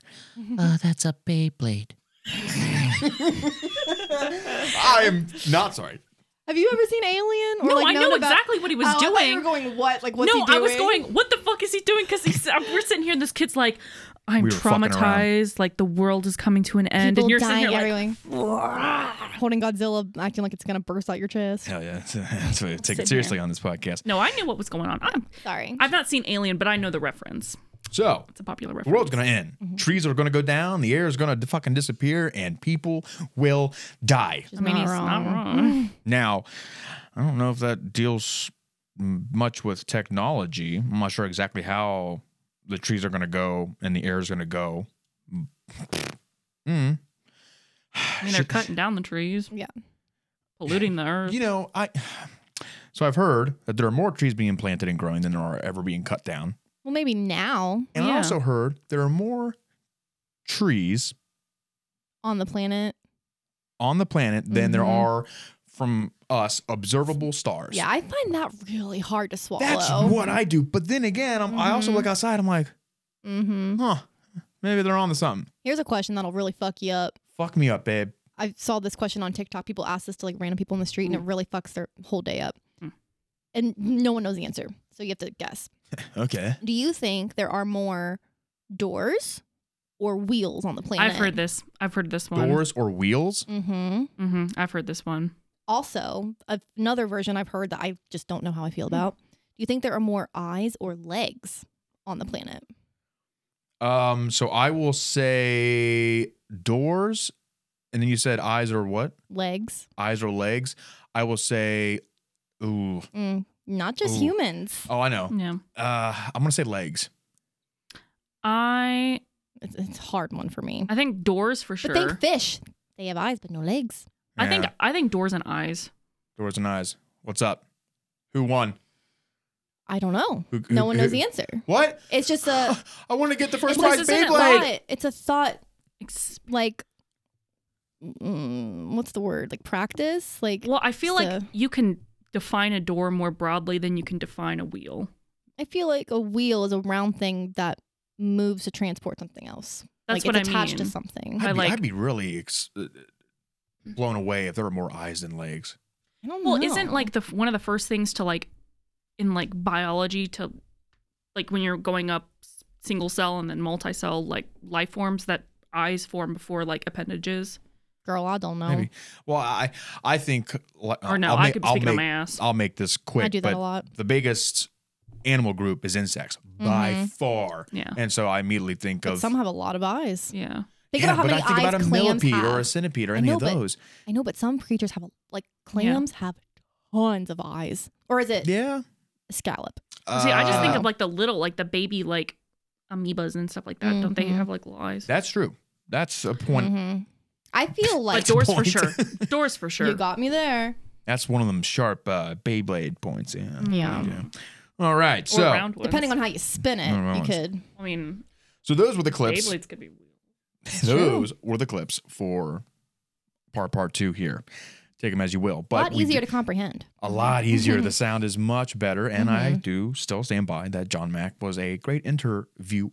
S10: Oh, that's a Beyblade.
S1: I am not sorry.
S2: Have you ever seen Alien? Or
S3: No,
S2: like
S3: I
S2: known
S3: know
S2: about-
S3: exactly what he was
S2: Oh, I thought you
S3: doing.
S2: were going what? Like what's
S3: no,
S2: he doing?
S3: I was going, what the fuck is he doing? Because we're sitting here and this kid's like, I'm
S1: We were fucking around.
S3: traumatized. Like the world is coming to an end.
S2: People
S3: and you're
S2: dying,
S3: sitting here like,
S2: everything. holding Godzilla, acting like it's gonna burst out your chest.
S1: Hell Oh, yeah, that's what I take
S3: Sitting
S1: it seriously
S3: here.
S1: on this podcast.
S3: no, I knew what was going on. I'm,
S2: Sorry.
S3: I've not seen Alien, but I know the reference.
S1: So
S3: It's a popular
S1: the
S3: reference.
S1: world's gonna end.
S3: Mm-hmm.
S1: Trees are gonna go down. The air is gonna fucking disappear, and people will die.
S3: I mean,
S2: Not
S3: he's
S2: wrong.
S3: not wrong.
S1: Now, I don't know if that deals m- much with technology. I'm not sure exactly how the trees are going to go and the air is going to go. Mm.
S3: I mean, they're cutting down the trees,
S2: Yeah.
S3: polluting the earth.
S1: You know, I. So I've heard that there are more trees being planted and growing than there are ever being cut down.
S2: Well, maybe now
S1: And I
S3: Yeah.
S1: also heard there are more trees
S2: on the planet.
S1: on the planet than there
S2: Mhm.
S3: Mm-hmm.
S1: are from us observable stars.
S2: Yeah, I find that really hard to swallow.
S1: That's what I do. But then again, I'm, I also
S2: Mhm.
S1: look outside. I'm like,
S2: Mm-hmm.
S1: huh, maybe they're on to something.
S2: Here's a question that'll really fuck you up.
S1: Fuck me up, babe.
S2: I saw this question on TikTok. People ask this to like random people in the street, and it really fucks their whole day up.
S3: Mm.
S2: And no one knows the answer, so you have to guess.
S1: Okay.
S2: Do you think there are more doors or wheels on the planet?
S3: I've heard this. I've heard this one.
S1: Doors or wheels?
S2: Mm-hmm.
S3: hmm I've heard this one.
S2: Also, a- another version I've heard that I just don't know how I feel
S3: Hmm.
S2: about. Do you think there are more eyes or legs on the planet?
S1: Um, so I will say doors, and then you said eyes or what?
S2: Legs,
S1: Eyes or legs? I will say, ooh,
S2: mm, not just
S1: Ooh.
S2: humans.
S1: oh, I know.
S3: Yeah.
S1: Uh, I'm gonna say legs.
S3: I
S2: It's, it's a hard one for me.
S3: I think doors for sure.
S2: But think fish. They have eyes but no legs.
S3: I think
S1: Yeah,
S3: I think doors and eyes.
S1: doors and eyes. What's up? Who won?
S2: I don't know.
S1: Who-
S2: no
S1: who-
S2: one knows
S1: who-
S2: the answer.
S1: What?
S2: It's just a
S1: I want to get the first
S2: it's,
S1: prize
S2: just a
S1: Beyblade.
S2: thought. It's a thought
S3: Ex-
S2: like mm, what's the word? Like practice? Like
S3: Well, I feel like
S2: So-
S3: you can define a door more broadly than you can define a wheel.
S2: I feel like a wheel is a round thing that moves to transport something else.
S3: That's
S2: like
S3: what I
S2: it's attached
S3: mean.
S2: to something.
S3: I
S1: I'd, be,
S3: like-
S1: I'd be really ex- uh, blown away if there were more eyes than legs.
S2: I don't
S3: Well,
S2: know.
S3: isn't like the f- one of the first things to like in like biology to like when you're going up s- single cell and then multi cell like life forms that eyes form before like appendages?
S2: girl? I don't know.
S1: Maybe. Well, I I think like,
S3: Or no,
S1: I'll
S3: I
S1: make-
S3: could be
S1: I'll
S3: speaking on
S1: make-
S3: my ass.
S1: I'll make this quick.
S2: I do that
S1: but
S2: a lot.
S1: The biggest animal group is insects by far.
S3: Mm-hmm. Yeah.
S1: And so I immediately think
S2: But
S1: of
S2: some have a lot of eyes.
S3: Yeah.
S2: Think
S1: yeah,
S2: about how
S1: but
S2: many
S1: I think
S2: eyes
S1: about a
S2: clams
S1: millipede
S2: have.
S1: or a centipede or
S2: I
S1: any
S2: know,
S1: of
S2: but-
S1: those.
S2: I know, but some creatures have a, like clams have tons of eyes, or is it
S1: Yeah.
S2: scallop?
S3: See, I just think
S1: Uh,
S3: of like the little, like the baby, like amoebas and stuff like that. Don't they
S2: Mhm.
S3: have like little eyes?
S1: that's true. That's a
S3: Mm-hmm.
S1: point.
S2: Mhm. I feel like
S3: but doors for
S1: point.
S3: sure. Doors for sure.
S2: you got me there.
S1: That's one of them sharp uh, Beyblade points. Yeah.
S2: Mm, Yeah.
S1: All right.
S3: or
S1: So
S3: round ones.
S2: Depending on how you spin it,
S1: No, no,
S2: you
S1: it's-
S2: could.
S3: I mean,
S1: so those were the clips.
S3: Beyblades could be.
S1: Those were the clips for part part two here. Take them as you will.
S2: A
S1: But
S2: lot
S1: we
S2: easier
S1: did-
S2: to Mm-hmm. comprehend.
S1: a lot easier. the sound is much better, and I do still stand by that John Mack was a great interviewer.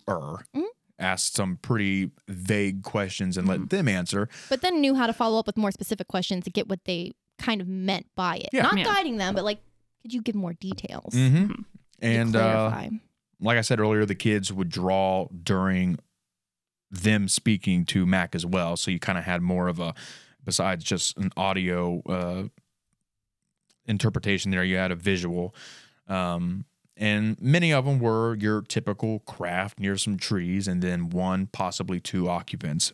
S2: Mm-hmm.
S1: Asked some pretty vague questions and
S2: Mm-hmm.
S1: let them answer.
S2: but then knew how to follow up with more specific questions to get what they kind of meant by it.
S1: Yeah.
S2: Not
S3: Yeah.
S2: guiding them, but like, could you give more details?
S1: Mm-hmm.
S2: to
S1: And uh,
S2: clarify?
S1: like I said earlier, the kids would draw during them speaking to Mac as well. So you kind of had more of a, besides just an audio uh, interpretation there, you had a visual. Um, and many of them were your typical craft near some trees and then one, possibly two occupants.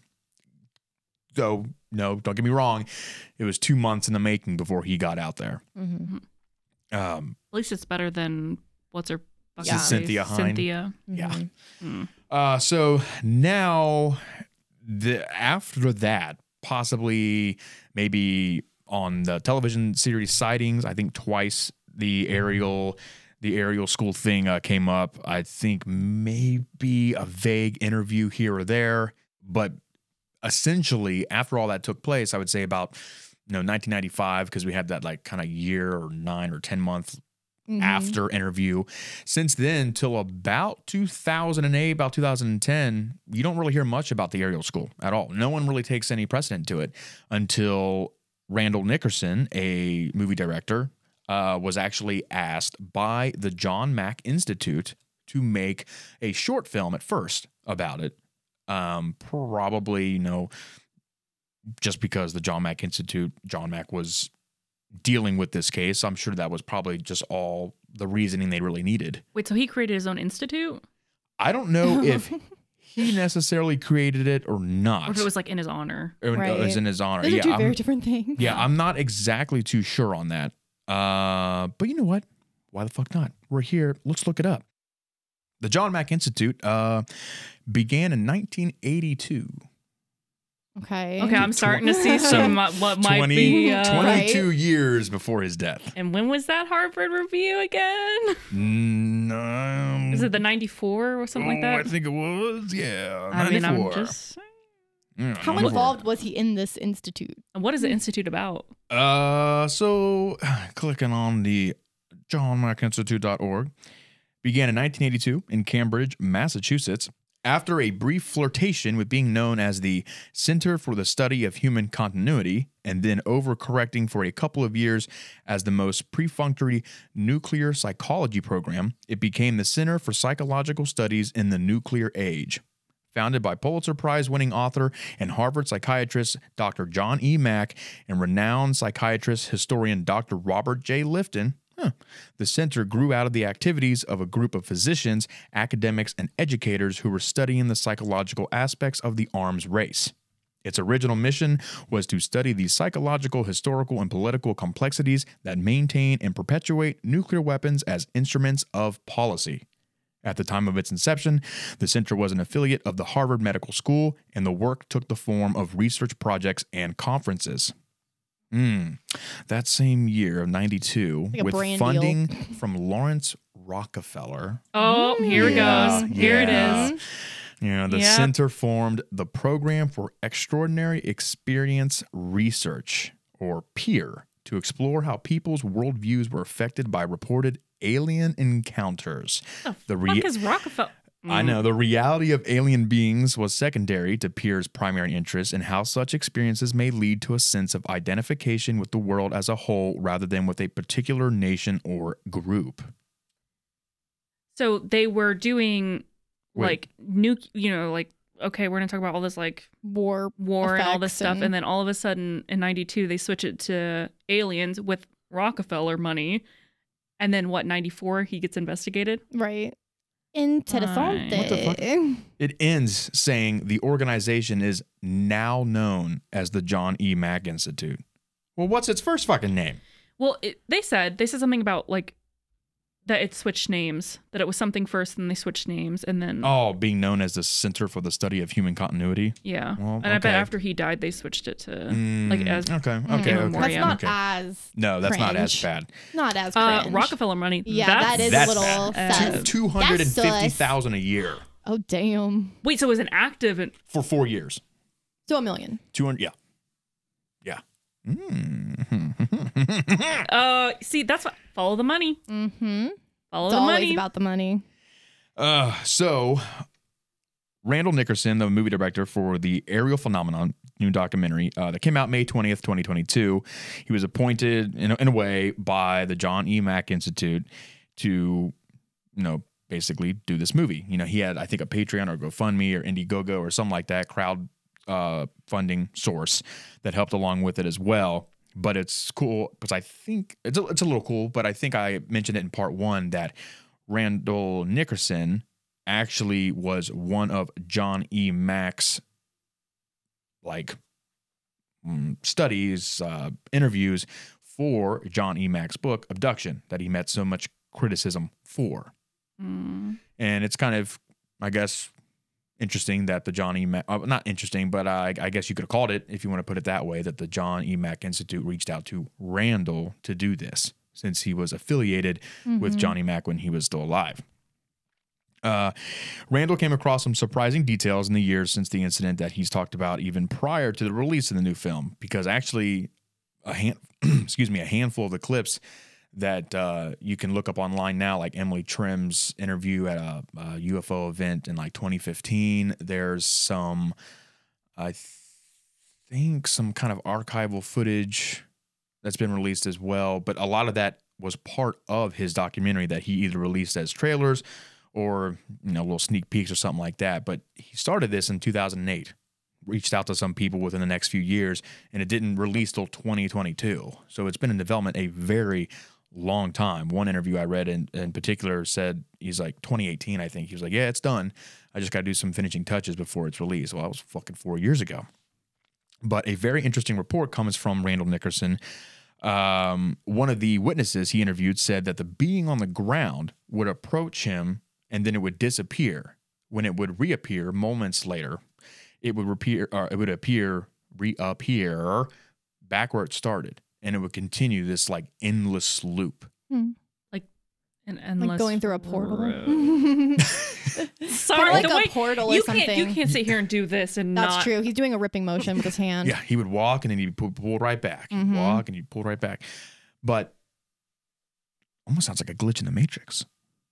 S1: Though, no, don't get me wrong, it was two months in the making before he got out there.
S2: Mhm.
S1: Um,
S3: At least it's better than what's her. fucking
S2: Yeah.
S3: face?
S1: Cynthia Hine.
S3: Cynthia.
S1: Yeah.
S2: Mhm.
S1: Uh, so now, the after that, possibly maybe on the television series sightings, I think twice the aerial, the aerial school thing uh, came up. I think maybe a vague interview here or there, but essentially after all that took place, I would say about you know 1995 because we had that like kind of year or nine or ten month
S2: Mhm.
S1: after interview. Since then till about 2008, about 2010, you don't really hear much about the aerial school at all. No one really takes any precedent to it until Randall Nickerson, a movie director, uh, was actually asked by the John Mack Institute to make a short film at first about it. Um, probably, you know, just because the John Mack Institute, John Mack was dealing with this case. I'm sure that was probably just all the reasoning they really needed.
S3: Wait, so he created his own institute,
S1: I don't know if he necessarily created it or not.
S3: or if it was like in his honor?
S1: Or it was
S2: Right.
S1: in his honor.
S2: Those are
S1: yeah,
S2: 2
S1: I'm,
S2: very different things.
S1: yeah, I'm not exactly too sure on that. Uh, but you know what? Why the fuck not? We're here. Let's look it up. The John Mack Institute uh, began in 1982.
S2: Okay.
S3: Okay, I'm starting to see some uh, what might
S1: 20
S3: be. Uh,
S1: 22 years before his death.
S3: And when was that Harvard review again?
S1: No.
S3: Is it the 94 or something like
S1: Oh,
S3: that?
S1: I think it was. Yeah,
S3: I mean, I'm
S1: 94.
S3: just.
S1: Yeah,
S2: How
S1: 94.
S2: involved was he in this institute?
S3: What is the institute about?
S1: Uh, so clicking on the johnmackinstitute.org began in 1982 in Cambridge, Massachusetts. After a brief flirtation with being known as the Center for the Study of Human Continuity, and then overcorrecting for a couple of years as the most perfunctory nuclear psychology program, it became the Center for Psychological Studies in the Nuclear Age founded by Pulitzer Prize winning author and Harvard psychiatrist Dr. John E. Mack and renowned psychiatrist historian Dr. Robert J. Lifton. Huh. The center grew out of the activities of a group of physicians, academics, and educators who were studying the psychological aspects of the arms race. Its original mission was to study the psychological, historical, and political complexities that maintain and perpetuate nuclear weapons as instruments of policy. At the time of its inception, the center was an affiliate of the Harvard Medical School, and the work took the form of research projects and conferences. Mm. That same year of 92,
S2: Like a
S1: with
S2: brand deal.
S1: funding from Lawrence Rockefeller.
S3: Oh, here
S1: Yeah,
S3: it goes. Here
S1: yeah.
S3: it is.
S1: Yeah, the
S3: Yep.
S1: center formed the Program for Extraordinary Experience Research, or PEER, to explore how people's worldviews were affected by reported alien encounters. The, Mm.
S3: Fuck is Rockefeller.
S1: I know. The reality of alien beings was secondary to Pierre's primary interest in how such experiences may lead to a sense of identification with the world as a whole rather than with a particular nation or group.
S3: Mm. So they were doing
S1: Wait.
S3: like nuke, you know, like okay, we're gonna talk about all this like
S2: War.
S3: war and all this
S2: effects
S3: stuff, and,
S2: and-
S3: then all of a sudden in '92 they switch it to aliens with Rockefeller money, and then what? '94 he gets investigated.
S2: Right. Interessante.
S3: What
S1: the It ends saying the organization is now known as the John E. Mack Institute. Well, what's its first fucking name?
S3: Well, it, they said they said something about like that it switched names, that it was something first, then they switched names, and then
S1: Oh, being known as the Center for the Study of Human Continuity.
S3: yeah,
S1: well,
S3: and I bet
S1: okay.
S3: after he died they switched it to like
S1: Mm,
S3: as
S1: okay, okay,
S3: in
S1: okay.
S2: That's
S3: memoriam.
S2: not
S1: Okay.
S2: as
S1: No, that's not as
S2: Cringe.
S1: bad.
S2: not as
S3: Uh,
S2: cringe.
S3: Rockefeller money.
S2: Yeah,
S3: that's,
S2: that is
S1: That's
S2: a little
S1: bad.
S2: sus.
S1: Two hundred and fifty thousand a year
S2: Oh damn.
S3: Wait, so it was an active and
S1: for four years.
S2: So a million.
S1: Two hundred. Yeah. Yeah. Mm-hmm.
S3: uh see that's what follow the money.
S2: Mm-hmm.
S3: Follow
S2: It's
S3: the
S2: always
S3: money.
S2: about the money.
S1: Uh, so, Randall Nickerson, the movie director for the Aerial Phenomenon new documentary uh, that came out May 20th, 2022, he was appointed in a, in a way by the John E. Mack Institute to, you know, basically do this movie. You know, he had, I think, a Patreon or GoFundMe or Indiegogo or something like that crowd uh, funding source that helped along with it as well. But it's cool because I think it's a, it's a little cool, but I think I mentioned it in part one that Randall Nickerson actually was one of John E. Mack's like mm, studies, uh, interviews for John E. Mack's book Abduction that he met so much criticism for,
S3: Mm.
S1: and it's kind of, I guess, interesting that the John E. Mack, uh, not interesting, but I, I guess you could have called it if you want to put it that way that the John E. Mack Institute reached out to Randall to do this since he was affiliated with Johnny Mack when he was still alive. Uh, Randall came across some surprising details in the years since the incident that he's talked about, even prior to the release of the new film, because actually, a hand, excuse me, a handful of the clips that uh, you can look up online now, like Emily Trim's interview at a, a UFO event in like 2015. There's some, I th- think, some kind of archival footage that's been released as well. But a lot of that was part of his documentary that he either released as trailers or you know little sneak peeks or something like that. But he started this in 2008, reached out to some people within the next few years, and it didn't release till 2022. So it's been in development a very long time. One interview I read in, in particular said he's like 2018, I think. He was like, yeah, it's done. I just got to do some finishing touches before it's released. Well, that was fucking four years ago. But a very interesting report comes from Randall Nickerson. Um, one of the witnesses he interviewed said that the being on the ground would approach him and then it would disappear. When it would reappear moments later, it would appear, or it would appear, reappear back where it started, and it would continue this like endless loop.
S3: An
S2: Like
S3: endless
S2: going through a portal.
S3: road. Sorry,
S2: Kinda like
S3: the
S2: a
S3: way-
S2: portal or
S3: you Can't, you
S2: something.
S3: can't sit here and do this and
S2: That's
S3: not.
S2: true. He's doing a ripping motion with his hand.
S1: Yeah, he would walk and then he'd pull, pull right back. He'd
S2: Mhm.
S1: Walk and he'd pull right back. But almost sounds like a glitch in the Matrix.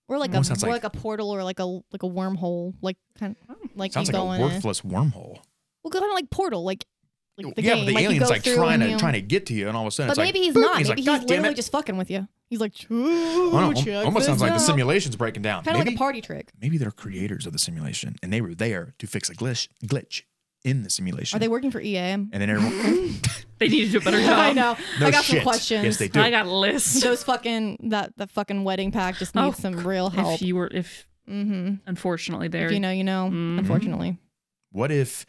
S2: Or like a
S1: Almost sounds
S2: or
S1: like-
S2: like a portal or like a like a wormhole. Like kind of
S3: Oh.
S2: like
S1: Sounds
S2: you
S1: like
S2: go
S1: a
S2: in. a-
S1: worthless wormhole.
S2: Well, kind of like portal. Like like the
S1: yeah,
S2: game.
S1: but the
S2: like you
S1: alien's
S2: go
S1: like
S2: through
S1: trying
S2: and
S1: to
S2: you-
S1: trying to get to you, and all of a sudden,
S2: But
S1: it's like,
S2: maybe he's
S1: boop,
S2: not.
S1: He's
S2: maybe
S1: like,
S2: he's
S1: God damn
S2: literally
S1: it!
S2: just fucking with you. He's like,
S1: I
S2: "Ooh,
S1: don't know,
S2: check
S1: almost sounds
S2: this
S1: like the
S2: out."
S1: simulation's breaking down.
S2: Kind of like
S1: Maybe,
S2: a party trick.
S1: maybe they're creators of the simulation, and they were there to fix a glitch glitch in the simulation.
S2: Are they working for EA?
S1: and then everyone,
S3: They need to do a better job.
S2: I know.
S1: no
S2: I got
S1: shit.
S2: some questions.
S1: Yes, they do.
S3: I got a list.
S2: Those fucking that the fucking wedding pack just
S3: Oh,
S2: needs some real help.
S3: If you were, if
S2: mm-hmm.
S3: unfortunately there,
S2: If you know, you know.
S3: Mhm.
S2: Unfortunately,
S1: What if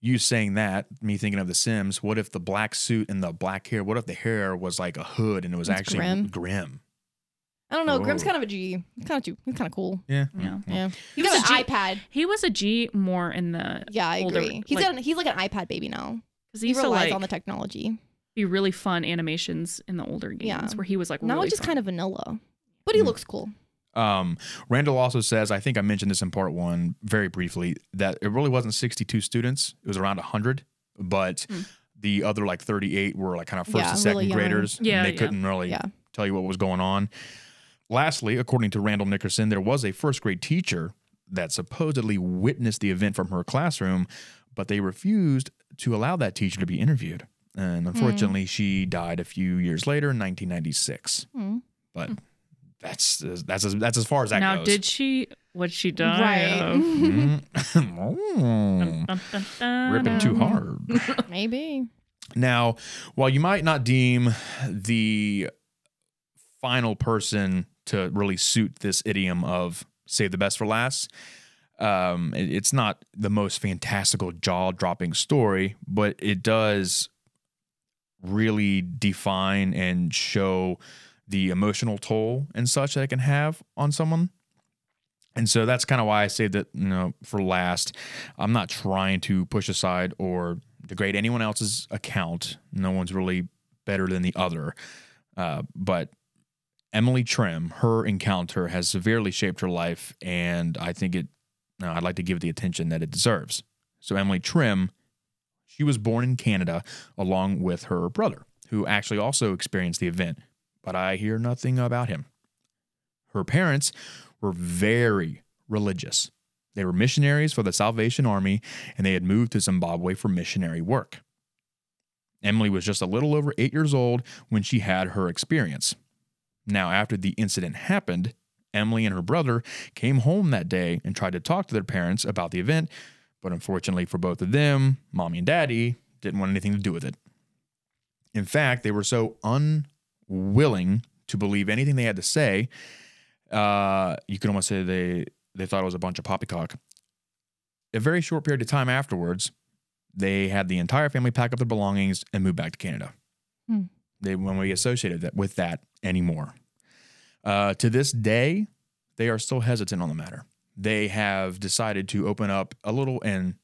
S1: you saying that, me thinking of The Sims, what if the black suit and the black hair, what if the hair was like a hood and it was
S2: It's
S1: actually
S2: grim. I don't know. Grim's
S1: Oh.
S2: kind of a G. He's kind of G. He's kind of cool.
S1: Yeah.
S3: Yeah.
S2: Yeah,
S3: he
S5: He's
S3: was a
S5: got
S3: G-
S5: an iPad.
S3: He was a G more in the
S2: yeah, I
S3: Older,
S2: agree. He's
S3: like-
S2: got an, he's like an iPad baby now.
S3: because
S2: He
S3: he, used to
S2: relies
S3: like
S2: on the technology.
S3: be really fun animations in the older games
S2: Yeah.
S3: where he was like
S2: Now
S3: really
S2: he's just
S3: fun.
S2: kind of vanilla, but he
S1: Mm.
S2: looks cool.
S1: Um, Randall also says, I think I mentioned this in part one very briefly, that it really wasn't 62 students. It was around 100, but the other like 38 were like kind of first
S2: Hmm. Yeah,
S1: and second
S2: really young.
S1: graders.
S3: Yeah,
S1: And they
S3: yeah.
S1: couldn't really
S2: Yeah.
S1: tell you what was going on. Lastly, according to Randall Nickerson, there was a first grade teacher that supposedly witnessed the event from her classroom, but they refused to allow that teacher to be interviewed.
S2: Hmm.
S1: And unfortunately, she died a few years later in 1996. But that's that's as, that's as far as that
S3: Hmm. now,
S1: goes.
S3: did she? What she die
S2: Right.
S3: of?
S1: Mm.
S3: Dun, dun, dun,
S1: Mm-hmm. Oh. Ripping too
S3: dun.
S1: hard.
S2: Maybe.
S1: Now, while you might not deem the final person to really suit this idiom of save the best for last, um, it- it's not the most fantastical, jaw dropping story, but it does really define and show the emotional toll and such that it can have on someone. And so that's kind of why I say that, you know, for last, I'm not trying to push aside or degrade anyone else's account. No one's really better than the other. Uh, but Emily Trim, her encounter has severely shaped her life, and I think it, no, I'd like to give the attention that it deserves. So, Emily Trim, she was born in Canada along with her brother, who actually also experienced the event, but I hear nothing about him. Her parents were very religious. They were missionaries for the Salvation Army and they had moved to Zimbabwe for missionary work. Emily was just a little over eight years old when she had her experience. Now, after the incident happened, Emily and her brother came home that day and tried to talk to their parents about the event, but unfortunately for both of them, mommy and daddy didn't want anything to do with it. In fact, they were so unwilling to believe anything they had to say uh, you could almost say they they thought it was a bunch of poppycock. A very short period of time afterwards, they had the entire family pack up their belongings and move back to Canada.
S2: Hmm.
S1: They won't be associated that, with that anymore. Uh, to this day, they are still hesitant on the matter. They have decided to open up a little and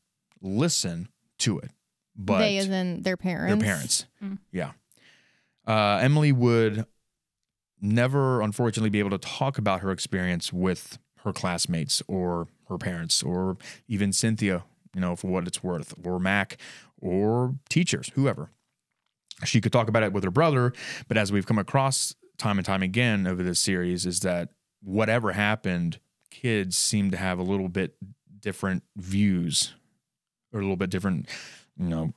S1: listen to it, but
S2: they as in their parents.
S1: their parents.
S3: Mm.
S1: Yeah. Uh, Emily would never, unfortunately, be able to talk about her experience with her classmates or her parents or even Cynthia, you know, for what it's worth, or Mac or teachers, whoever. She could talk about it with her brother, but as we've come across time and time again over this series, is that whatever happened, kids seem to have a little bit different views or a little bit different, you know,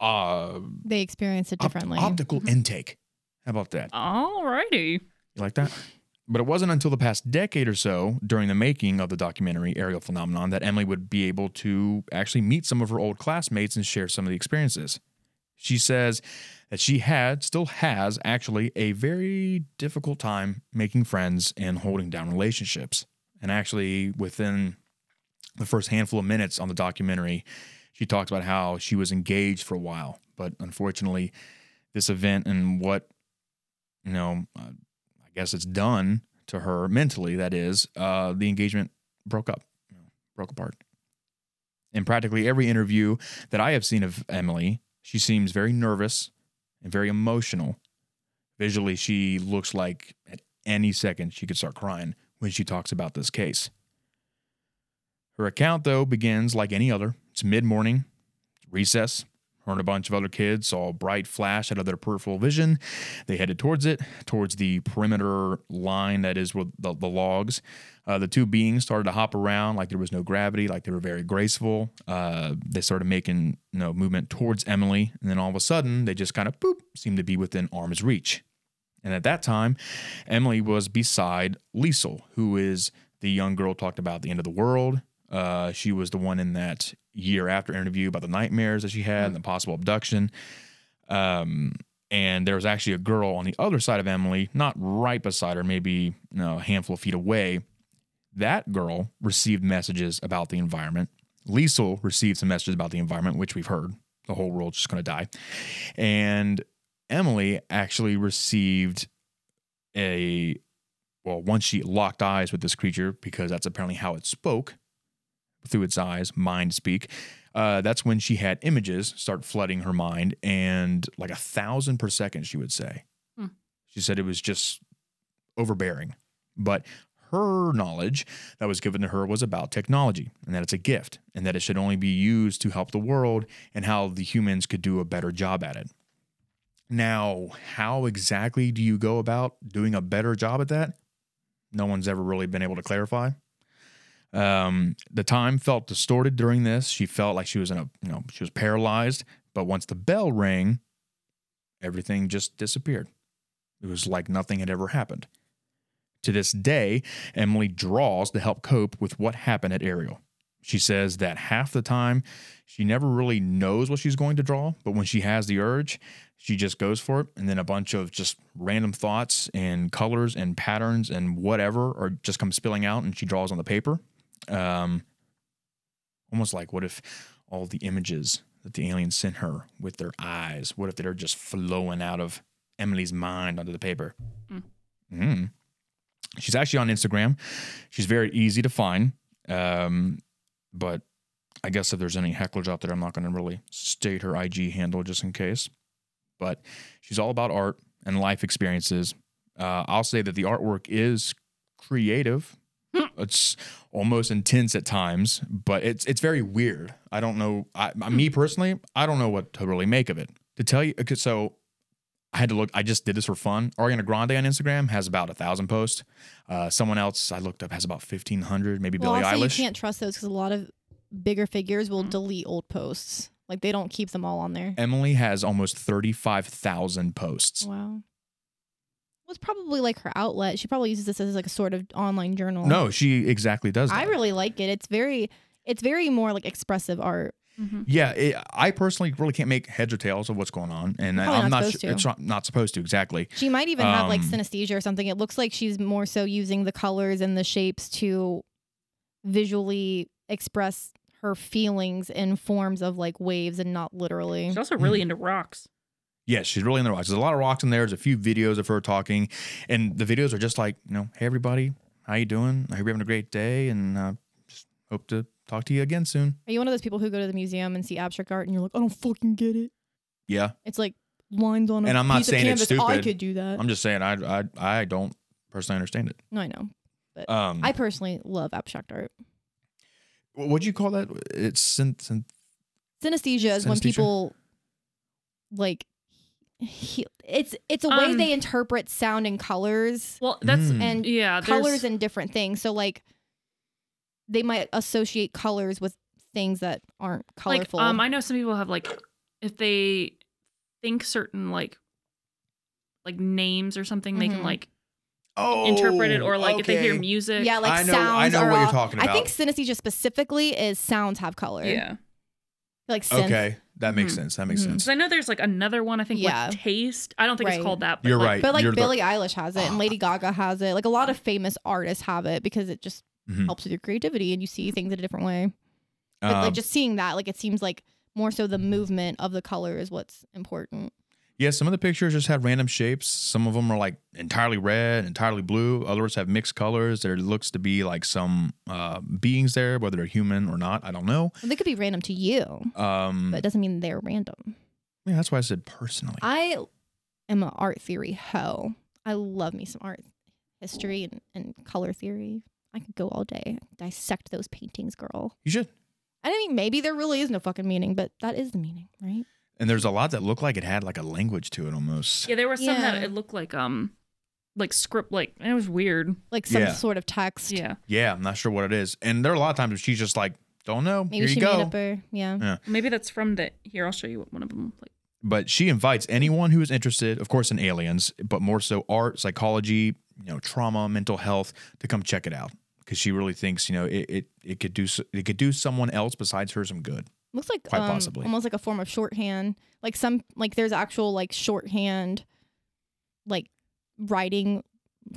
S1: uh,
S2: They experience it
S1: Opt-
S2: differently. Mm-hmm.
S1: optical intake. How about that?
S3: Alrighty.
S1: You like that? But it wasn't until the past decade or so, during the making of the documentary Aerial Phenomenon, that Emily would be able to actually meet some of her old classmates and share some of the experiences. She says that she had, still has, actually, a very difficult time making friends and holding down relationships. And actually, within the first handful of minutes on the documentary, she talks about how she was engaged for a while, but unfortunately, this event and what, you know, uh, I guess it's done to her mentally, that is, uh, the engagement broke up, you know, broke apart. In practically every interview that I have seen of Emily, she seems very nervous and very emotional. Visually, she looks like at any second she could start crying when she talks about this case. Her account, though, begins like any other. It's mid morning, recess. Her and a bunch of other kids saw a bright flash out of their peripheral vision. They headed towards it, towards the perimeter line that is with the, the logs. Uh, the two beings started to hop around like there was no gravity, like they were very graceful. Uh, they started making you know, movement towards Emily, and then all of a sudden, they just kind of boop seemed to be within arm's reach. And at that time, Emily was beside Liesel, who is the young girl talked about at the end of the world. Uh, she was the one in that year after interview about the nightmares that she had and the possible abduction. Um, and there was actually a girl on the other side of Emily, not right beside her, maybe you know, a handful of feet away. That girl received messages about the environment. Liesel received some messages about the environment, which we've heard. The whole world's just going to die. And Emily actually received a well once she locked eyes with this creature because that's apparently how it spoke through its eyes mind speak uh, that's when she had images start flooding her mind and like a thousand per second she would say
S3: Hmm.
S1: she said it was just overbearing but her knowledge that was given to her was about technology and that it's a gift and that it should only be used to help the world and how the humans could do a better job at it now, how exactly do you go about doing a better job at that? No one's ever really been able to clarify. Um, the time felt distorted during this. She felt like she was in a, you know, she was paralyzed. But once the bell rang, everything just disappeared. It was like nothing had ever happened. To this day, Emily draws to help cope with what happened at Ariel. She says that half the time she never really knows what she's going to draw, but when she has the urge, she just goes for it. And then a bunch of just random thoughts and colors and patterns and whatever are just come spilling out and she draws on the paper. Um, almost like what if all the images that the aliens sent her with their eyes, what if they're just flowing out of Emily's mind onto the paper? Mm. She's actually on Instagram. She's very easy to find. Um, but I guess if there's any hecklers out there, I'm not going to really state her IG handle just in case. But she's all about art and life experiences. Uh, I'll say that the artwork is creative.
S2: Hmm.
S1: It's almost intense at times, but it's it's very weird. I don't know. I, I- me personally, I don't know what to really make of it. To tell you, okay, so I had to look. I just did this for fun. Ariana Grande on Instagram has about a thousand posts. Uh, someone else I looked up has about fifteen hundred. Maybe
S2: Well,
S1: Billie
S2: also
S1: Eilish. Mm-hmm.
S2: you can't trust those because a lot of bigger figures will delete old posts. Like they don't keep them all on there.
S1: Emily has almost 35,000 posts.
S2: Wow. Well, it's probably like her outlet. She probably uses this as like a sort of online journal.
S1: No, she exactly does that.
S2: I really like it. It's very, it's very more like expressive art.
S1: yeah, it, I personally really can't make heads or tails of what's going on, and
S2: Probably
S1: I'm
S2: not
S1: not.
S2: supposed
S1: su-
S2: to.
S1: It's not, not supposed to exactly.
S2: She might even have like
S1: Um,
S2: synesthesia or something. It looks like she's more so using the colors and the shapes to visually express her feelings in forms of like waves and not literally.
S3: She's also really into rocks.
S1: Yes, she's really in the rocks. There's a lot of rocks in there. There's a few videos of her talking, and the videos are just like, you know, hey everybody, how you doing? I hope you're having a great day, and uh, just hope to talk to you again soon.
S2: Are you one of those people who go to the museum and see abstract art and you're like, I don't fucking get it?
S1: Yeah,
S2: It's like lines on a
S1: And I'm not
S2: piece of
S1: saying it's
S2: canvas. I
S1: stupid.
S2: could do that.
S1: I'm just saying, I I, I don't personally understand it.
S2: no, I know. But
S1: Um,
S2: I personally love abstract art.
S1: what would you call that? It's synth, synth
S2: Synesthesia is when
S1: Synesthesia.
S2: people like he, it's it's a way
S3: Um,
S2: they interpret sound and colors
S3: Well, that's
S1: Mm.
S2: and
S3: yeah. there's-
S2: colors and different things. So like they might associate colors with things that aren't
S3: like
S2: colorful.
S3: um, I know some people have like if they think certain like like names or something, they can
S2: Mhm.
S3: like
S1: oh,
S3: interpret it or like if they hear
S1: okay.
S3: music.
S2: yeah, like
S1: I know- I
S2: sounds
S1: know
S2: are
S1: what you're
S2: all-
S1: talking
S2: I think
S1: about.
S2: synesthesia specifically is sounds have color.
S3: yeah.
S2: Like synth.
S1: Okay, that makes
S3: Mhm.
S1: sense. That makes
S2: Mhm.
S1: sense.
S3: Because I know there's like another one. I think
S2: Yeah.
S3: like taste. I don't think
S2: Right.
S3: it's called that. But
S1: You're
S3: like,
S1: right.
S2: But like
S1: You're the- Ah.
S2: Billie Eilish has it and Lady Gaga has it. Like a lot of famous artists have it because it just
S1: Mhm.
S2: helps with your creativity and you see things in a different way. But
S1: Um,
S2: like just seeing that, like it seems like more so the movement of the color is what's important.
S1: yeah, some of the pictures just have random shapes. Some of them are like entirely red, entirely blue. Others have mixed colors. There looks to be like some uh, beings there, whether they're human or not. I don't know.
S2: And they could be random to you,
S1: Um,
S2: but it doesn't mean they're random.
S1: yeah, that's why I said personally.
S2: I am an art theory hoe. I love me some art history and, and color theory. I could go all day, dissect those paintings, girl.
S1: you should.
S2: And I mean, maybe there really is no fucking meaning, but that is the meaning, right?
S1: And there's a lot that looked like it had like a language to it almost.
S3: yeah, there were some
S2: Yeah.
S3: that it looked like um like script like it was weird.
S2: Like some
S1: Yeah.
S2: sort of text.
S3: Yeah.
S1: Yeah, I'm not sure what it is. And there are a lot of times where she's just like, don't know.
S2: Maybe
S1: Here
S2: she
S1: you
S2: made
S1: go. Mm.
S2: up her. Yeah.
S3: Maybe that's from the here. I'll show you what one of them. Like
S1: but she invites anyone who is interested, of course, in aliens, but more so art, psychology, you know, trauma, mental health, to come check it out because she really thinks you know it, it it could do s- it could do someone else besides her some good.
S2: Looks like
S1: Quite
S2: um,
S1: possibly.
S2: almost like a form of shorthand. Like some like there's actual like shorthand like writing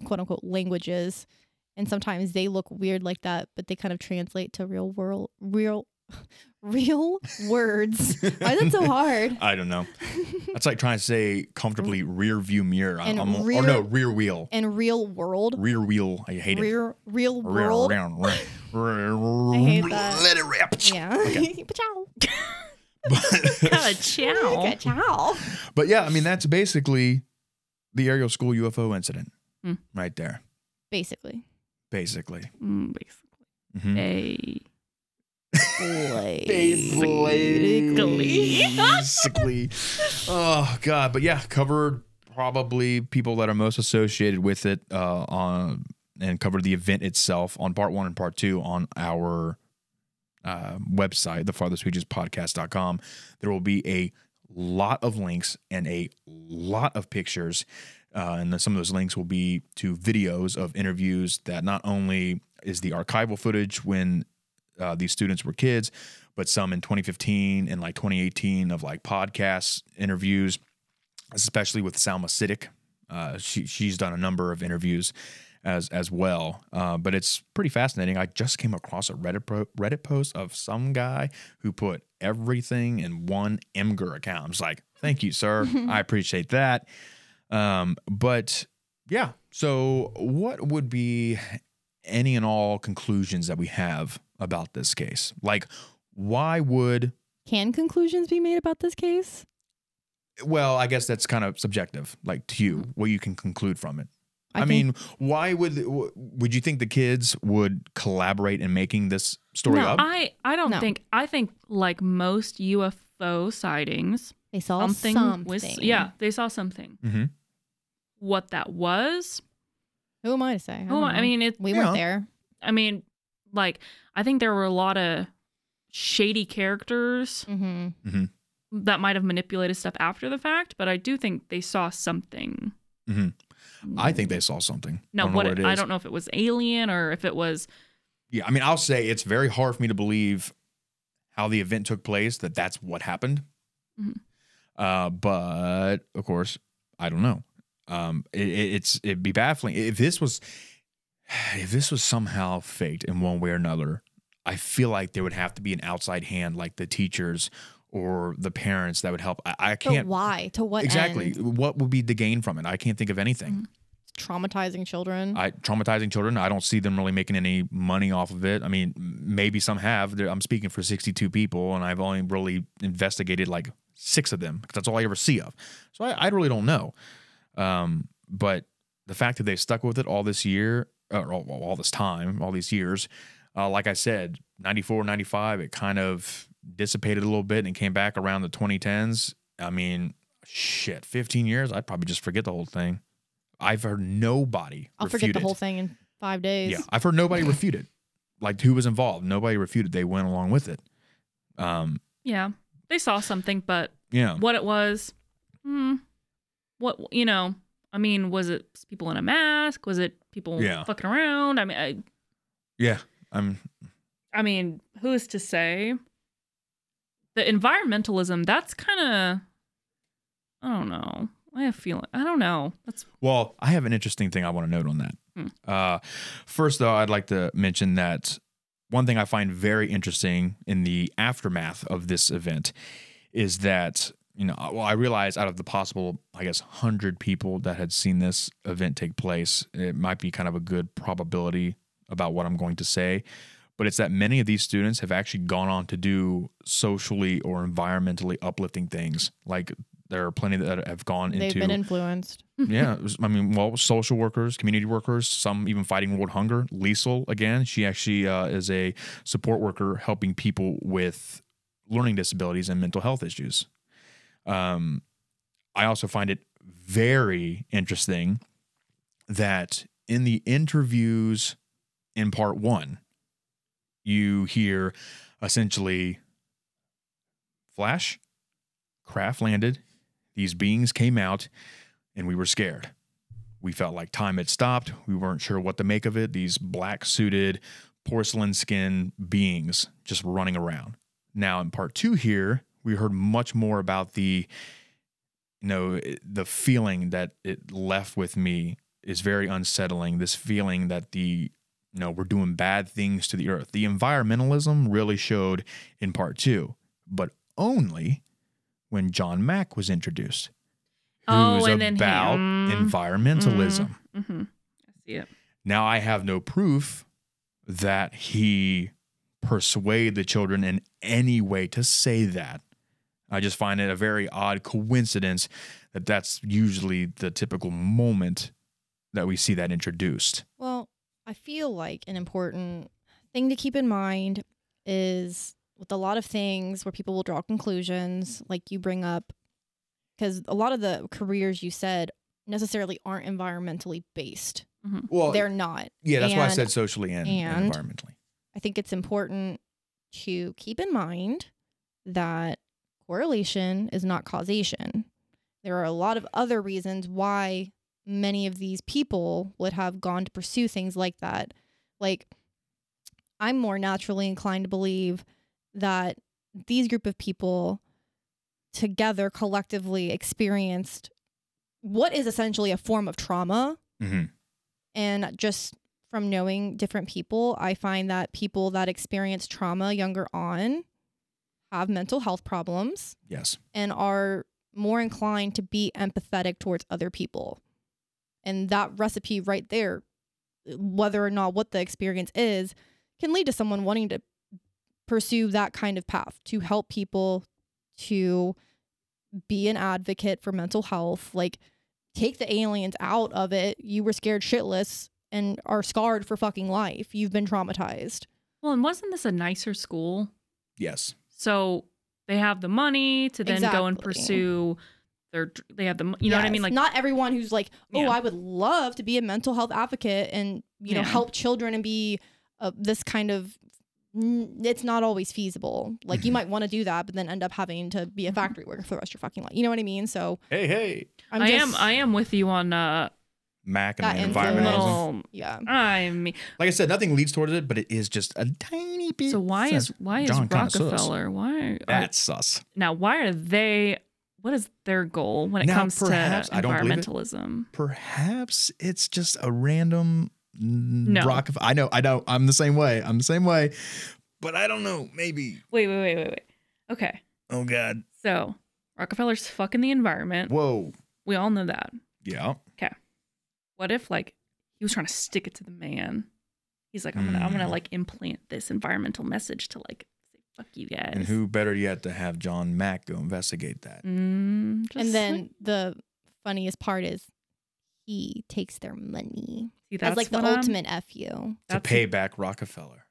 S2: quote unquote languages. And sometimes they look weird like that, but they kind of translate to real world real real words. Why is that so hard?
S1: I don't know. That's like trying to say comfortably rear view mirror. I-
S2: And
S1: I'm-
S2: rear-
S1: or no, rear wheel.
S2: And real world.
S1: Rear wheel. I hate it.
S2: Real real
S1: Rear-
S2: world.
S1: rear- rear- rear-
S2: I hate that.
S1: Let it rip.
S2: Yeah. Ciao.
S3: ah, chow.
S2: Ciao.
S1: But yeah, I mean that's basically the aerial school UFO incident
S3: Hmm.
S1: right there,
S2: Basically.
S1: basically.
S3: Mm, basically.
S1: Mhm.
S3: Hey.
S1: Basically. Basically. Oh God. But yeah, covered probably people that are most associated with it uh, on and covered the event itself on part one and part two on our uh, website, thefarthestreachespodcast.com. There will be a lot of links and a lot of pictures. Uh, and then some of those links will be to videos of interviews that not only is the archival footage when uh, these students were kids, but some in 2015 and like 2018 of like podcasts, interviews, especially with Salma Siddick. Uh, she, she's done a number of interviews as as well, uh, but it's pretty fascinating. I just came across a Reddit pro, Reddit post of some guy who put everything in one Imgur account. I'm just like, thank you, sir. I appreciate that. Um, but yeah, so what would be any and all conclusions that we have about this case? Like, why would
S2: Can conclusions be made about this case?
S1: well, I guess that's kind of subjective, like to
S3: Mm-hmm.
S1: you, what you can conclude from it.
S2: I
S1: I, mean, why would w- would you think the kids would collaborate in making this story
S3: no,
S1: up?
S3: I, I don't
S2: No.
S3: think, I think like most UFO sightings,
S2: They saw
S3: something,
S2: something.
S3: was, yeah, they saw something.
S1: Mhm.
S3: What that was,
S2: Who am I to say? I,
S3: Who
S2: don't
S3: am I- I
S2: know.
S3: mean, it-
S2: we
S1: Yeah.
S2: weren't there.
S3: I mean, like, I think there were a lot of shady characters
S2: Mm-hmm.
S3: that might have manipulated stuff after the fact, but I do think they saw something.
S1: I think they saw something.
S3: Now,
S1: I don't know
S3: what,
S1: what it is.
S3: I don't know if it was alien or if it was
S1: Yeah, I mean, I'll say it's very hard for me to believe how the event took place that that's what happened.
S2: Mm-hmm.
S3: Mhm.
S1: Uh, but of course, I don't know. Um, it, it- it's it'd be baffling if this was if this was somehow faked in one way or another. I feel like there would have to be an outside hand, like the teachers or the parents, that would help. I, I
S2: But
S1: can't
S2: why? To what
S1: exactly
S2: end?
S1: what would be the gain from it. I can't think of anything.
S2: Traumatizing children.
S1: I traumatizing children. I don't see them really making any money off of it. I mean, m- maybe some have. There- I'm speaking for 62 people, and I've only really investigated like six of them because that's all I ever see of. So I, I really don't know. Um, but the fact that they stuck with it all this year, uh, or all, all this time, all these years, uh, like I said, 94, 95, it kind of dissipated a little bit and came back around the 2010s. I mean, shit, 15 years, I'd probably just forget the whole thing. I've heard nobody.
S2: I'll
S1: refute
S2: forget the
S1: it.
S2: whole thing in five days.
S1: Yeah, I've heard nobody refute it. Like who was involved? Nobody refuted. They went along with it. Um,
S3: yeah, they saw something, but
S1: yeah,
S3: what it was, hmm, what you know, I mean, was it people in a mask? Was it people
S1: Yeah.
S3: fucking around? I mean, I,
S1: yeah. I'm
S3: I mean, who's to say? The environmentalism, that's kind of, I don't know. I have feeling, I don't know. That's
S1: Well, I have an interesting thing I want to note on that.
S3: Hmm.
S1: Uh, first, though, I'd like to mention that one thing I find very interesting in the aftermath of this event is that, you know, well, I realize out of the possible, I guess, 100 people that had seen this event take place, it might be kind of a good probability about what I'm going to say. But it's that many of these students have actually gone on to do socially or environmentally uplifting things. Like there are plenty that have gone
S2: They've
S1: into
S2: been influenced.
S1: yeah, it was- I mean, well, social workers, community workers, some even fighting world hunger. Liesel, again, she actually uh, is a support worker helping people with learning disabilities and mental health issues. Um, I also find it very interesting that in the interviews in part one, you hear essentially Flash, craft landed, these beings came out, and we were scared. We felt like time had stopped. We weren't sure what to make of it. These black suited, porcelain skinned beings just running around. Now, in part two here, we heard much more about the, you know, it- the feeling that it left with me is very unsettling. This feeling that the, you know, we're doing bad things to the earth. The environmentalism really showed in part two, but only when John Mack was introduced
S3: Oh,
S1: who's
S3: and then mm.
S1: about
S3: him.
S1: environmentalism.
S3: Mm-hmm. I see it.
S1: Now I have no proof that he persuaded the children in any way to say that. I just find it a very odd coincidence that that's usually the typical moment that we see that introduced.
S2: Well, I feel like an important thing to keep in mind is with a lot of things where people will draw conclusions, like you bring up, because a lot of the careers you said necessarily aren't environmentally based.
S1: Well,
S2: They're not.
S1: yeah, that's why I
S2: and
S1: said socially and, and
S2: and-
S1: environmentally.
S2: I think it's important to keep in mind that correlation is not causation. There are a lot of other reasons why many of these people would have gone to pursue things like that. Like, I'm more naturally inclined to believe that these group of people together collectively experienced what is essentially a form of trauma
S1: hmm
S2: and just from knowing different people, I find that people that experience trauma younger on have mental health problems
S1: Yes.
S2: and are more inclined to be empathetic towards other people. And that recipe right there, whether or not what the experience is, can lead to someone wanting to pursue that kind of path to help people to be an advocate for mental health, like take the aliens out of it. You were scared shitless and are scarred for fucking life. You've been traumatized.
S3: Well, and wasn't this a nicer school?
S1: Yes.
S3: So they have the money to then go and
S2: Exactly.
S3: pursue their. dr- They have the. mo- You know what I
S2: Yes.
S3: mean? Like
S2: not everyone who's like, oh,
S3: Yeah.
S2: I would love to be a mental health advocate and you know
S3: Yeah.
S2: help children and be uh, this kind of. Mm, It's not always feasible. Like you might want to do that, but then end up having to
S3: Mm-hmm.
S2: be a factory worker for the rest of your fucking life. You know what I mean? So
S1: Hey, hey.
S2: I'm
S3: I
S2: just,
S3: am. I am with you on uh,
S1: Mac
S2: That
S1: and
S2: influence.
S1: environmentalism.
S3: little.
S2: yeah.
S3: I mean,
S1: Like I said, nothing leads towards it, but it is just a tiny bit.
S3: so why is
S1: sus.
S3: why is
S1: John kinda sus.
S3: Rockefeller? Why are,
S1: That's sus.
S3: now? Why are they? What is their goal when it
S1: Now,
S3: comes to
S1: perhaps- I don't believe it.
S3: environmentalism?
S1: Perhaps it's just a random
S3: No.
S1: no. Rockefeller. I know. I know. I'm the same way. I'm the same way. But I don't know. Maybe.
S3: Wait, wait, wait, wait, wait. Okay,
S1: Oh God.
S3: so Rockefeller's fucking the environment.
S1: Whoa.
S3: We all know that.
S1: Yeah.
S3: what if like he was trying to stick it to the man he's like i'm gonna i'm gonna
S1: Mm.
S3: like implant this environmental message to like say fuck you guys
S1: And who better yet to have John Mack go investigate that?
S3: mm, just-
S2: And then the funniest part is he takes their money
S3: see,
S2: as like the
S3: what I'm-
S2: ultimate f you.
S1: To
S3: that's-
S1: pay back Rockefeller.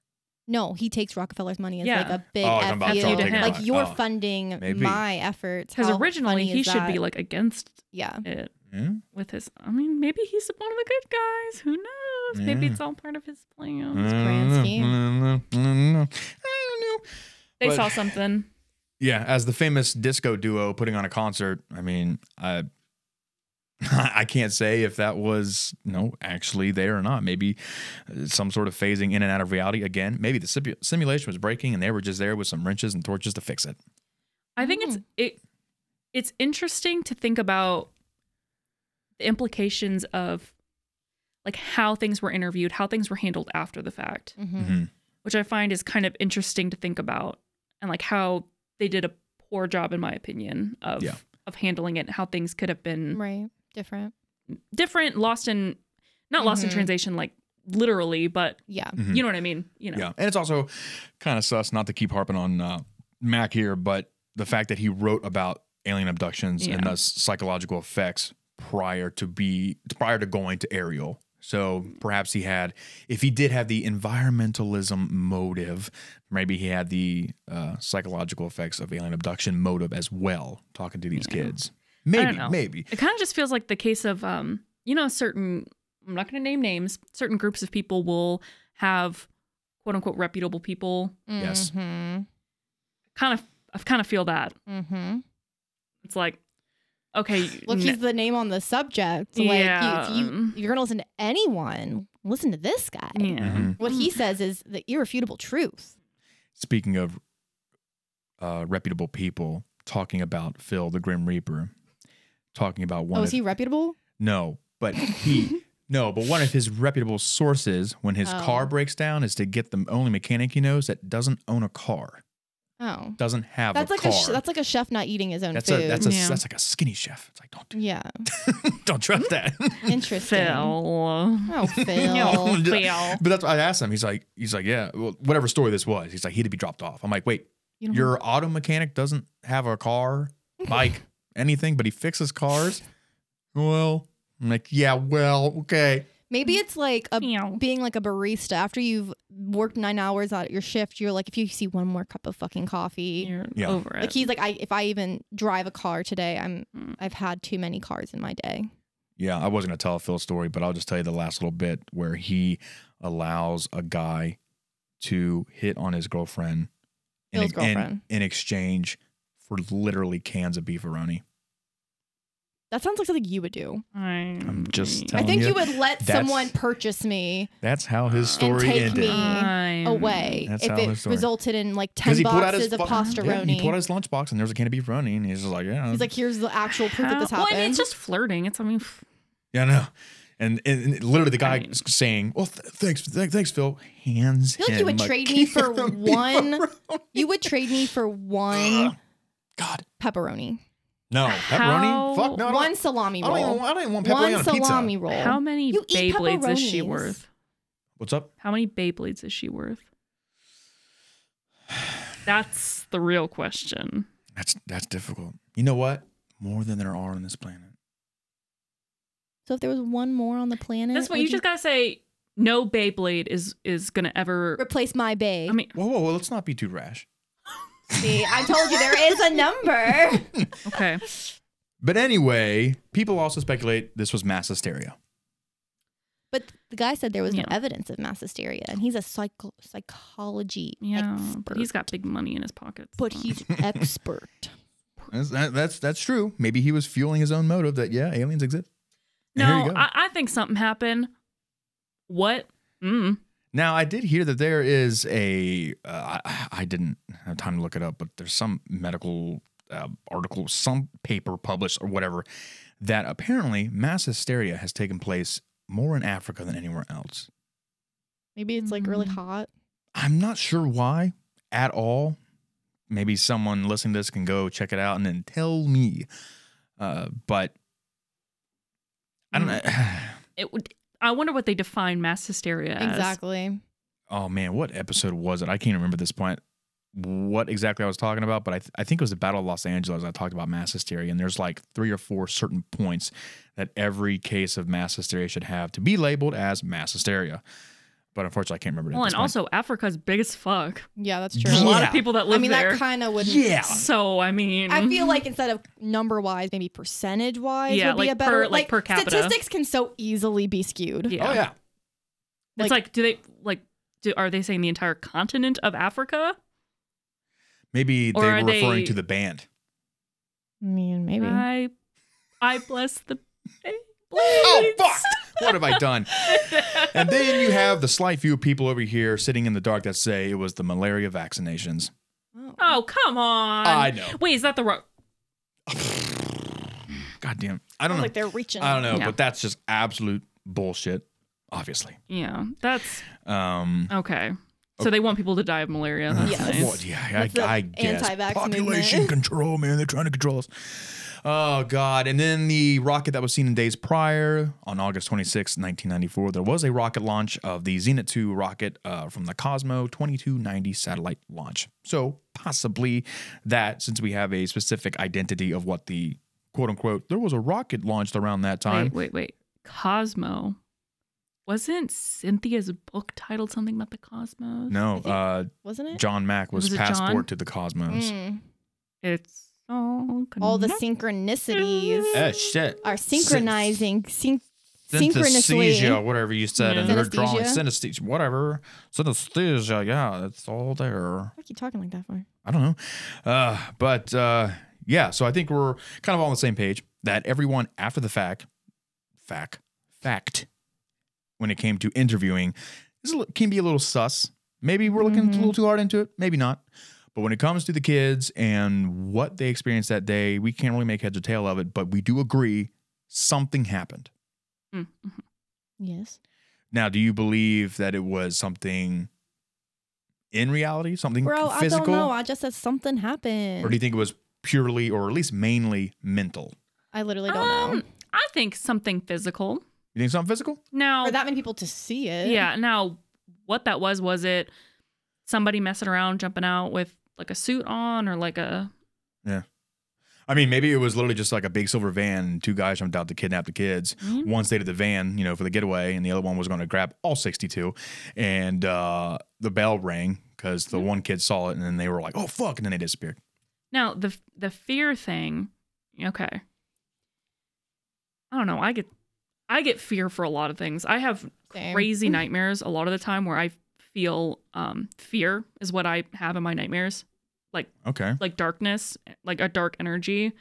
S2: No, he takes Rockefeller's money as
S3: Yeah.
S2: like a big
S1: Oh, talking
S2: f
S1: about
S2: you.
S3: Trump taking
S2: Like
S1: money.
S2: you're
S1: Oh.
S2: funding
S1: Maybe.
S2: my efforts.
S3: because
S2: How
S3: originally
S2: funny
S3: he
S2: is
S3: should be
S2: that?
S3: like against
S2: yeah.
S3: it
S1: Hmm?
S3: with his i mean maybe he's one of the good guys who knows maybe
S1: Yeah. Mm.
S3: it's all part of his plan
S1: I don't
S2: grand
S1: know.
S2: scheme.
S1: I don't know. Mm-hmm. I don't know. I don't know.
S3: they
S1: But-
S3: saw something
S1: Yeah, as the famous disco duo putting on a concert, I mean, I I can't say if that was you know actually there or not. Maybe uh, some sort of phasing in and out of reality again. Maybe the sipu- simulation was breaking and they were just there with some wrenches and torches to fix it.
S3: I think it's it it's interesting to think about the implications of like how things were interviewed, how things were handled after the fact,
S1: Mhm.
S3: which I find is kind of interesting to think about and like how they did a poor job in my opinion of
S1: Yeah.
S3: of handling it, and how things could have been
S2: Right. Different.
S3: different, lost in not lost in
S2: Mhm.
S3: translation like literally, but
S2: Yeah.
S1: Mhm.
S3: you know what I mean, you know.
S1: Yeah, and it's also kind of sus not to keep harping on uh, Mac here, but the fact that he wrote about alien abductions and
S3: Yeah.
S1: thus psychological effects prior to be prior to going to Ariel. So perhaps he had, if he did have the environmentalism motive, maybe he had the uh, psychological effects of alien abduction motive as well. Talking to these kids,
S3: don't
S1: maybe,
S3: know.
S1: maybe,
S3: It kind of just feels like the case of um, you know, certain I'm not going to name names. Certain groups of people will have quote unquote reputable people.
S1: Yes.
S2: Mm-hmm.
S3: Kind of, I kind of feel that
S2: Mm-hmm.
S3: it's like, okay,
S2: Look,
S3: n-
S2: he's the name on the subject. Like
S3: Yeah.
S2: you, if you, if you're gonna listen to anyone, listen to this guy.
S3: yeah. Mm.
S1: Mhm.
S2: What he says is the irrefutable truth.
S1: Speaking of uh, reputable people, talking about Phil the Grim Reaper, talking about one.
S2: Oh,
S1: of-
S2: is he reputable?
S1: No, but he no, but one of his reputable sources when his
S2: Oh.
S1: car breaks down is to get the only mechanic he knows that doesn't own a car,
S2: Oh,
S1: doesn't have
S2: that's
S1: a
S2: like
S1: car.
S2: a sh- that's like a chef not eating his own
S1: that's
S2: food.
S1: a that's a
S3: Yeah.
S1: that's like a skinny chef. It's like don't do,
S2: yeah,
S1: don't trust that.
S2: interesting.
S3: Phil.
S2: Oh, Phil.
S3: No. Phil.
S1: But that's what I asked him. He's like he's like yeah, well, whatever story this was. He's like he had to be dropped off. I'm like wait,
S2: You don't
S1: your auto mechanic doesn't have a car, bike, anything, but he fixes cars. Well, I'm like yeah, well, okay.
S2: Maybe it's like a
S3: Meow.
S2: being like a barista after you've worked nine hours out at your shift. You're like, if you see one more cup of fucking coffee,
S3: You're
S1: Yeah.
S3: over it.
S1: Hmm.
S2: like he's like, I if I even drive a car today, I'm I've had too many cars in my day.
S1: Yeah, I wasn't gonna tell a Phil story, but I'll just tell you the last little bit where he allows a guy to hit on his girlfriend, in-
S2: Phil's
S1: in,
S2: girlfriend.
S1: in exchange for literally cans of beefaroni.
S2: That sounds like something you would do.
S1: I'm just
S2: I
S1: telling
S2: think
S1: you,
S2: you would let
S1: that's-
S2: someone purchase me
S1: That's how his
S2: and
S1: story
S2: take
S1: ended.
S2: me
S1: Hmm.
S3: I'm-
S2: away
S1: That's
S2: if
S1: how the
S2: it
S1: story-
S2: resulted in like 10 boxes of
S1: fu- Yeah,
S2: pastaroni.
S1: he pulled out his lunchbox and there was a can of beefaroni, and he's just like, yeah,
S2: He's like, here's the actual proof that this
S3: How-
S2: happened.
S3: Well, I mean, it's just flirting. It's I mean, f-
S1: yeah, no. And, and, and literally, the guy
S3: mean-
S1: s- saying, "Well, th- thanks, th- thanks, Phil." Hands
S2: I feel like you
S1: him
S2: would
S1: a
S2: trade
S1: can
S2: me for
S1: of
S2: one.
S1: beefaroni.
S2: You would trade me for one
S1: God,
S2: pepperoni,
S1: no
S3: How-
S1: pepperoni. Fuck no, I don't-
S2: one salami
S1: I
S2: roll,
S1: don't even, I don't even want pepperoni
S2: one
S1: on a pizza.
S2: salami roll.
S3: how many
S2: You eat
S3: Beyblades is she
S2: pepperonis.
S3: worth?
S1: What's up?
S3: How many Beyblades is she worth? That's the real question.
S1: That's that's difficult. You know what? More than there are on this planet.
S2: So if there was one more on the planet,
S3: That's what
S2: would
S3: you just gotta say. No Beyblade is is gonna ever.
S2: replace my bay.
S3: I mean,
S1: Whoa, whoa, whoa! Let's not be too rash.
S5: See, I told you there is a number.
S3: okay.
S1: But anyway, people also speculate this was mass hysteria.
S2: but the guy said there was
S3: Yeah.
S2: no evidence of mass hysteria, and he's a psycho- psychology
S3: Yeah, but
S2: expert.
S3: he's got big money in his pockets.
S2: but
S3: so.
S2: he's expert.
S1: That's that, that's, that's true. Maybe he was fueling his own motive that yeah, aliens exist. And here you
S3: No,
S1: go.
S3: I, I think something happened. What? Mm.
S1: Now I did hear that there is a uh, I, I didn't have time to look it up, but there's some medical uh, article, some paper published or whatever, that apparently mass hysteria has taken place more in Africa than anywhere else.
S2: Maybe it's like really
S3: Mm.
S2: hot.
S1: I'm not sure why at all. Maybe someone listening to this can go check it out and then tell me. Uh, but I don't know.
S3: It would. I wonder what they define mass hysteria as.
S2: Exactly.
S1: oh man, what episode was it? I can't remember at this point what exactly I was talking about, but I, th- I think it was the Battle of Los Angeles. I talked about mass hysteria, and there's like three or four certain points that every case of mass hysteria should have to be labeled as mass hysteria. But unfortunately, I can't remember. it at
S3: Well,
S1: this
S3: and
S1: point.
S3: also Africa's big as fuck.
S2: Yeah, that's
S1: Yeah.
S3: There's a
S2: true.
S3: lot of people that live
S2: I mean,
S3: there.
S2: that kind of would.
S1: yeah,
S3: so I mean,
S2: I feel like instead of number wise, maybe percentage wise
S3: Yeah,
S2: would be
S3: like
S2: a better
S3: per- like per capita.
S2: Statistics can so easily be skewed.
S3: yeah.
S1: oh yeah,
S3: It's like, do they like? Do, are they saying the entire continent of Africa?
S1: maybe
S3: Or
S1: they
S3: are
S1: were referring
S3: they-
S1: to the band.
S2: I mean, maybe.
S3: I, I bless the.
S1: Oh fuck! What have I done? And then you have the slight few people over here sitting in the dark that say it was the malaria vaccinations.
S3: Oh come on!
S1: I know.
S3: Wait, is that the wrong?
S1: God damn. I don't
S2: Sounds
S1: know.
S2: like they're reaching.
S1: I don't know,
S3: Yeah.
S1: but that's just absolute bullshit, obviously.
S3: Yeah, that's
S1: Um
S3: okay. So they want people to die of malaria. That's
S2: Um, Yes.
S3: nice.
S1: what- yeah,
S2: That's the
S1: I, I guess
S2: anti-vax
S1: population
S2: movement.
S1: control, man. They're trying to control us. Oh God! And then the rocket that was seen in days prior, on August 26, 1994, there was a rocket launch of the Zenit 2 rocket uh, from the Cosmo 2290 satellite launch. So possibly that, since we have a specific identity of what the quote unquote, there was a rocket launched around that time.
S3: Wait, wait, wait. Cosmo. Wasn't Cynthia's book titled something about the cosmos?
S1: No, uh,
S2: Wasn't it?
S1: John Mack was,
S3: Was it
S1: passport
S3: John?
S1: to the cosmos.
S2: Mm.
S3: It's all
S2: All the
S3: connected.
S2: synchronicities
S1: Eh, shit.
S2: are synchronizing syn- synchronously.
S1: Synesthesia, whatever you said, and they're drawing synesthesia,
S2: Synesthesia?
S1: whatever synesthesia. Yeah, it's all there.
S2: Why are you talking like that for?
S1: I don't know, uh, but uh, yeah. So I think we're kind of all on the same page that everyone after the fact, fact, fact, when it came to interviewing, is a li- can be a little sus. Maybe we're looking
S2: Mm-hmm.
S1: a little too hard into it. Maybe not. But when it comes to the kids and what they experienced that day, we can't really make heads or tail of it. But we do agree something happened.
S3: Mm.
S2: Yes.
S1: Now, do you believe that it was something in reality, something
S2: Bro,
S1: physical,
S2: I don't know. I just said something happened.
S1: or do you think it was purely, or at least mainly, mental?
S2: I literally don't
S3: Um,
S2: know.
S3: I think something physical.
S1: You think something physical?
S3: Now,
S2: For that many people to see it.
S3: yeah, now what that was, was it somebody messing around, jumping out with like a suit on or like a.
S1: I mean, maybe it was literally just like a big silver van. and Two guys jumped out to kidnap the kids.
S2: Mm-hmm.
S1: One stayed at the van, you know, for the getaway, and the other one was going to grab all sixty-two. And uh, the bell rang because the
S2: Mm-hmm.
S1: one kid saw it, and then they were like, "Oh fuck!" and then they disappeared.
S3: Now, the the fear thing. Okay. I don't know. I get I get fear for a lot of things. I have
S2: Same.
S3: crazy nightmares a lot of the time where I feel um, fear is what I have in my nightmares,
S1: Okay.
S3: like darkness, like a dark energy.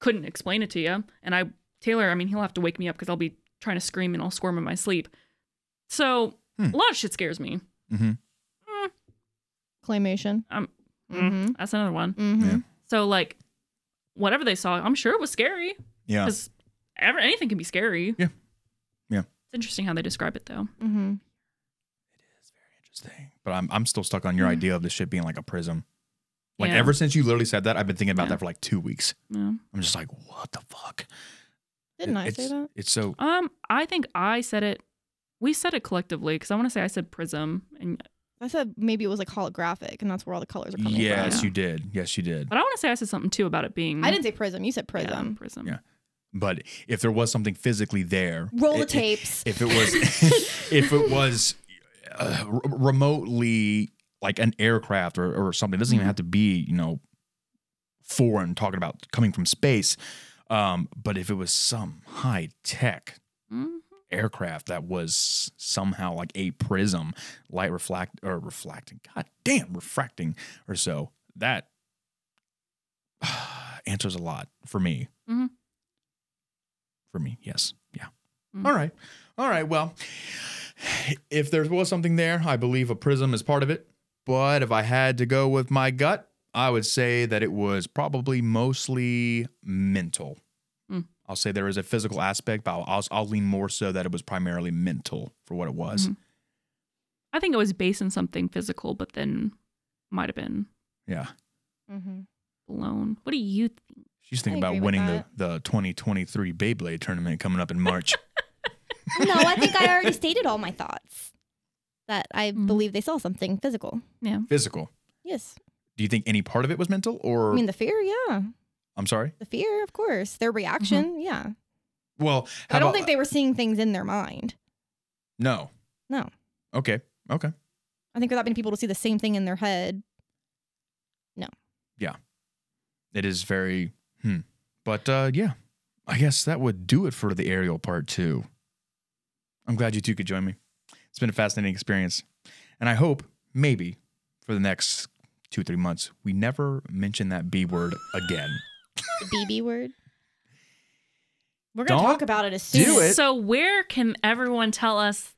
S3: Couldn't explain it to you. And I, Taylor, I mean, he'll have to wake me up because I'll be trying to scream and I'll squirm in my sleep. So
S1: Hmm.
S3: a lot of shit scares me.
S1: Mm-hmm.
S2: Claymation.
S3: Mm-hmm. That's another one.
S2: Mm-hmm.
S1: Yeah.
S3: So like, whatever they saw, I'm sure it was scary
S1: Yeah.
S3: because anything can be scary.
S1: Yeah. Yeah.
S3: It's interesting how they describe it though.
S2: Mm-hmm.
S1: Interesting. But I'm I'm still stuck on
S2: Mm-hmm.
S1: your idea of this shit being like a prism. Like
S3: Yeah.
S1: ever since you literally said that, I've been thinking about
S3: Yeah.
S1: that for like two weeks.
S3: Yeah.
S1: I'm just like, what the fuck?
S2: Didn't
S1: It-
S2: I say
S1: it's-
S2: that?
S1: It's so
S3: Um, I think I said it. We said it collectively because I want to say I said prism, and
S2: I said maybe it was like holographic, and that's where all the colors are coming
S1: Yes,
S3: Yeah.
S1: you did. Yes, you did.
S3: but I want to say I said something too about it being.
S2: from. I didn't say prism. You said
S3: Yeah,
S2: prism.
S3: prism.
S1: Yeah. But if there was something physically there,
S5: Roll the
S1: it- it-
S5: tapes.
S1: if it was if it was uh, r- remotely like an aircraft or, or something it doesn't
S5: Mm-hmm.
S1: even have to be you know foreign talking about coming from space um, but if it was some high tech
S3: Mhm.
S1: aircraft that was somehow like a prism light reflect or reflecting god damn refracting or so that answers a lot for me
S3: Mhm.
S1: for me yes yeah
S3: Mhm.
S1: All right all right well if there was something there i believe a prism is part of it but if i had to go with my gut i would say that it was probably mostly mental
S3: Mm.
S1: i'll say there is a physical aspect but I'll, I'll, I'll lean more so that it was primarily mental for what it was
S3: Mhm. I think it was based on something physical, but then might have been
S1: yeah
S2: Mm-hmm.
S3: blown. What do you? think?
S1: she's thinking
S2: I agree
S1: about
S2: with
S1: winning the, the 2023 beyblade tournament coming up in march
S5: No, I think I already stated all my thoughts.
S2: That I
S3: Mhm.
S2: believe they saw something physical.
S1: physical
S2: Mm-hmm. Yes.
S1: do you think any part of it was mental or
S2: I mean, the fear, yeah.
S1: i'm sorry
S2: The fear, of course. Their reaction, yeah.
S1: well
S2: But I don't think they were seeing things in their mind.
S1: no
S2: No.
S1: okay okay
S2: I think without being people to see the same thing in their head.
S1: it is very hmm. But uh, yeah, I guess that would do it for the aerial part too. I'm glad you two could join me. It's been a fascinating experience, and I hope maybe for the next two three months we never mention that b word again.
S2: The BB word. We're gonna
S1: Don't
S2: talk about it as soon.
S1: Do it
S3: So where can everyone tell us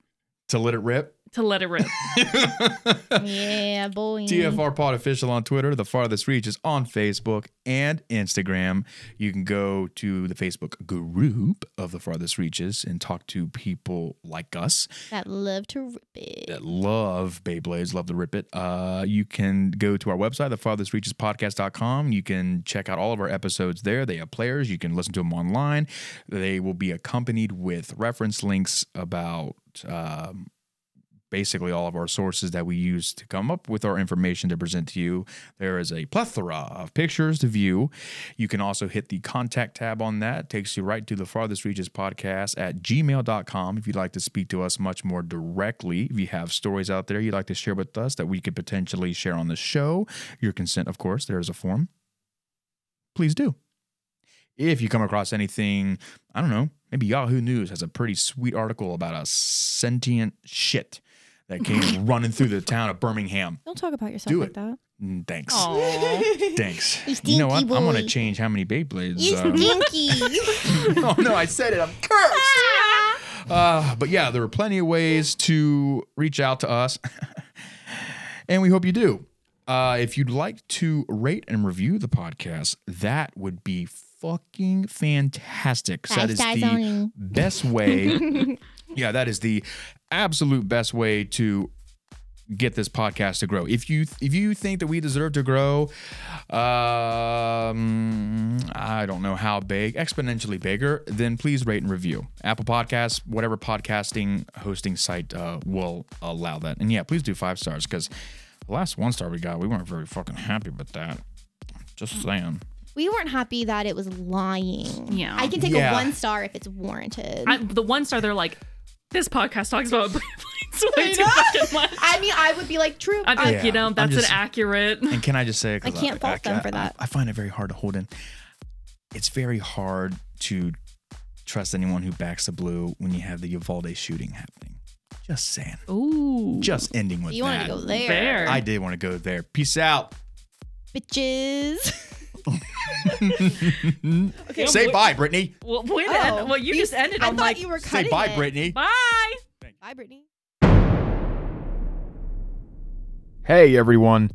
S1: to let it rip.
S3: to let it rip?
S2: Yeah, boy.
S1: TFR Pod Official on Twitter. The farthest reach is on Facebook and Instagram. You can go to the Facebook group of the farthest reaches and talk to people like us.
S2: That love to rip it.
S1: that love Beyblades, love to rip it, uh, you can go to our website, thefarthestreachespodcast.com. You can check out all of our episodes there. They have players. You can listen to them online. They will be accompanied with reference links about um, basically all of our sources that we use to come up with our information to present to you. There is a plethora of pictures to view. You can also hit the contact tab on that. It takes you right to the farthest reaches podcast at gmail.com if you'd like to speak to us much more directly. If you have stories out there you'd like to share with us that we could potentially share on the show, your consent, of course, there is a form. Please do. If you come across anything, I don't know, maybe Yahoo News has a pretty sweet article about a sentient shit that came running through the town of Birmingham.
S2: Don't talk about yourself
S1: Do
S2: like
S1: it.
S2: that.
S1: Mm, Thanks.
S3: Aw.
S1: Thanks.
S5: You
S1: You know what?
S5: stinky
S1: I'm going to
S5: boy.
S1: change how many Beyblades.
S5: You
S1: um,
S5: stinky.
S1: oh no, I said it. I'm cursed. uh, but yeah, there are plenty of ways to reach out to us, and we hope you do. Uh, if you'd like to rate and review the podcast, that would be fucking fantastic. that is the best way. yeah, that is the absolute best way to get this podcast to grow. If you if you think that we deserve to grow, um, I don't know how big, exponentially bigger, then please rate and review Apple Podcasts, whatever podcasting hosting site uh, will allow that. And yeah, please do five stars because the last one star we got, we weren't very fucking happy with that. Just saying.
S5: we weren't happy that it was lying.
S3: Yeah.
S5: I can take
S1: Yeah.
S5: a one star if it's warranted.
S3: I, the one star, they're like, this podcast talks about Beyblades way too fucking much.
S5: I mean, I would be like, true.
S3: I think
S1: Yeah,
S3: you know
S1: I'm
S3: that's
S1: just-
S3: an accurate.
S1: And can I just say, 'cause
S5: I can't fault them for that.
S1: I, I find it very hard to hold in. It's very hard to
S11: trust anyone who backs the blue when you have the Uvalde shooting happening. Just saying.
S3: Ooh.
S11: Just ending with
S7: You wanted
S11: that.
S7: to go there,
S3: There.
S11: I did want to go there. Peace out.
S7: bitches.
S3: Okay,
S11: Say
S3: wh-
S11: bye, Brittany.
S3: Well, when
S2: Oh,
S3: well, you just ended
S2: I
S3: on
S2: thought
S3: like
S2: you were
S11: Say
S2: cutting
S11: bye,
S2: it.
S11: Brittany.
S3: bye.
S2: Bye, Brittany.
S1: Hey everyone!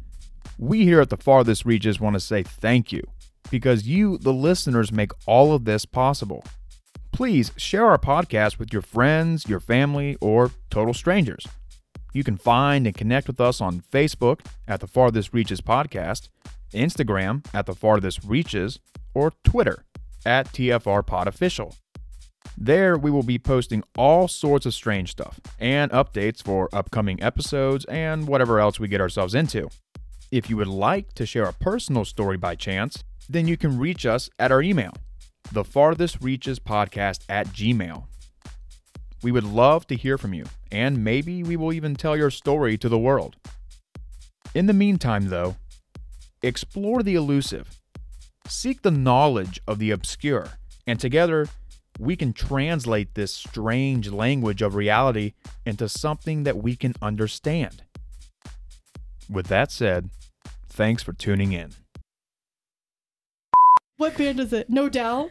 S1: We here at the Farthest Reaches want to say thank you because you, the listeners, make all of this possible. Please share our podcast with your friends, your family, or total strangers. You can find and connect with us on Facebook at the Farthest Reaches Podcast, Instagram at the Farthest Reaches, or Twitter at TFR Pod Official. There, we will be posting all sorts of strange stuff and updates for upcoming episodes and whatever else we get ourselves into. If you would like to share a personal story by chance, then you can reach us at our email, the farthest reaches podcast at gmail. We would love to hear from you, and maybe we will even tell your story to the world. In the meantime, though, explore the elusive seek the knowledge of the obscure, and together we can translate this strange language of reality into something that we can understand. With that said, thanks for tuning in.
S2: What band is it? No Dell?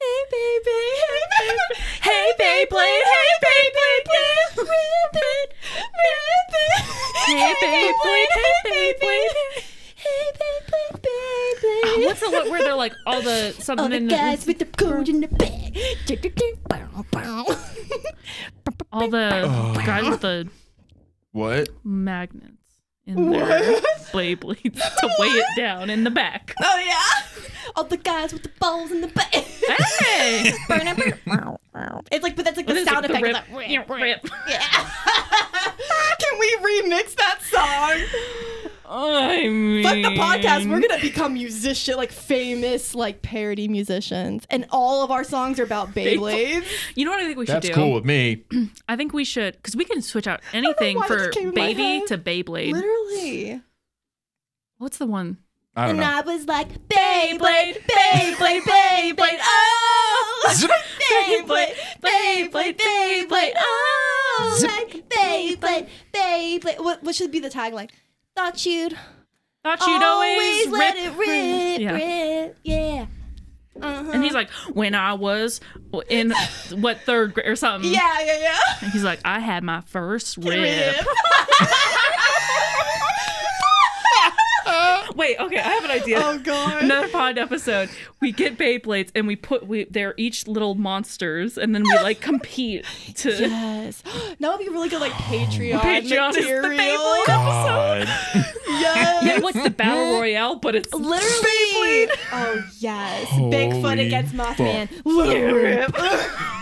S2: Hey baby, hey baby, hey baby, hey baby, please, ribbit, ribbit. Hey baby, hey baby, hey baby,
S3: Oh,
S2: baby.
S3: what's the one where they're like all the something
S2: All the
S3: in
S2: guys with the code in the bag. Bow, bow.
S3: all the
S11: Oh.
S3: guys with the
S11: What?
S3: magnets in their blade blades to weigh it down in the back.
S7: Oh yeah, all the guys with the balls in the butt.
S3: Hey!
S7: Burn up. It's like, but that's like the
S3: What is
S7: sound
S3: it? The
S7: effect.
S3: rip,
S7: It's like,
S3: yeah, rip.
S2: Can we remix that song?
S3: I mean,
S2: Fuck the podcast. We're gonna become musician, like famous, like parody musicians, and all of our songs are about Beyblades.
S3: You know what I think we should
S11: That's
S3: do?
S11: cool with me.
S3: I think we should, because we can switch out anything
S2: why that
S3: for
S2: came in my
S3: baby
S2: head.
S3: to Beyblade.
S2: Literally.
S3: What's the one?
S11: I don't
S7: And
S11: know.
S7: I was like, Beyblade, Beyblade, Beyblade, oh! Beyblade, Beyblade, Beyblade, oh! Like Beyblade, Beyblade. What, what should be the tagline? Thought you'd
S3: Thought you'd always,
S7: always let
S3: rip.
S7: it rip,
S3: Yeah.
S7: rip, yeah.
S3: And he's like, when I was in what third grade or something.
S7: Yeah, yeah, yeah.
S3: And he's like, I had my first rip. Wait, okay, I have an idea.
S2: Oh god.
S3: Another pod episode. We get Beyblades and we put we they're each little monsters and then we like compete to
S2: Yes. That would be really good, like Patreon,
S3: Patreon is the
S2: material.
S3: Beyblade.
S11: God.
S2: yes.
S3: yeah, what's the battle royale? But it's
S2: Literally. Oh yes. Bigfoot
S11: Holy
S2: against Mothman. Literally.